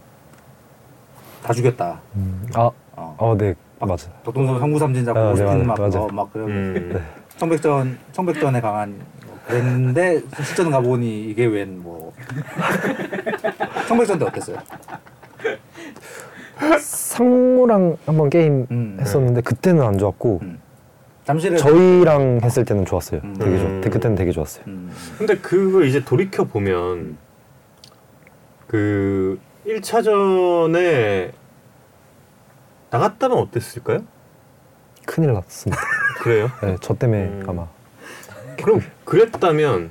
[SPEAKER 2] 다 죽였다.
[SPEAKER 3] 음, 아,
[SPEAKER 2] 어.
[SPEAKER 3] 어, 네, 맞아요.
[SPEAKER 2] 박동선 성구 삼진 잡고
[SPEAKER 3] 아, 네,
[SPEAKER 2] 오스틴
[SPEAKER 3] 맞아요.
[SPEAKER 2] 맞고
[SPEAKER 3] 맞아요.
[SPEAKER 2] 어, 막 그런
[SPEAKER 1] 음.
[SPEAKER 2] 청백전 청백전에 강한 뭐 그랬는데 실전 가보니 이게 웬뭐 청백전 때 어땠어요?
[SPEAKER 3] 상무랑 한번 게임
[SPEAKER 2] 음.
[SPEAKER 1] 네.
[SPEAKER 3] 했었는데 그때는 안 좋았고
[SPEAKER 2] 음. 잠실에
[SPEAKER 3] 저희랑 했을 때는 좋았어요. 되게 좋,
[SPEAKER 1] 음.
[SPEAKER 3] 그때는 되게 좋았어요.
[SPEAKER 2] 음.
[SPEAKER 1] 근데 그걸 이제 돌이켜 보면 그 1차전에 나갔다면 어땠을까요?
[SPEAKER 3] 큰일 났습니다.
[SPEAKER 1] 그래요?
[SPEAKER 3] 네, 저 때문에
[SPEAKER 1] 음.
[SPEAKER 3] 아마
[SPEAKER 1] 그럼 그랬다면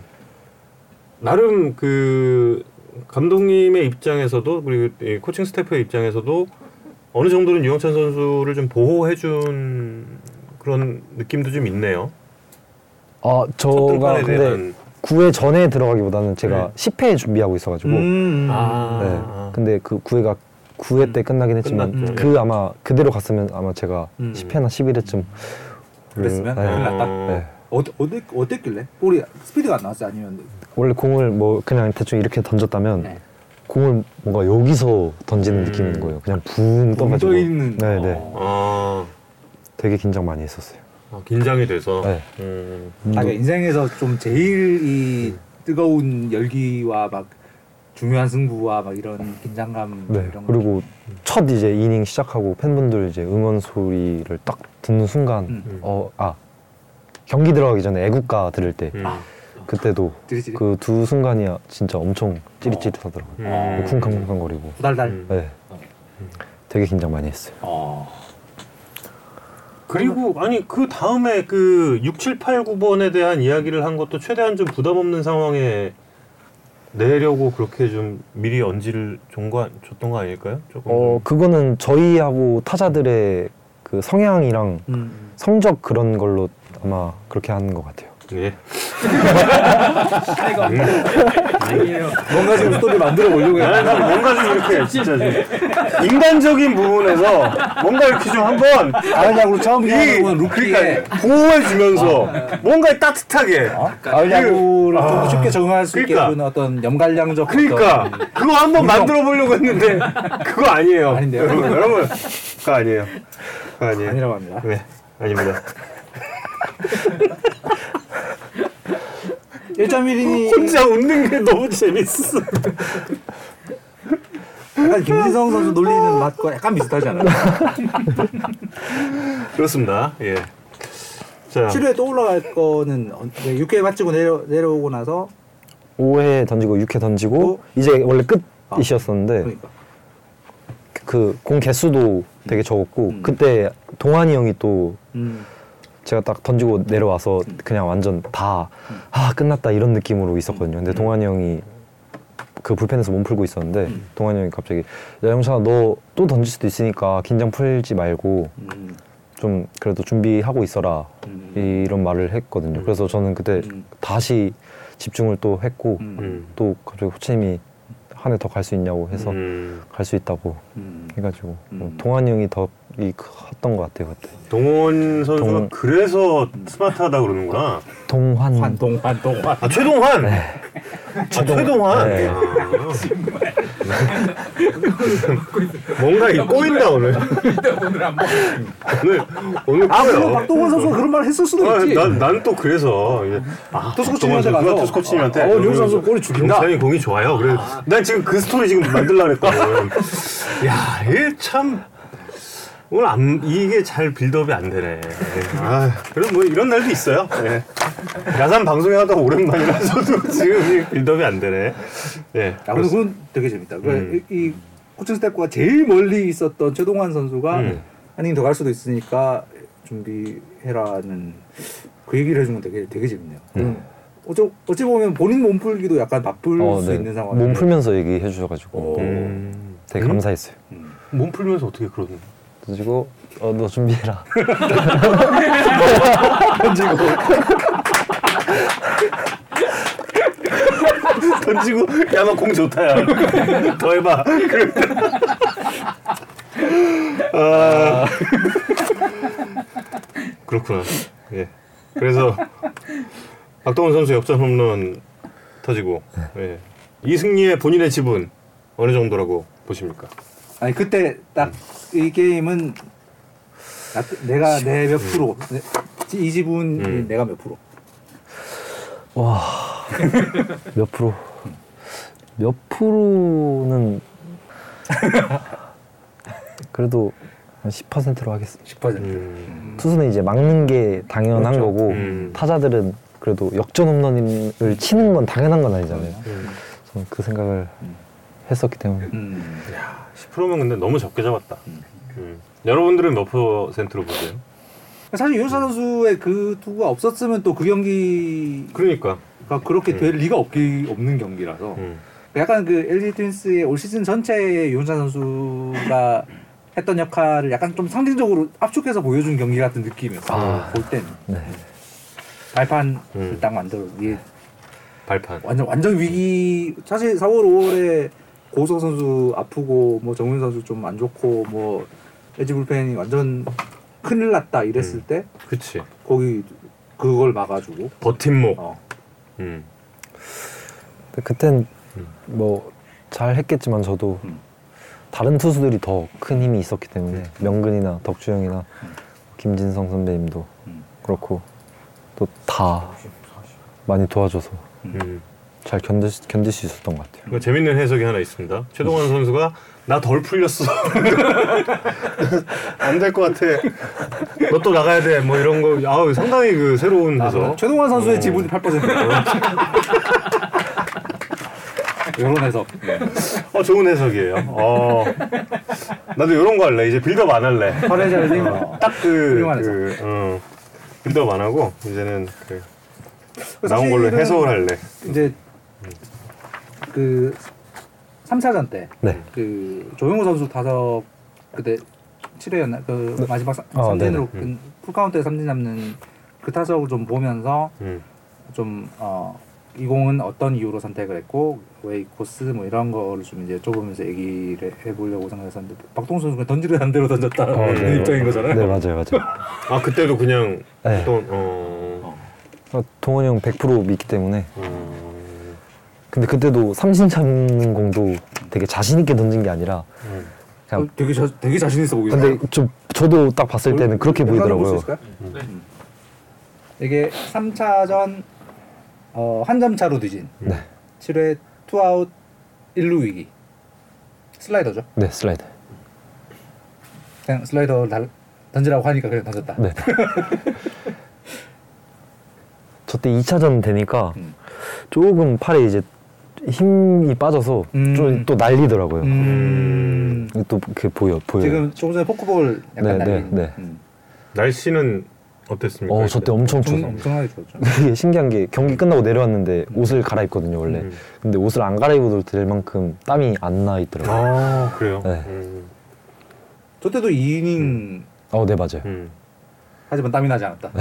[SPEAKER 1] 나름 그 감독님의 입장에서도 그리고 이 코칭 스태프의 입장에서도 어느 정도는 유영찬 선수를 좀 보호해준 그런 느낌도 좀 있네요.
[SPEAKER 3] 아
[SPEAKER 1] 첫
[SPEAKER 3] 저가
[SPEAKER 1] 등판에
[SPEAKER 3] 근데
[SPEAKER 1] 대한
[SPEAKER 3] 9회 전에 들어가기보다는 제가
[SPEAKER 1] 네.
[SPEAKER 3] 10회 준비하고 있어가지고
[SPEAKER 2] 음.
[SPEAKER 1] 아.
[SPEAKER 3] 네. 근데 그 9회가 9회 때 끝나긴 했지만
[SPEAKER 1] 끝났죠.
[SPEAKER 3] 그 아마 그대로 갔으면 아마 제가
[SPEAKER 2] 음.
[SPEAKER 3] 10회나 11회쯤
[SPEAKER 2] 그랬으면 큰일 났다.
[SPEAKER 3] 네.
[SPEAKER 2] 어, 어땠, 어땠길래? 볼이 스피드가 안 나왔어요? 아니면
[SPEAKER 3] 원래 공을 뭐 그냥 대충 이렇게 던졌다면
[SPEAKER 2] 네.
[SPEAKER 3] 공을 뭔가 여기서 던지는
[SPEAKER 1] 음.
[SPEAKER 3] 느낌인 거예요. 그냥 붕 떠가지고.
[SPEAKER 2] 있는.
[SPEAKER 3] 뭐.
[SPEAKER 2] 어.
[SPEAKER 3] 네네.
[SPEAKER 1] 아,
[SPEAKER 3] 되게 긴장 많이 했었어요.
[SPEAKER 1] 아, 긴장이 돼서.
[SPEAKER 3] 네.
[SPEAKER 1] 음.
[SPEAKER 2] 아, 그러니까 인생에서 좀 제일 이 뜨거운 열기와 막 중요한 승부와 막 이런 긴장감
[SPEAKER 3] 네.
[SPEAKER 2] 이런 거. 음.
[SPEAKER 3] 그리고 첫 이제 이닝 시작하고 팬분들 이제 응원 소리를 딱 듣는 순간
[SPEAKER 2] 음.
[SPEAKER 3] 어 아 경기 들어가기 전에 애국가 들을 때
[SPEAKER 1] 음.
[SPEAKER 3] 그때도
[SPEAKER 2] 찌릿찌릿
[SPEAKER 3] 그 두 순간이 진짜 엄청 찌릿찌릿하더라고요.
[SPEAKER 2] 어.
[SPEAKER 1] 음.
[SPEAKER 3] 쿵쾅쿵쾅거리고.
[SPEAKER 2] 후달달
[SPEAKER 1] 음.
[SPEAKER 3] 네. 되게 긴장 많이 했어요.
[SPEAKER 2] 어.
[SPEAKER 1] 그리고 아니 그 다음에 그 6, 7, 8, 9번에 대한 이야기를 한 것도 최대한 좀 부담 없는 상황에 내려고 그렇게 좀 미리 언지를 종관 줬던 거 아닐까요? 조금
[SPEAKER 3] 어 그거는 저희하고 타자들의 그 성향이랑
[SPEAKER 2] 음.
[SPEAKER 3] 성적 그런 걸로 아마 그렇게 하는 것 같아요.
[SPEAKER 1] 예.
[SPEAKER 2] 음.
[SPEAKER 4] 아니에요.
[SPEAKER 2] 뭔가 지금 스토리 만들어 보려고
[SPEAKER 1] 나는
[SPEAKER 2] 했는데
[SPEAKER 1] 좀 뭔가 좀 이렇게 진짜 좀 인간적인 부분에서 뭔가 이렇게 좀 한번
[SPEAKER 2] 아냐고 처음
[SPEAKER 1] 이
[SPEAKER 2] 이야기하는 루키의 어.
[SPEAKER 1] 그러니까 보호해주면서 뭔가 따뜻하게
[SPEAKER 2] 아냐고를 좀 쉽게 적응할 수 있게
[SPEAKER 1] 그러니까.
[SPEAKER 2] 해주는 어떤 연갈량적
[SPEAKER 1] 그러니까
[SPEAKER 2] 어떤
[SPEAKER 1] 그거 한번 만들어 보려고 했는데 그거 아니에요.
[SPEAKER 2] 아닌데요?
[SPEAKER 1] 여러분, 여러분 그거 아니에요. 그거 아니에요.
[SPEAKER 2] 아니라고 합니다.
[SPEAKER 1] 네, 아닙니다.
[SPEAKER 2] 1.1인이
[SPEAKER 1] 혼자 웃는 게 너무 재밌어.
[SPEAKER 2] 약간 김진성 선수 놀리는 맛과 약간 비슷하지 않아요?
[SPEAKER 3] 네.
[SPEAKER 1] 그렇습니다. 예. 자,
[SPEAKER 2] 7회에 또 올라갈 거는 6회 마치고 내려, 내려오고 나서
[SPEAKER 3] 5회 던지고 6회 던지고
[SPEAKER 2] 어? 아.
[SPEAKER 3] 이제 원래 끝이셨었는데
[SPEAKER 2] 그러니까
[SPEAKER 3] 그 공 개수도 되게 적었고
[SPEAKER 2] 음.
[SPEAKER 3] 그때 동환이 형이 또
[SPEAKER 2] 음.
[SPEAKER 3] 제가 딱 던지고 내려와서 그냥 완전 다 아, 끝났다 이런 느낌으로 있었거든요.
[SPEAKER 2] 음.
[SPEAKER 3] 근데 동환이 형이 그 불펜에서 몸 풀고 있었는데
[SPEAKER 2] 음.
[SPEAKER 3] 동환이 형이 갑자기 야 영찬아 너 또 던질 수도 있으니까 긴장 풀지 말고
[SPEAKER 2] 음.
[SPEAKER 3] 좀 그래도 준비하고 있어라
[SPEAKER 2] 음.
[SPEAKER 3] 이런 말을 했거든요. 그래서 저는 그때
[SPEAKER 2] 음.
[SPEAKER 3] 다시 집중을 또 했고
[SPEAKER 2] 음.
[SPEAKER 1] 음.
[SPEAKER 3] 또 갑자기 호치님이 한 해 더 갈 수 있냐고 해서
[SPEAKER 1] 음,
[SPEAKER 3] 갈 수 있다고
[SPEAKER 2] 음.
[SPEAKER 3] 해가지고
[SPEAKER 2] 음.
[SPEAKER 3] 동환이 형이 더이 컸던 것 같아요 그때
[SPEAKER 1] 동원 선수가
[SPEAKER 3] 동-
[SPEAKER 1] 그래서 스마트하다 그러는구나.
[SPEAKER 3] 동환
[SPEAKER 2] 환동 환동 환.
[SPEAKER 1] 아 최동환. 아, 최동환.
[SPEAKER 3] 네.
[SPEAKER 1] 아. 뭔가 이 꼬인다 오늘.
[SPEAKER 5] 오늘 한번
[SPEAKER 4] 음.
[SPEAKER 1] 오늘 오늘
[SPEAKER 2] 아 물론
[SPEAKER 1] 꼬여.
[SPEAKER 2] 박동원 선수가 그런 말을 했을 수도 있지.
[SPEAKER 1] 아, 난난또 그래서 이제 아,
[SPEAKER 2] 투수
[SPEAKER 1] 박동원
[SPEAKER 2] 코치님한테
[SPEAKER 1] 선수가
[SPEAKER 2] 가서
[SPEAKER 1] 투수 코치님한테
[SPEAKER 2] 어, 용 선수 골이 죽인다.
[SPEAKER 1] 용찬이 공이 좋아요. 그래. 난 지금 그 스토리 지금 만들라 그랬거든. 야, 얘참 오늘 안 이게 잘 빌드업이 안 되네. 아, 그럼 뭐 이런 날도 있어요. 예. 야산 방송에 하다가 오랜만이라서도 지금 이 빌드업이 안 되네. 예.
[SPEAKER 2] 아, 근데 그건 되게 재밌다. 그러니까
[SPEAKER 1] 음.
[SPEAKER 2] 이, 이 코칭 스태프가 제일 멀리 있었던 최동환 선수가
[SPEAKER 1] 음.
[SPEAKER 2] 한 이닝 더 갈 수도 있으니까 준비해라는 그 얘기를 해준 건 되게 되게 재밌네요.
[SPEAKER 3] 음.
[SPEAKER 2] 어쩌, 어찌 보면 본인 몸풀기도 약간 맞불
[SPEAKER 3] 어,
[SPEAKER 2] 수
[SPEAKER 3] 네.
[SPEAKER 2] 있는 상황.
[SPEAKER 3] 몸 풀면서 얘기해 주셔가지고
[SPEAKER 2] 오.
[SPEAKER 1] 음.
[SPEAKER 3] 되게
[SPEAKER 1] 음?
[SPEAKER 3] 감사했어요.
[SPEAKER 2] 음.
[SPEAKER 1] 몸 풀면서 어떻게 그러는 거야?
[SPEAKER 3] 그리고 어, 너 준비해라.
[SPEAKER 1] 던지고 야만 공 좋다 야. 더 해봐. 그럴 때. 아. 그렇구나. 예. 그래서 박동원 선수 역전 홈런 터지고 예. 이 승리의 본인의 지분 어느 정도라고 보십니까?
[SPEAKER 2] 아니 그때 딱 이 게임은 나, 내가 내 몇 프로 내- 이 지분
[SPEAKER 1] 음.
[SPEAKER 2] 내가 몇 프로
[SPEAKER 3] 몇 프로? 몇 프로는 그래도 한 10%로 하겠습니다.
[SPEAKER 2] 10%.
[SPEAKER 1] 음.
[SPEAKER 3] 투수는 이제 막는 게 당연한
[SPEAKER 2] 그렇죠.
[SPEAKER 3] 거고
[SPEAKER 1] 음.
[SPEAKER 3] 타자들은 그래도 역전 홈런을 치는 건 당연한 건 아니잖아요.
[SPEAKER 1] 음.
[SPEAKER 3] 저는 그 생각을 했었기 때문에
[SPEAKER 2] 음.
[SPEAKER 1] 10%면 근데 너무 적게 잡았다. 음. 여러분들은 몇 퍼센트로 보세요?
[SPEAKER 2] 사실 유효사 선수의 그 투구가 없었으면 또 그 경기가
[SPEAKER 1] 그러니까.
[SPEAKER 2] 그렇게
[SPEAKER 1] 음.
[SPEAKER 2] 될 리가 없기 없는 경기라서
[SPEAKER 1] 음.
[SPEAKER 2] 약간 그 LG 트윈스의 올 시즌 전체에 유현찬 선수가 했던 역할을 약간 좀 상징적으로 압축해서 보여준 경기 같은 느낌이었어.
[SPEAKER 1] 아.
[SPEAKER 2] 요볼 때는
[SPEAKER 3] 네.
[SPEAKER 2] 발판을
[SPEAKER 1] 음.
[SPEAKER 2] 딱 만들어 위에
[SPEAKER 1] 발판.
[SPEAKER 2] 완전 완전 위기 사실 4월 5월에 고우석 선수 아프고 뭐 정윤 선수 좀 안 좋고 뭐 LG 불펜이 완전 큰일 났다 이랬을
[SPEAKER 1] 음.
[SPEAKER 2] 때
[SPEAKER 1] 그치.
[SPEAKER 2] 거기 그걸 막아주고
[SPEAKER 1] 버팀목.
[SPEAKER 2] 어.
[SPEAKER 1] 음.
[SPEAKER 3] 근데 그땐
[SPEAKER 1] 음.
[SPEAKER 3] 뭐 잘했겠지만 저도
[SPEAKER 2] 음. 네.
[SPEAKER 3] 다른 투수들이 더 큰 힘이 있었기 때문에 명근이나 덕주영이나
[SPEAKER 2] 음.
[SPEAKER 3] 김진성 선배님도
[SPEAKER 2] 음.
[SPEAKER 3] 그렇고 또 다 많이 도와줘서
[SPEAKER 1] 음.
[SPEAKER 3] 잘 견디, 견딜 수 있었던 것 같아요.
[SPEAKER 1] 그 재밌는 해석이 하나 있습니다. 최동환 선수가 나 덜 풀렸어. 안 될 것 같아. 너 또 나가야 돼. 뭐 이런 거. 아 상당히 그 새로운 해석.
[SPEAKER 2] 아, 최동환 선수의
[SPEAKER 1] 음.
[SPEAKER 2] 지분이 8%예요. 이런 해석.
[SPEAKER 1] 어 좋은 해석이에요. 어. 나도 이런 거 할래. 이제 빌드업 안 할래.
[SPEAKER 2] 화레자님
[SPEAKER 1] 어, 딱그
[SPEAKER 2] 훌륭한
[SPEAKER 1] 그, 어, 빌드업 안 하고 이제는 그 나온
[SPEAKER 2] 사실은
[SPEAKER 1] 걸로 해석을 할래.
[SPEAKER 2] 이제 그 3차전 때
[SPEAKER 3] 네.
[SPEAKER 2] 그 조용호 선수 타석 그때 7회였나 그 마지막 삼-
[SPEAKER 3] 어,
[SPEAKER 2] 삼진으로
[SPEAKER 1] 네. 네네. 음.
[SPEAKER 2] 그 풀카운트에 삼진 잡는 그 타석을 좀 보면서
[SPEAKER 1] 음.
[SPEAKER 2] 좀 어, 이 공은 어떤 이유로 선택을 했고 왜 이 코스 뭐 이런 거를 좀 이제 좁으면서 얘기를 해보려고 생각했었는데 박동수 선수가 던지려는 대로 던졌다는
[SPEAKER 3] 어, 네.
[SPEAKER 2] 입장인 거잖아요.
[SPEAKER 3] 네 맞아요 맞아요.
[SPEAKER 1] 아 그때도 그냥
[SPEAKER 3] 네.
[SPEAKER 1] 또 어.
[SPEAKER 3] 아, 동원이 형 100% 믿기 때문에
[SPEAKER 1] 음,
[SPEAKER 3] 근데 그때도 삼진 잡는 공도 되게 자신 있게 던진 게 아니라
[SPEAKER 1] 음.
[SPEAKER 2] 어,
[SPEAKER 3] 그냥
[SPEAKER 2] 되게 자, 되게 자신 있어 보이네요.
[SPEAKER 3] 근데 좀 저도 딱 봤을 때는 그렇게 보이더라고요.
[SPEAKER 4] 음.
[SPEAKER 2] 이게 3차전 어, 한 점 차로 뒤진
[SPEAKER 3] 네.
[SPEAKER 2] 7회 투아웃 1루 위기 슬라이더죠.
[SPEAKER 3] 네 슬라이드.
[SPEAKER 2] 그냥 슬라이더 를 던지라고 하니까 그냥 던졌다.
[SPEAKER 3] 네. 저때 2차전 되니까
[SPEAKER 2] 음.
[SPEAKER 3] 조금 팔에 이제 힘이 빠져서
[SPEAKER 2] 음.
[SPEAKER 3] 좀 또 날리더라고요.
[SPEAKER 2] 음,
[SPEAKER 3] 또 그 보여 보여.
[SPEAKER 2] 지금 조금 전에 포크볼 약간
[SPEAKER 3] 네,
[SPEAKER 2] 날린.
[SPEAKER 3] 네, 네.
[SPEAKER 2] 음.
[SPEAKER 1] 날씨는 어땠습니까?
[SPEAKER 3] 어 저때 엄청
[SPEAKER 2] 엄청
[SPEAKER 3] 추워.
[SPEAKER 2] 엄청나게 좋았죠.
[SPEAKER 3] 되게 신기한 게 경기 끝나고 내려왔는데
[SPEAKER 2] 음.
[SPEAKER 3] 옷을 갈아입거든요 원래.
[SPEAKER 1] 음.
[SPEAKER 3] 근데 옷을 안 갈아입어도 될 만큼 땀이 안 나 있더라고요.
[SPEAKER 1] 아 그래요.
[SPEAKER 3] 네.
[SPEAKER 1] 음,
[SPEAKER 2] 저 때도 2이닝
[SPEAKER 3] 어, 네 맞아요.
[SPEAKER 1] 음.
[SPEAKER 2] 하지만 땀이 나지 않았다.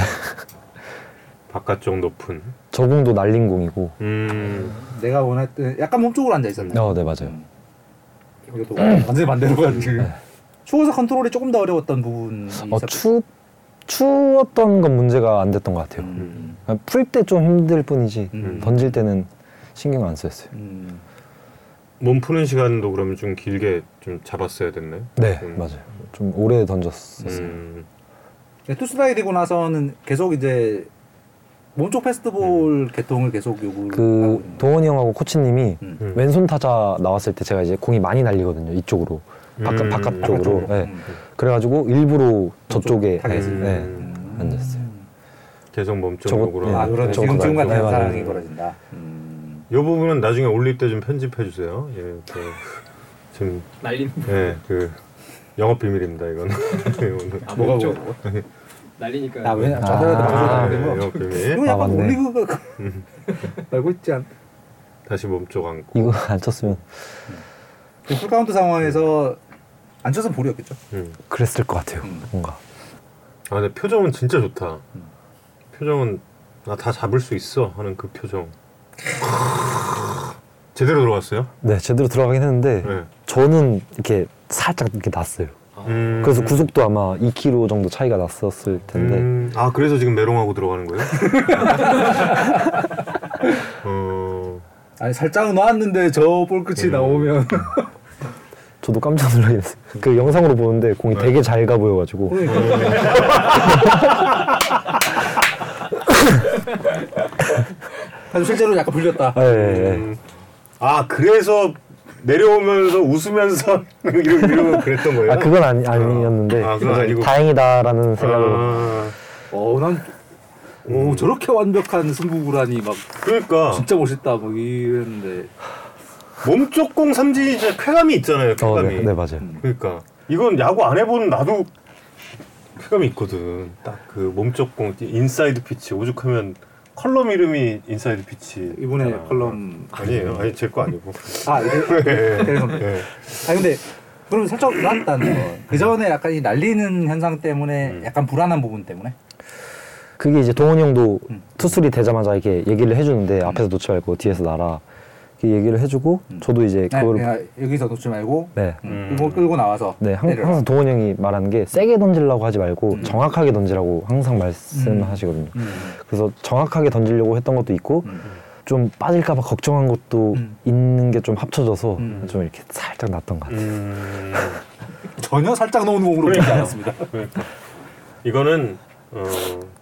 [SPEAKER 1] 바깥쪽 높은.
[SPEAKER 3] 저 공도 날린 공이고.
[SPEAKER 1] 음.
[SPEAKER 2] 내가 원했던 약간 몸쪽으로 앉아 있었나.
[SPEAKER 3] 어, 네 맞아요.
[SPEAKER 2] 이것도 완전히 반대로 간 지금. 추워서 컨트롤이 조금 더 어려웠던 부분이
[SPEAKER 3] 네. 어,
[SPEAKER 2] 있었-
[SPEAKER 3] 추 추웠던 건 문제가 안 됐던 것 같아요.
[SPEAKER 2] 음.
[SPEAKER 3] 풀 때 좀 힘들 뿐이지
[SPEAKER 2] 음.
[SPEAKER 3] 던질 때는 신경 안 썼어요.
[SPEAKER 2] 음.
[SPEAKER 1] 몸 푸는 시간도 그러면 좀 길게 좀 잡았어야 됐나요?
[SPEAKER 3] 네
[SPEAKER 1] 음.
[SPEAKER 3] 맞아요. 좀 오래 던졌었어요.
[SPEAKER 1] 음.
[SPEAKER 2] 네, 투스라이드고 나서는 계속 이제 몸쪽 패스트볼 개통을 계속 요구를 하고
[SPEAKER 3] 음. 그
[SPEAKER 2] 있는
[SPEAKER 3] 동원이 형하고 코치님이
[SPEAKER 2] 음.
[SPEAKER 1] 음.
[SPEAKER 3] 왼손 타자 나왔을 때 제가 이제 공이 많이 날리거든요 이쪽으로 바깥
[SPEAKER 1] 음. 음.
[SPEAKER 3] 바깥쪽으로
[SPEAKER 1] 바깥쪽으로.
[SPEAKER 3] 예.
[SPEAKER 2] 음.
[SPEAKER 3] 그래가지고 일부러 저쪽에
[SPEAKER 2] 타겟을.
[SPEAKER 3] 예, 예,
[SPEAKER 1] 음.
[SPEAKER 3] 앉았어요.
[SPEAKER 1] 대성범죄
[SPEAKER 3] 저거-
[SPEAKER 1] 쪽으로.
[SPEAKER 3] 아,
[SPEAKER 2] 아, 그렇죠.
[SPEAKER 3] 네,
[SPEAKER 2] 지금 중간
[SPEAKER 3] 네,
[SPEAKER 2] 다른
[SPEAKER 3] 맞아요.
[SPEAKER 2] 사랑이 벌어진다. 음.
[SPEAKER 1] 이 부분은 나중에 올릴 때 좀 편집해 주세요. 예, 그, 지금
[SPEAKER 4] 날린
[SPEAKER 1] 예, 그 영업 비밀입니다. 이건 오늘.
[SPEAKER 4] 아,
[SPEAKER 2] 뭐가
[SPEAKER 4] 뭐, 날리니까
[SPEAKER 2] 아, 왜냐?
[SPEAKER 3] 아.
[SPEAKER 2] 자살하다
[SPEAKER 1] 아, 예,
[SPEAKER 2] 방송하는 거.
[SPEAKER 1] 영업 비밀.
[SPEAKER 2] 이거
[SPEAKER 3] 아,
[SPEAKER 2] 약간
[SPEAKER 3] 맞네.
[SPEAKER 2] 올리브가 알고 있지 않?
[SPEAKER 1] 다시 몸쪽 안고.
[SPEAKER 3] 이거 안 쳤으면
[SPEAKER 2] 그 풀카운트 상황에서 안 쳤으면 볼이었겠죠.
[SPEAKER 1] 음.
[SPEAKER 3] 그랬을 것 같아요.
[SPEAKER 2] 음.
[SPEAKER 3] 뭔가
[SPEAKER 1] 아, 근데 표정은 진짜 좋다.
[SPEAKER 2] 음.
[SPEAKER 1] 표정은 나 다 잡을 수 있어 하는 그 표정. 제대로 들어갔어요.
[SPEAKER 3] 네 제대로 들어가긴 했는데
[SPEAKER 1] 네.
[SPEAKER 3] 저는 이렇게 살짝 이렇게 났어요.
[SPEAKER 2] 아.
[SPEAKER 1] 음.
[SPEAKER 3] 그래서 구속도 아마 2km 정도 차이가 났었을 텐데
[SPEAKER 1] 음, 아 그래서 지금 메롱하고 들어가는 거예요? 어,
[SPEAKER 2] 아니 살짝 놨는데 저 볼 끝이
[SPEAKER 1] 음.
[SPEAKER 2] 나오면
[SPEAKER 3] 저도 깜짝 놀랐어요. 그 영상으로 보는데 공이
[SPEAKER 1] 네.
[SPEAKER 3] 되게 잘 가
[SPEAKER 1] 어,
[SPEAKER 3] 보여가지고
[SPEAKER 2] 아주 실제로 약간 불렸다.
[SPEAKER 3] 예, 예, 예.
[SPEAKER 1] 음. 아 그래서 내려오면서 웃으면서 이러- 이러고 그랬던 거예요?
[SPEAKER 3] 아 그건 아니, 아니었는데
[SPEAKER 1] 아, 그건
[SPEAKER 3] 그래서
[SPEAKER 1] 아니고.
[SPEAKER 3] 다행이다라는 생각으로 어,
[SPEAKER 1] 아,
[SPEAKER 2] 어난
[SPEAKER 1] 음.
[SPEAKER 2] 오, 저렇게 완벽한 승부구라니 막
[SPEAKER 1] 그러니까
[SPEAKER 2] 진짜 멋있다 막 이랬는데
[SPEAKER 1] 몸쪽공 삼진이 진짜 쾌감이 있잖아요. 쾌감이.
[SPEAKER 3] 어, 네, 네 맞아요.
[SPEAKER 1] 그러니까 이건 야구 안 해본 나도 쾌감이 있거든. 딱 그 몸쪽공 인사이드 피치 오죽하면 컬럼 이름이 인사이드 피치.
[SPEAKER 2] 이번에 컬럼
[SPEAKER 1] 아니에요. 아니 제 거 아니고.
[SPEAKER 2] 아 이거
[SPEAKER 1] 예.
[SPEAKER 2] 그래서
[SPEAKER 1] 예.
[SPEAKER 2] 아 근데 그럼 살짝 났다는 거. 그 전에 약간 이 날리는 현상 때문에
[SPEAKER 1] 음.
[SPEAKER 2] 약간 불안한 부분 때문에.
[SPEAKER 3] 그게 이제 동원이 형도
[SPEAKER 2] 음.
[SPEAKER 3] 투수리 되자마자 이렇게 얘기를
[SPEAKER 1] 음.
[SPEAKER 3] 해주는데 앞에서 놓지 말고 뒤에서 날아 이렇게 얘기를 해주고
[SPEAKER 2] 음.
[SPEAKER 3] 저도 이제
[SPEAKER 2] 아,
[SPEAKER 3] 그걸
[SPEAKER 2] 그냥 여기서 놓지 말고
[SPEAKER 3] 네.
[SPEAKER 2] 음.
[SPEAKER 1] 음.
[SPEAKER 2] 이거 끌고 나와서
[SPEAKER 3] 네, 항,
[SPEAKER 2] 때려라.
[SPEAKER 3] 항상 동원 형이 말하는 게 세게 던지려고 하지 말고
[SPEAKER 1] 음.
[SPEAKER 3] 정확하게 던지라고 항상 말씀하시거든요.
[SPEAKER 2] 음.
[SPEAKER 3] 그래서 정확하게 던지려고 했던 것도 있고
[SPEAKER 2] 음.
[SPEAKER 3] 좀 빠질까봐 걱정한 것도
[SPEAKER 2] 음.
[SPEAKER 3] 있는 게 좀 합쳐져서
[SPEAKER 2] 음.
[SPEAKER 3] 좀 이렇게 살짝 났던 것 같아요.
[SPEAKER 1] 음,
[SPEAKER 2] 전혀 살짝 놓은 공으로 보지 않았습니다.
[SPEAKER 1] 그러니까. 이거는 어,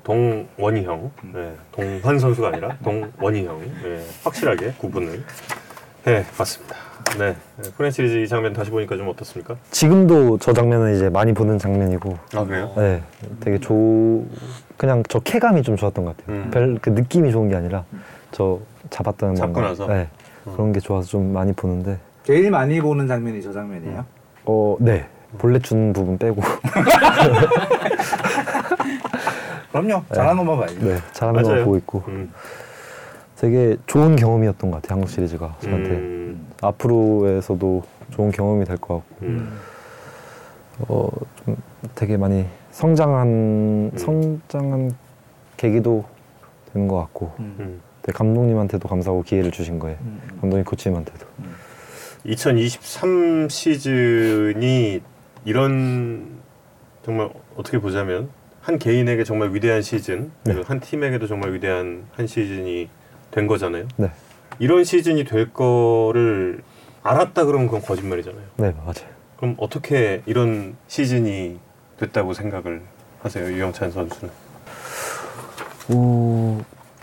[SPEAKER 1] 동원희 형, 예, 동환 선수가 아니라 동원희 형 예, 확실하게 구분을 해 봤습니다. 네, 예, 프렌 시리즈 이 장면 다시 보니까 좀 어떻습니까?
[SPEAKER 3] 지금도 저 장면은 이제 많이 보는 장면이고
[SPEAKER 1] 아 그래요?
[SPEAKER 3] 네, 되게 좋 그냥 저 쾌감이 좀 좋았던 것 같아요.
[SPEAKER 1] 음.
[SPEAKER 3] 별 그 느낌이 좋은 게 아니라 저 잡았다는
[SPEAKER 1] 잡고
[SPEAKER 3] 뭔가,
[SPEAKER 1] 나서? 어.
[SPEAKER 3] 네, 그런 게 좋아서 좀 많이 보는데
[SPEAKER 2] 제일 많이 보는 장면이 저 장면이에요.
[SPEAKER 3] 어, 네. 본래 준 부분 빼고
[SPEAKER 2] 음. 그럼요. 잘하는 것만 봐야죠.
[SPEAKER 3] 네, 잘하는 거
[SPEAKER 1] 맞아요.
[SPEAKER 3] 보고 있고
[SPEAKER 1] 음,
[SPEAKER 3] 되게 좋은 경험이었던 것 같아요 한국 시리즈가 저한테
[SPEAKER 1] 음,
[SPEAKER 3] 앞으로에서도 좋은 경험이 될 것 같고
[SPEAKER 1] 음,
[SPEAKER 3] 어, 좀 되게 많이 성장한
[SPEAKER 2] 음.
[SPEAKER 3] 성장한 계기도 되는 것 같고
[SPEAKER 2] 음.
[SPEAKER 1] 음.
[SPEAKER 3] 되게 감독님한테도 감사하고 기회를 주신 거예요
[SPEAKER 2] 음.
[SPEAKER 3] 감독님 코치님한테도
[SPEAKER 1] 2023 시즌이 이런 정말 어떻게 보자면 한 개인에게 정말 위대한 시즌, 그리고 한 팀에게도 정말 위대한 한 시즌이 된 거잖아요.
[SPEAKER 3] 네,
[SPEAKER 1] 이런 시즌이 될 거를 알았다 그러면 그건 거짓말이잖아요.
[SPEAKER 3] 네 맞아요
[SPEAKER 1] 그럼 어떻게 이런 시즌이 됐다고 생각을 하세요, 유영찬 선수는?
[SPEAKER 3] 오,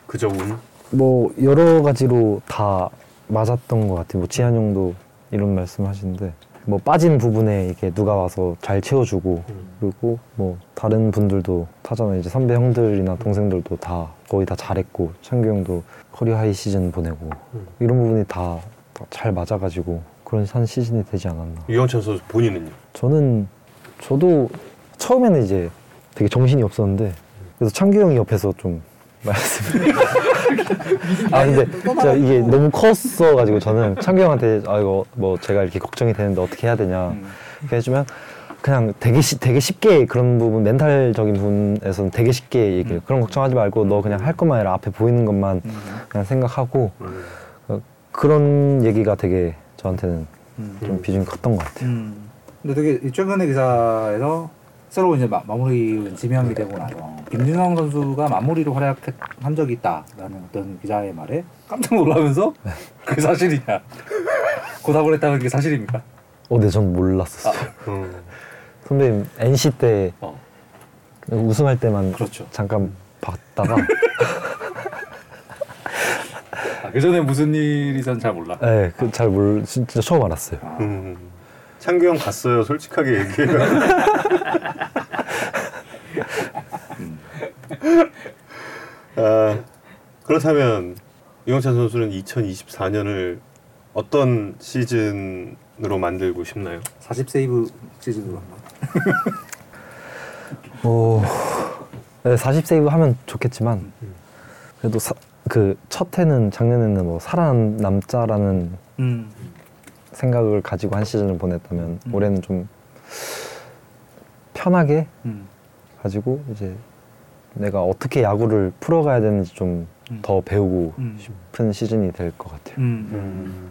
[SPEAKER 1] 그저 운?
[SPEAKER 3] 뭐 여러 가지로 다 맞았던 것 같아요 뭐 지한 형도 이런 말씀하시는데 뭐 빠진 부분에 이렇게 누가 와서 잘 채워주고
[SPEAKER 1] 음.
[SPEAKER 3] 그리고 뭐 다른 분들도 타자나 이제 선배 형들이나 동생들도 다 거의 다 잘했고 창규 형도 커리어 하이 시즌 보내고
[SPEAKER 1] 음.
[SPEAKER 3] 이런 부분이 다 잘 맞아가지고 그런 한 시즌이 되지 않았나
[SPEAKER 1] 유영찬 선수 본인은요?
[SPEAKER 3] 저는 저도 처음에는 이제 되게 정신이 없었는데 그래서 창규 형이 옆에서 좀 말씀을 아 근데 진짜 이게 너무 컸어가지고 저는 창규 형한테 아 이거 뭐 제가 이렇게 걱정이 되는데 어떻게 해야 되냐
[SPEAKER 2] 음.
[SPEAKER 3] 이렇게 해주면 그냥 되게 시, 되게 쉽게 그런 부분 멘탈적인 부분에서는 되게 쉽게 얘기해요 그런 걱정하지 말고 너 그냥 할 것만 해라 앞에 보이는 것만
[SPEAKER 2] 음.
[SPEAKER 3] 그냥 생각하고 어, 그런 얘기가 되게 저한테는
[SPEAKER 2] 음.
[SPEAKER 3] 좀 비중이 컸던 것 같아요
[SPEAKER 2] 음. 근데 되게 이 최근의 기사에서 새로 이제 마, 마무리 지명이 되고 나서 김준성 선수가 마무리로 활약한 적이 있다라는 어떤 기자의 말에 깜짝 놀라면서 그게 사실이냐 고답을 했다는 게 사실입니까?
[SPEAKER 3] 어네 전 몰랐었어요
[SPEAKER 1] 음.
[SPEAKER 3] 선배님 NC 때
[SPEAKER 2] 아. 어.
[SPEAKER 3] 우승할 때만
[SPEAKER 2] 그렇죠.
[SPEAKER 3] 잠깐 봤다가
[SPEAKER 2] 아, 그 전에 무슨 일이 전 잘 몰라.
[SPEAKER 3] 네, 그잘몰 진짜 처음 알았어요.
[SPEAKER 1] 음. 창규 형 갔어요. 솔직하게 얘기해요. 음. 아, 그렇다면 유영찬 선수는 2024년을 어떤 시즌으로 만들고 싶나요?
[SPEAKER 2] 40세이브 시즌으로 한번.
[SPEAKER 3] 오, 네, 40세이브 하면 좋겠지만 그래도 그 첫 해는 작년에는 뭐 살아남자라는
[SPEAKER 2] 음.
[SPEAKER 3] 생각을 가지고 한 시즌을 보냈다면
[SPEAKER 2] 음.
[SPEAKER 3] 올해는 좀 편하게
[SPEAKER 2] 음.
[SPEAKER 3] 가지고 이제 내가 어떻게 야구를 풀어가야 되는지 좀
[SPEAKER 2] 음.
[SPEAKER 3] 더 배우고
[SPEAKER 2] 음.
[SPEAKER 3] 싶은 시즌이 될 것 같아요.
[SPEAKER 2] 음.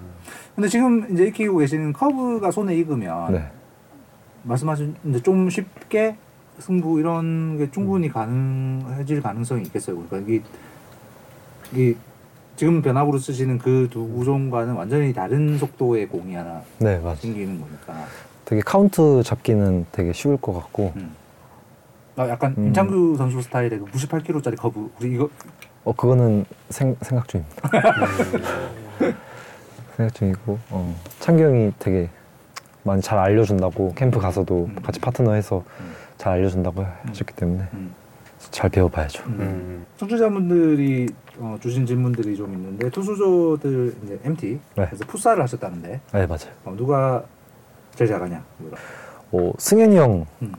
[SPEAKER 2] 근데 지금 이제 익히고 계시는 커브가 손에 익으면
[SPEAKER 3] 네.
[SPEAKER 2] 말씀하신 이제 좀 쉽게 승부 이런 게 충분히 가능해질 가능성이 있겠어요. 그러니까 이게, 이게 지금 변화구로 쓰시는 그 두 구종과는 완전히 다른 속도의 공이 하나
[SPEAKER 3] 네, 맞아요.
[SPEAKER 2] 생기는 거니까.
[SPEAKER 3] 되게 카운트 잡기는 되게 쉬울 것 같고
[SPEAKER 2] 음. 아, 약간
[SPEAKER 3] 음.
[SPEAKER 2] 임창규 선수 스타일의 그 98kg짜리 커브 우리 이거
[SPEAKER 3] 어 그거는 생, 생각 중입니다. 생각 중이고 어, 창규 형이 되게 많이 잘 알려준다고 캠프 가서도
[SPEAKER 2] 음.
[SPEAKER 3] 같이 파트너해서
[SPEAKER 2] 음.
[SPEAKER 3] 잘 알려준다고 하셨기 때문에
[SPEAKER 2] 음.
[SPEAKER 3] 잘 배워봐야죠.
[SPEAKER 2] 음.
[SPEAKER 1] 음.
[SPEAKER 2] 청취자분들이 어, 주신 질문들이 좀 있는데 투수조들 이제 MT
[SPEAKER 3] 네.
[SPEAKER 2] 그래서 풋살을 하셨다는데
[SPEAKER 3] 네 맞아요.
[SPEAKER 2] 어, 누가 제일 잘하냐? 뭐 이런.
[SPEAKER 3] 어, 승현이 형
[SPEAKER 2] 음.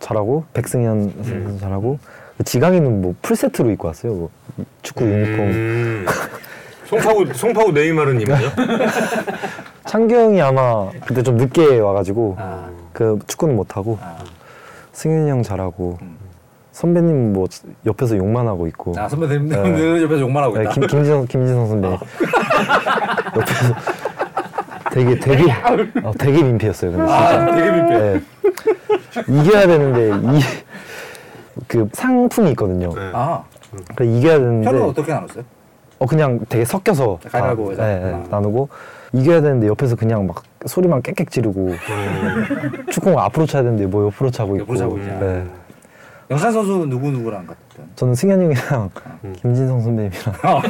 [SPEAKER 3] 잘하고 백승현 선수 잘하고 그 지강이는 뭐 풀세트로 입고 왔어요. 뭐 축구 유니폼.
[SPEAKER 1] 음. 송파구 송파구 네이마르님이요?
[SPEAKER 3] 창규 형이 아마 그때 좀 늦게 와가지고
[SPEAKER 2] 아,
[SPEAKER 3] 그 축구는 못하고
[SPEAKER 2] 아,
[SPEAKER 3] 승현이 형 잘하고
[SPEAKER 2] 음.
[SPEAKER 3] 선배님 뭐 옆에서 욕만 하고 있고
[SPEAKER 2] 아 그러니까. 선배님들은 옆에서 욕만 하고
[SPEAKER 3] 네,
[SPEAKER 2] 있다.
[SPEAKER 3] 김, 김진성 김진성 선배
[SPEAKER 2] 아.
[SPEAKER 3] 옆에서 되게 되게 어, 되게 민폐였어요. 근데 진짜.
[SPEAKER 2] 아, 되게 민폐.
[SPEAKER 3] 네. 이겨야 되는데 이 그 상품이 있거든요.
[SPEAKER 1] 네.
[SPEAKER 2] 아,
[SPEAKER 3] 그 이겨야 되는데
[SPEAKER 2] 편은 어떻게 나눴어요?
[SPEAKER 3] 어 그냥 되게 섞여서 다-
[SPEAKER 2] 가위바위보 해서?
[SPEAKER 3] 네, 네,
[SPEAKER 2] 아.
[SPEAKER 3] 나누고 이겨야 되는데 옆에서 그냥 막 소리만 깨끗 지르고 축구공 앞으로 쳐야 되는데 뭐 옆으로 차고 있고
[SPEAKER 2] 네. 옆으로 차고 있냐.
[SPEAKER 3] 네.
[SPEAKER 2] 영산 선수는 누구 누구랑 같은?
[SPEAKER 3] 저는 승현 형이랑
[SPEAKER 1] 음.
[SPEAKER 3] 김진성 선배님이랑
[SPEAKER 2] 어.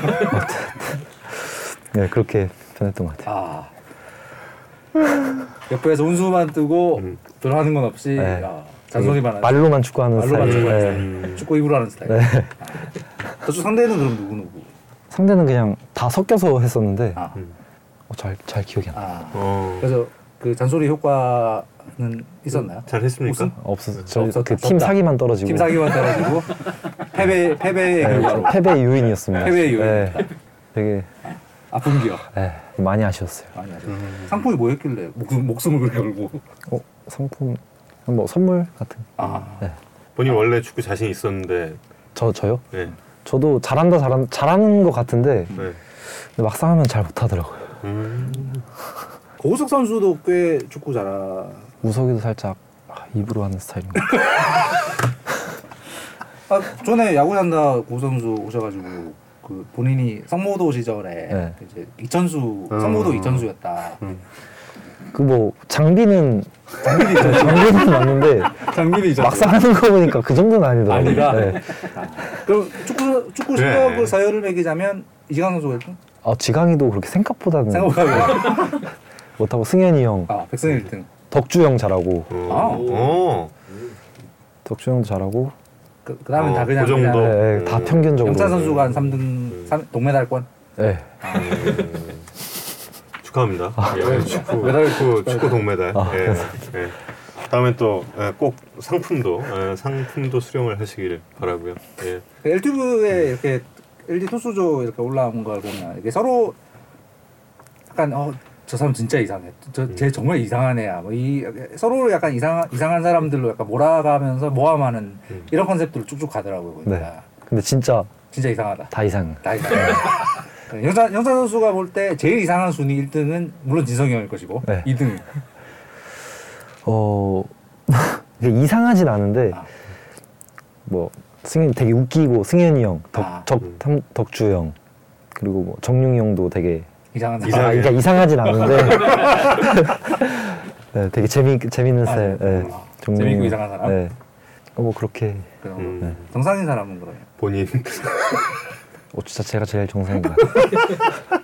[SPEAKER 3] 네, 그렇게 변했던 것 같아요.
[SPEAKER 2] 아, 옆에서 운수만 뜨고
[SPEAKER 1] 음.
[SPEAKER 2] 들어가는 건 없이
[SPEAKER 3] 네.
[SPEAKER 2] 아, 잔소리만 하는.
[SPEAKER 3] 말로만 축구하는
[SPEAKER 2] 말로만
[SPEAKER 3] 스타일.
[SPEAKER 2] 축구하는
[SPEAKER 3] 네.
[SPEAKER 2] 스타일. 축구 입으로 하는 스타일. 아. 저쪽 상대는 그럼 누구 누구?
[SPEAKER 3] 상대는 그냥 다 섞여서 했었는데
[SPEAKER 2] 아,
[SPEAKER 3] 어, 잘, 잘 기억이 안 나. 요
[SPEAKER 2] 아.
[SPEAKER 1] 어.
[SPEAKER 2] 그래서 그 잔소리 효과는 있었나요?
[SPEAKER 1] 잘 했습니까?
[SPEAKER 2] 무슨?
[SPEAKER 3] 없었어요.
[SPEAKER 2] 없었다,
[SPEAKER 3] 그팀
[SPEAKER 2] 없었다.
[SPEAKER 3] 사기만 음, 떨어지고
[SPEAKER 2] 팀 사기만 떨어지고 패배 패배의
[SPEAKER 3] 네,
[SPEAKER 2] 결과로
[SPEAKER 3] 패배 유인이었습니다.
[SPEAKER 2] 패배의 유인.
[SPEAKER 3] 네. 되게
[SPEAKER 2] 아픈 기억.
[SPEAKER 3] 네, 많이 아쉬웠어요.
[SPEAKER 2] 아니 아니. 상품이 뭐였길래 목숨 목숨을 걸고.
[SPEAKER 3] 어, 상품 뭐 선물 같은.
[SPEAKER 2] 아.
[SPEAKER 1] 본인 원래 축구 자신 있었는데.
[SPEAKER 3] 네. 저 저요?
[SPEAKER 1] 네.
[SPEAKER 3] 저도 잘한다 잘한 잘하는 것 같은데
[SPEAKER 1] 네.
[SPEAKER 3] 근데 막상 하면 잘 못하더라고요.
[SPEAKER 1] 음.
[SPEAKER 2] 고우석 선수도 꽤 축구 잘하.
[SPEAKER 3] 우석이도 살짝 아, 입으로 하는 스타일인 것 같아요.
[SPEAKER 2] 아 전에 야구 잔다 고우석 선수 오셔가지고 그 본인이 성모도 시절에
[SPEAKER 3] 네.
[SPEAKER 2] 이제 이천수 성모도
[SPEAKER 1] 음.
[SPEAKER 2] 이천수였다.
[SPEAKER 1] 음.
[SPEAKER 3] 그뭐 장비는 장비는 맞는데
[SPEAKER 2] 장기리
[SPEAKER 3] 막상 하는 거 보니까 그 정도는 아니더라고요.
[SPEAKER 2] 아니다.
[SPEAKER 3] 네.
[SPEAKER 2] 그럼 축구 축구
[SPEAKER 1] 네. 음.
[SPEAKER 2] 실력을 사열을 매기자면 이지강 선수가 1등?
[SPEAKER 3] 아 지강이도 그렇게 생각보다는
[SPEAKER 2] 생각보다
[SPEAKER 3] 못하고 승현이 형,
[SPEAKER 2] 아 백승 1등.
[SPEAKER 3] 덕주 형 잘하고
[SPEAKER 1] 어.
[SPEAKER 2] 아.
[SPEAKER 1] 어.
[SPEAKER 3] 덕주 형도 잘하고
[SPEAKER 2] 그 그다음은
[SPEAKER 1] 어,
[SPEAKER 2] 다 그냥
[SPEAKER 1] 그 정도?
[SPEAKER 2] 그냥
[SPEAKER 3] 네, 네, 다
[SPEAKER 1] 음.
[SPEAKER 3] 평균적으로.
[SPEAKER 2] 영찬 선수가 한 3등 삼- 동메달권.
[SPEAKER 3] 네.
[SPEAKER 1] 음. 축하합니다. 예, 축구,
[SPEAKER 2] 메달
[SPEAKER 1] 축구, 축구 동메달.
[SPEAKER 3] 아,
[SPEAKER 1] 예, 예. 다음에 또 예, 꼭 상품도 예, 상품도 수령을 하시길 바라고요. 예.
[SPEAKER 2] 그
[SPEAKER 1] 네.
[SPEAKER 2] 엘튜브에 이렇게 LG 투수조 이렇게 올라온 걸 보면 이게 서로 약간 어 저 사람 진짜 이상해. 저쟤
[SPEAKER 1] 음.
[SPEAKER 2] 정말 이상한 애야. 뭐이 서로 약간 이상 이상한 사람들로 약간 몰아가면서 모함하는
[SPEAKER 1] 음.
[SPEAKER 2] 이런 컨셉들을 쭉쭉 가더라고요. 보니까
[SPEAKER 3] 네. 근데 진짜
[SPEAKER 2] 진짜 이상하다.
[SPEAKER 3] 다 이상.
[SPEAKER 2] 나 이상하다. 영산 영산 선수가 볼 때 제일 이상한 순위 1등은 물론 진성이 형일 것이고
[SPEAKER 3] 네.
[SPEAKER 2] 2등
[SPEAKER 3] 어 이게 이상하진 않은데
[SPEAKER 2] 아.
[SPEAKER 3] 뭐 승현 되게 웃기고 승현이 형, 덕,
[SPEAKER 2] 아.
[SPEAKER 3] 적,
[SPEAKER 1] 음.
[SPEAKER 3] 탐- 덕주 형 그리고 뭐 정룡이 형도 되게
[SPEAKER 2] 이상한
[SPEAKER 3] 아,
[SPEAKER 1] 이상해요?
[SPEAKER 3] 그러니까 이상하진 않은데 네, 되게 재미 재밌는 스타일. 네,
[SPEAKER 2] 아,
[SPEAKER 3] 정룡이
[SPEAKER 2] 재밌고
[SPEAKER 3] 형.
[SPEAKER 2] 이상한 사람?
[SPEAKER 3] 네. 어, 뭐 그렇게
[SPEAKER 2] 그런 거.
[SPEAKER 1] 음, 네.
[SPEAKER 2] 정상인 사람은 그래요.
[SPEAKER 1] 본인
[SPEAKER 3] 어, 진짜 제가 제일 정상인 것 같아요.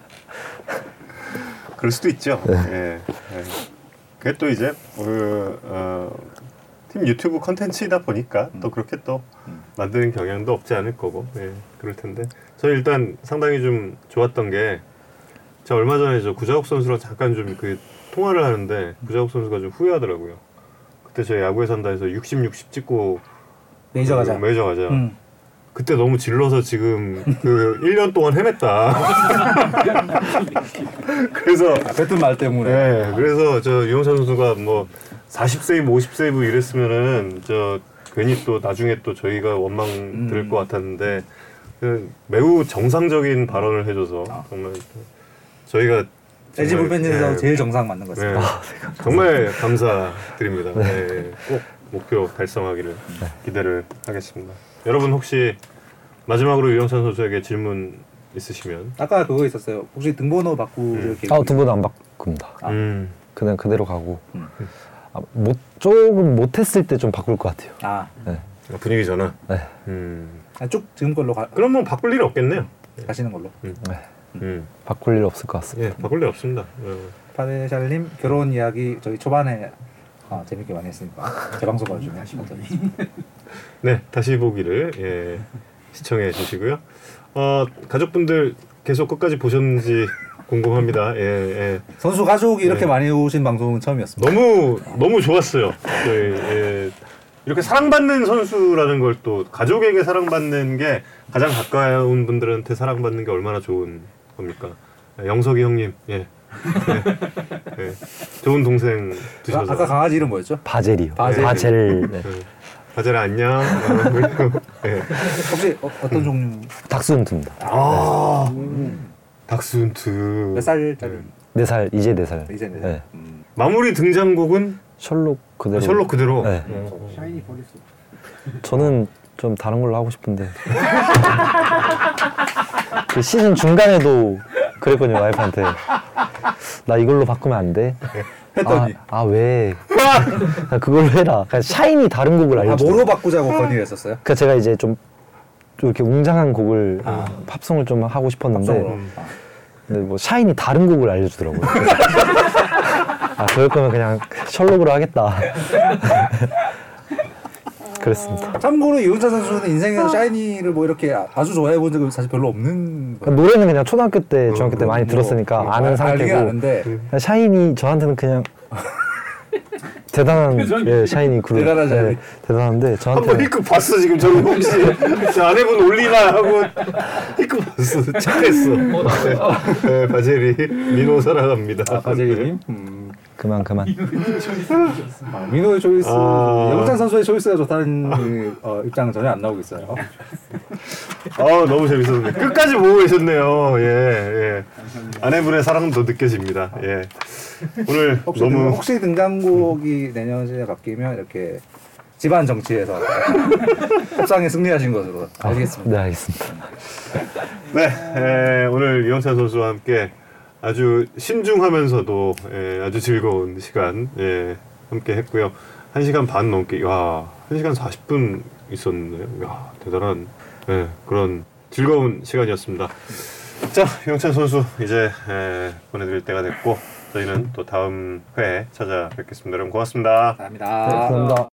[SPEAKER 1] 그럴 수도 있죠.
[SPEAKER 2] 네.
[SPEAKER 1] 예. 예. 그게 또 어, 이제 그, 어, 팀 유튜브 컨텐츠이다 보니까 또 그렇게 또
[SPEAKER 2] 음.
[SPEAKER 1] 만드는 경향도 없지 않을 거고 예, 그럴 텐데 저 일단 상당히 좀 좋았던 게 제가 얼마 전에 저 구자욱 선수랑 잠깐 좀 그 통화를 하는데 구자욱 선수가 좀 후회하더라고요. 그때 저 야구에 산다에서 60, 60 찍고
[SPEAKER 2] 메이저 가자.
[SPEAKER 1] 메이저 가자.
[SPEAKER 2] 음.
[SPEAKER 1] 그때 너무 질러서 지금 그 1년 동안 헤맸다. 그래서
[SPEAKER 2] 뱉은 말 아, 때문에.
[SPEAKER 1] 네, 그래서 저 유영찬 선수가 뭐 40세이브, 뭐 50세이브 이랬으면은 저 괜히 또 나중에 또 저희가 원망 들을 것 같았는데 그 매우 정상적인 발언을 해줘서 정말 저희가
[SPEAKER 2] LG
[SPEAKER 1] 정말,
[SPEAKER 2] 불펜진에서
[SPEAKER 1] 네,
[SPEAKER 2] 제일 아, 정상 맞는 것
[SPEAKER 1] 네,
[SPEAKER 2] 같습니다.
[SPEAKER 1] 정말 감사드립니다. 네, 꼭 목표 달성하기를 기대를 하겠습니다. 여러분 혹시 마지막으로 유영찬 선수에게 질문 있으시면
[SPEAKER 2] 아까 그거 있었어요. 혹시 등번호 그 바꾸실 계획?
[SPEAKER 3] 아, 두 분은 안 바꿉니다.
[SPEAKER 2] 아.
[SPEAKER 1] 음,
[SPEAKER 3] 그냥 그대로 가고
[SPEAKER 2] 음.
[SPEAKER 3] 아, 못 조금 못했을 때 좀 바꿀 것 같아요.
[SPEAKER 2] 아,
[SPEAKER 1] 분위기 전환.
[SPEAKER 3] 네.
[SPEAKER 1] 음,
[SPEAKER 2] 그냥 쭉 지금 걸로 가,
[SPEAKER 1] 그럼 뭐 바꿀 일 없겠네요.
[SPEAKER 2] 가시는 걸로.
[SPEAKER 1] 음.
[SPEAKER 3] 네. 바꿀 일 없을 것 같습니다.
[SPEAKER 1] 예, 바꿀 일 없습니다. 예.
[SPEAKER 2] 파데샬님 결혼 이야기 저희 초반에 아, 재밌게 많이 했으니까 재방송 봐주면 하시면 됩니다.
[SPEAKER 1] 네, 다시 보기를 예, 시청해 주시고요. 어, 가족분들 계속 끝까지 보셨는지 궁금합니다. 예, 예.
[SPEAKER 2] 선수 가족이 이렇게
[SPEAKER 1] 네.
[SPEAKER 2] 많이 오신 방송은 처음이었습니다.
[SPEAKER 1] 너무 너무 좋았어요. 저희, 예, 이렇게 사랑받는 선수라는 걸 또 가족에게 사랑받는 게 가장 가까운 분들한테 사랑받는 게 얼마나 좋은 겁니까? 예, 영석이 형님, 예. 예, 예. 좋은 동생
[SPEAKER 2] 아,
[SPEAKER 1] 두셔서.
[SPEAKER 2] 아까 강아지 이름 뭐였죠?
[SPEAKER 3] 바젤이요.
[SPEAKER 2] 바젤.
[SPEAKER 3] 바젤. 네.
[SPEAKER 1] 예. 바젤아 안녕. 어, 그리고, 예.
[SPEAKER 2] 혹시 어, 어떤 종류?
[SPEAKER 3] 닥스훈트입니다.
[SPEAKER 1] 아,
[SPEAKER 2] 네.
[SPEAKER 1] 닥스훈트.
[SPEAKER 2] 몇 살짜리?
[SPEAKER 3] 네 살, 이제 네 살.
[SPEAKER 2] 이제 네.
[SPEAKER 3] 네.
[SPEAKER 2] 살. 아, 음.
[SPEAKER 1] 마무리 등장곡은
[SPEAKER 3] 셜록 그대로.
[SPEAKER 1] 셜록 그대로.
[SPEAKER 3] 네.
[SPEAKER 1] 어.
[SPEAKER 5] 샤이니 버리스.
[SPEAKER 3] 저는 좀 다른 걸로 하고 싶은데. 그 시즌 중간에도 그랬거든요 와이프한테. 나 이걸로 바꾸면 안 돼.
[SPEAKER 2] 했더니.
[SPEAKER 3] 아, 아 왜? 나 그걸로 해라. 그러니까 샤인이 다른 곡을
[SPEAKER 2] 아,
[SPEAKER 3] 알려줘.
[SPEAKER 2] 뭐로 바꾸자고 건의했었어요?
[SPEAKER 3] 그러니까 제가 이제 좀, 좀 이렇게 웅장한 곡을 팝송을 좀 하고 싶었는데
[SPEAKER 2] 아. 팝송으로.
[SPEAKER 3] 근데 뭐 샤인이 다른 곡을 알려주더라고요. 그래서 아 그럴 거면 그냥 셜록으로 하겠다. 그랬습니다.
[SPEAKER 2] 참고로 이훈찬 선수는
[SPEAKER 3] 아.
[SPEAKER 2] 인생에서 샤이니를 뭐 이렇게 아주 좋아해 본 적은 사실 별로 없는 거예요.
[SPEAKER 3] 그러니까 노래는 그냥 초등학교 때, 중학교 때 많이
[SPEAKER 2] 뭐,
[SPEAKER 3] 들었으니까
[SPEAKER 2] 뭐,
[SPEAKER 3] 아는
[SPEAKER 2] 알- 알긴
[SPEAKER 3] 상태고
[SPEAKER 2] 아는데
[SPEAKER 3] 그냥 샤인이 저한테는 그냥 대단한 예, 샤인이 그룹
[SPEAKER 2] 대단한 샤이니.
[SPEAKER 3] 대단한데
[SPEAKER 1] 한번
[SPEAKER 3] 저한테
[SPEAKER 1] 히크 봤어 지금 저기 혹시 저 아내분 올리나 하고 히크 봤어 착했어. 네, 네, 바젤이 민호 사랑합니다.
[SPEAKER 2] 아, 바제기님 음.
[SPEAKER 3] 그만 그만
[SPEAKER 2] 아, 민호의 초이스,
[SPEAKER 1] 아.
[SPEAKER 2] 이훈찬 선수의 초이스가 좋다는 그, 어, 입장은 전혀 안 나오고 있어요.
[SPEAKER 1] 네. 아 너무 재밌었는데 끝까지 보고 계셨네요. 예 예. 아내분의 사랑도 느껴집니다. 예. 오늘
[SPEAKER 2] 혹시, 그 등,
[SPEAKER 1] 너무
[SPEAKER 2] 혹시 등장곡이 내년에 바뀌면 이렇게 집안 정치에서 협상에 승리하신 것으로 알겠습니다.
[SPEAKER 3] 네 알겠습니다.
[SPEAKER 1] 네 예, 오늘 이영찬 선수와 함께 아주 신중하면서도 예, 아주 즐거운 시간 예, 함께 했고요. 1시간 반 넘게 와 1시간 40분 있었는데요. 야, 대단한 예, 그런 즐거운 시간이었습니다. 자, 영찬 선수 이제 예, 보내 드릴 때가 됐고 저희는 또 다음 회에 찾아뵙겠습니다. 여러분 고맙습니다.
[SPEAKER 2] 감사합니다.
[SPEAKER 3] 감사합니다.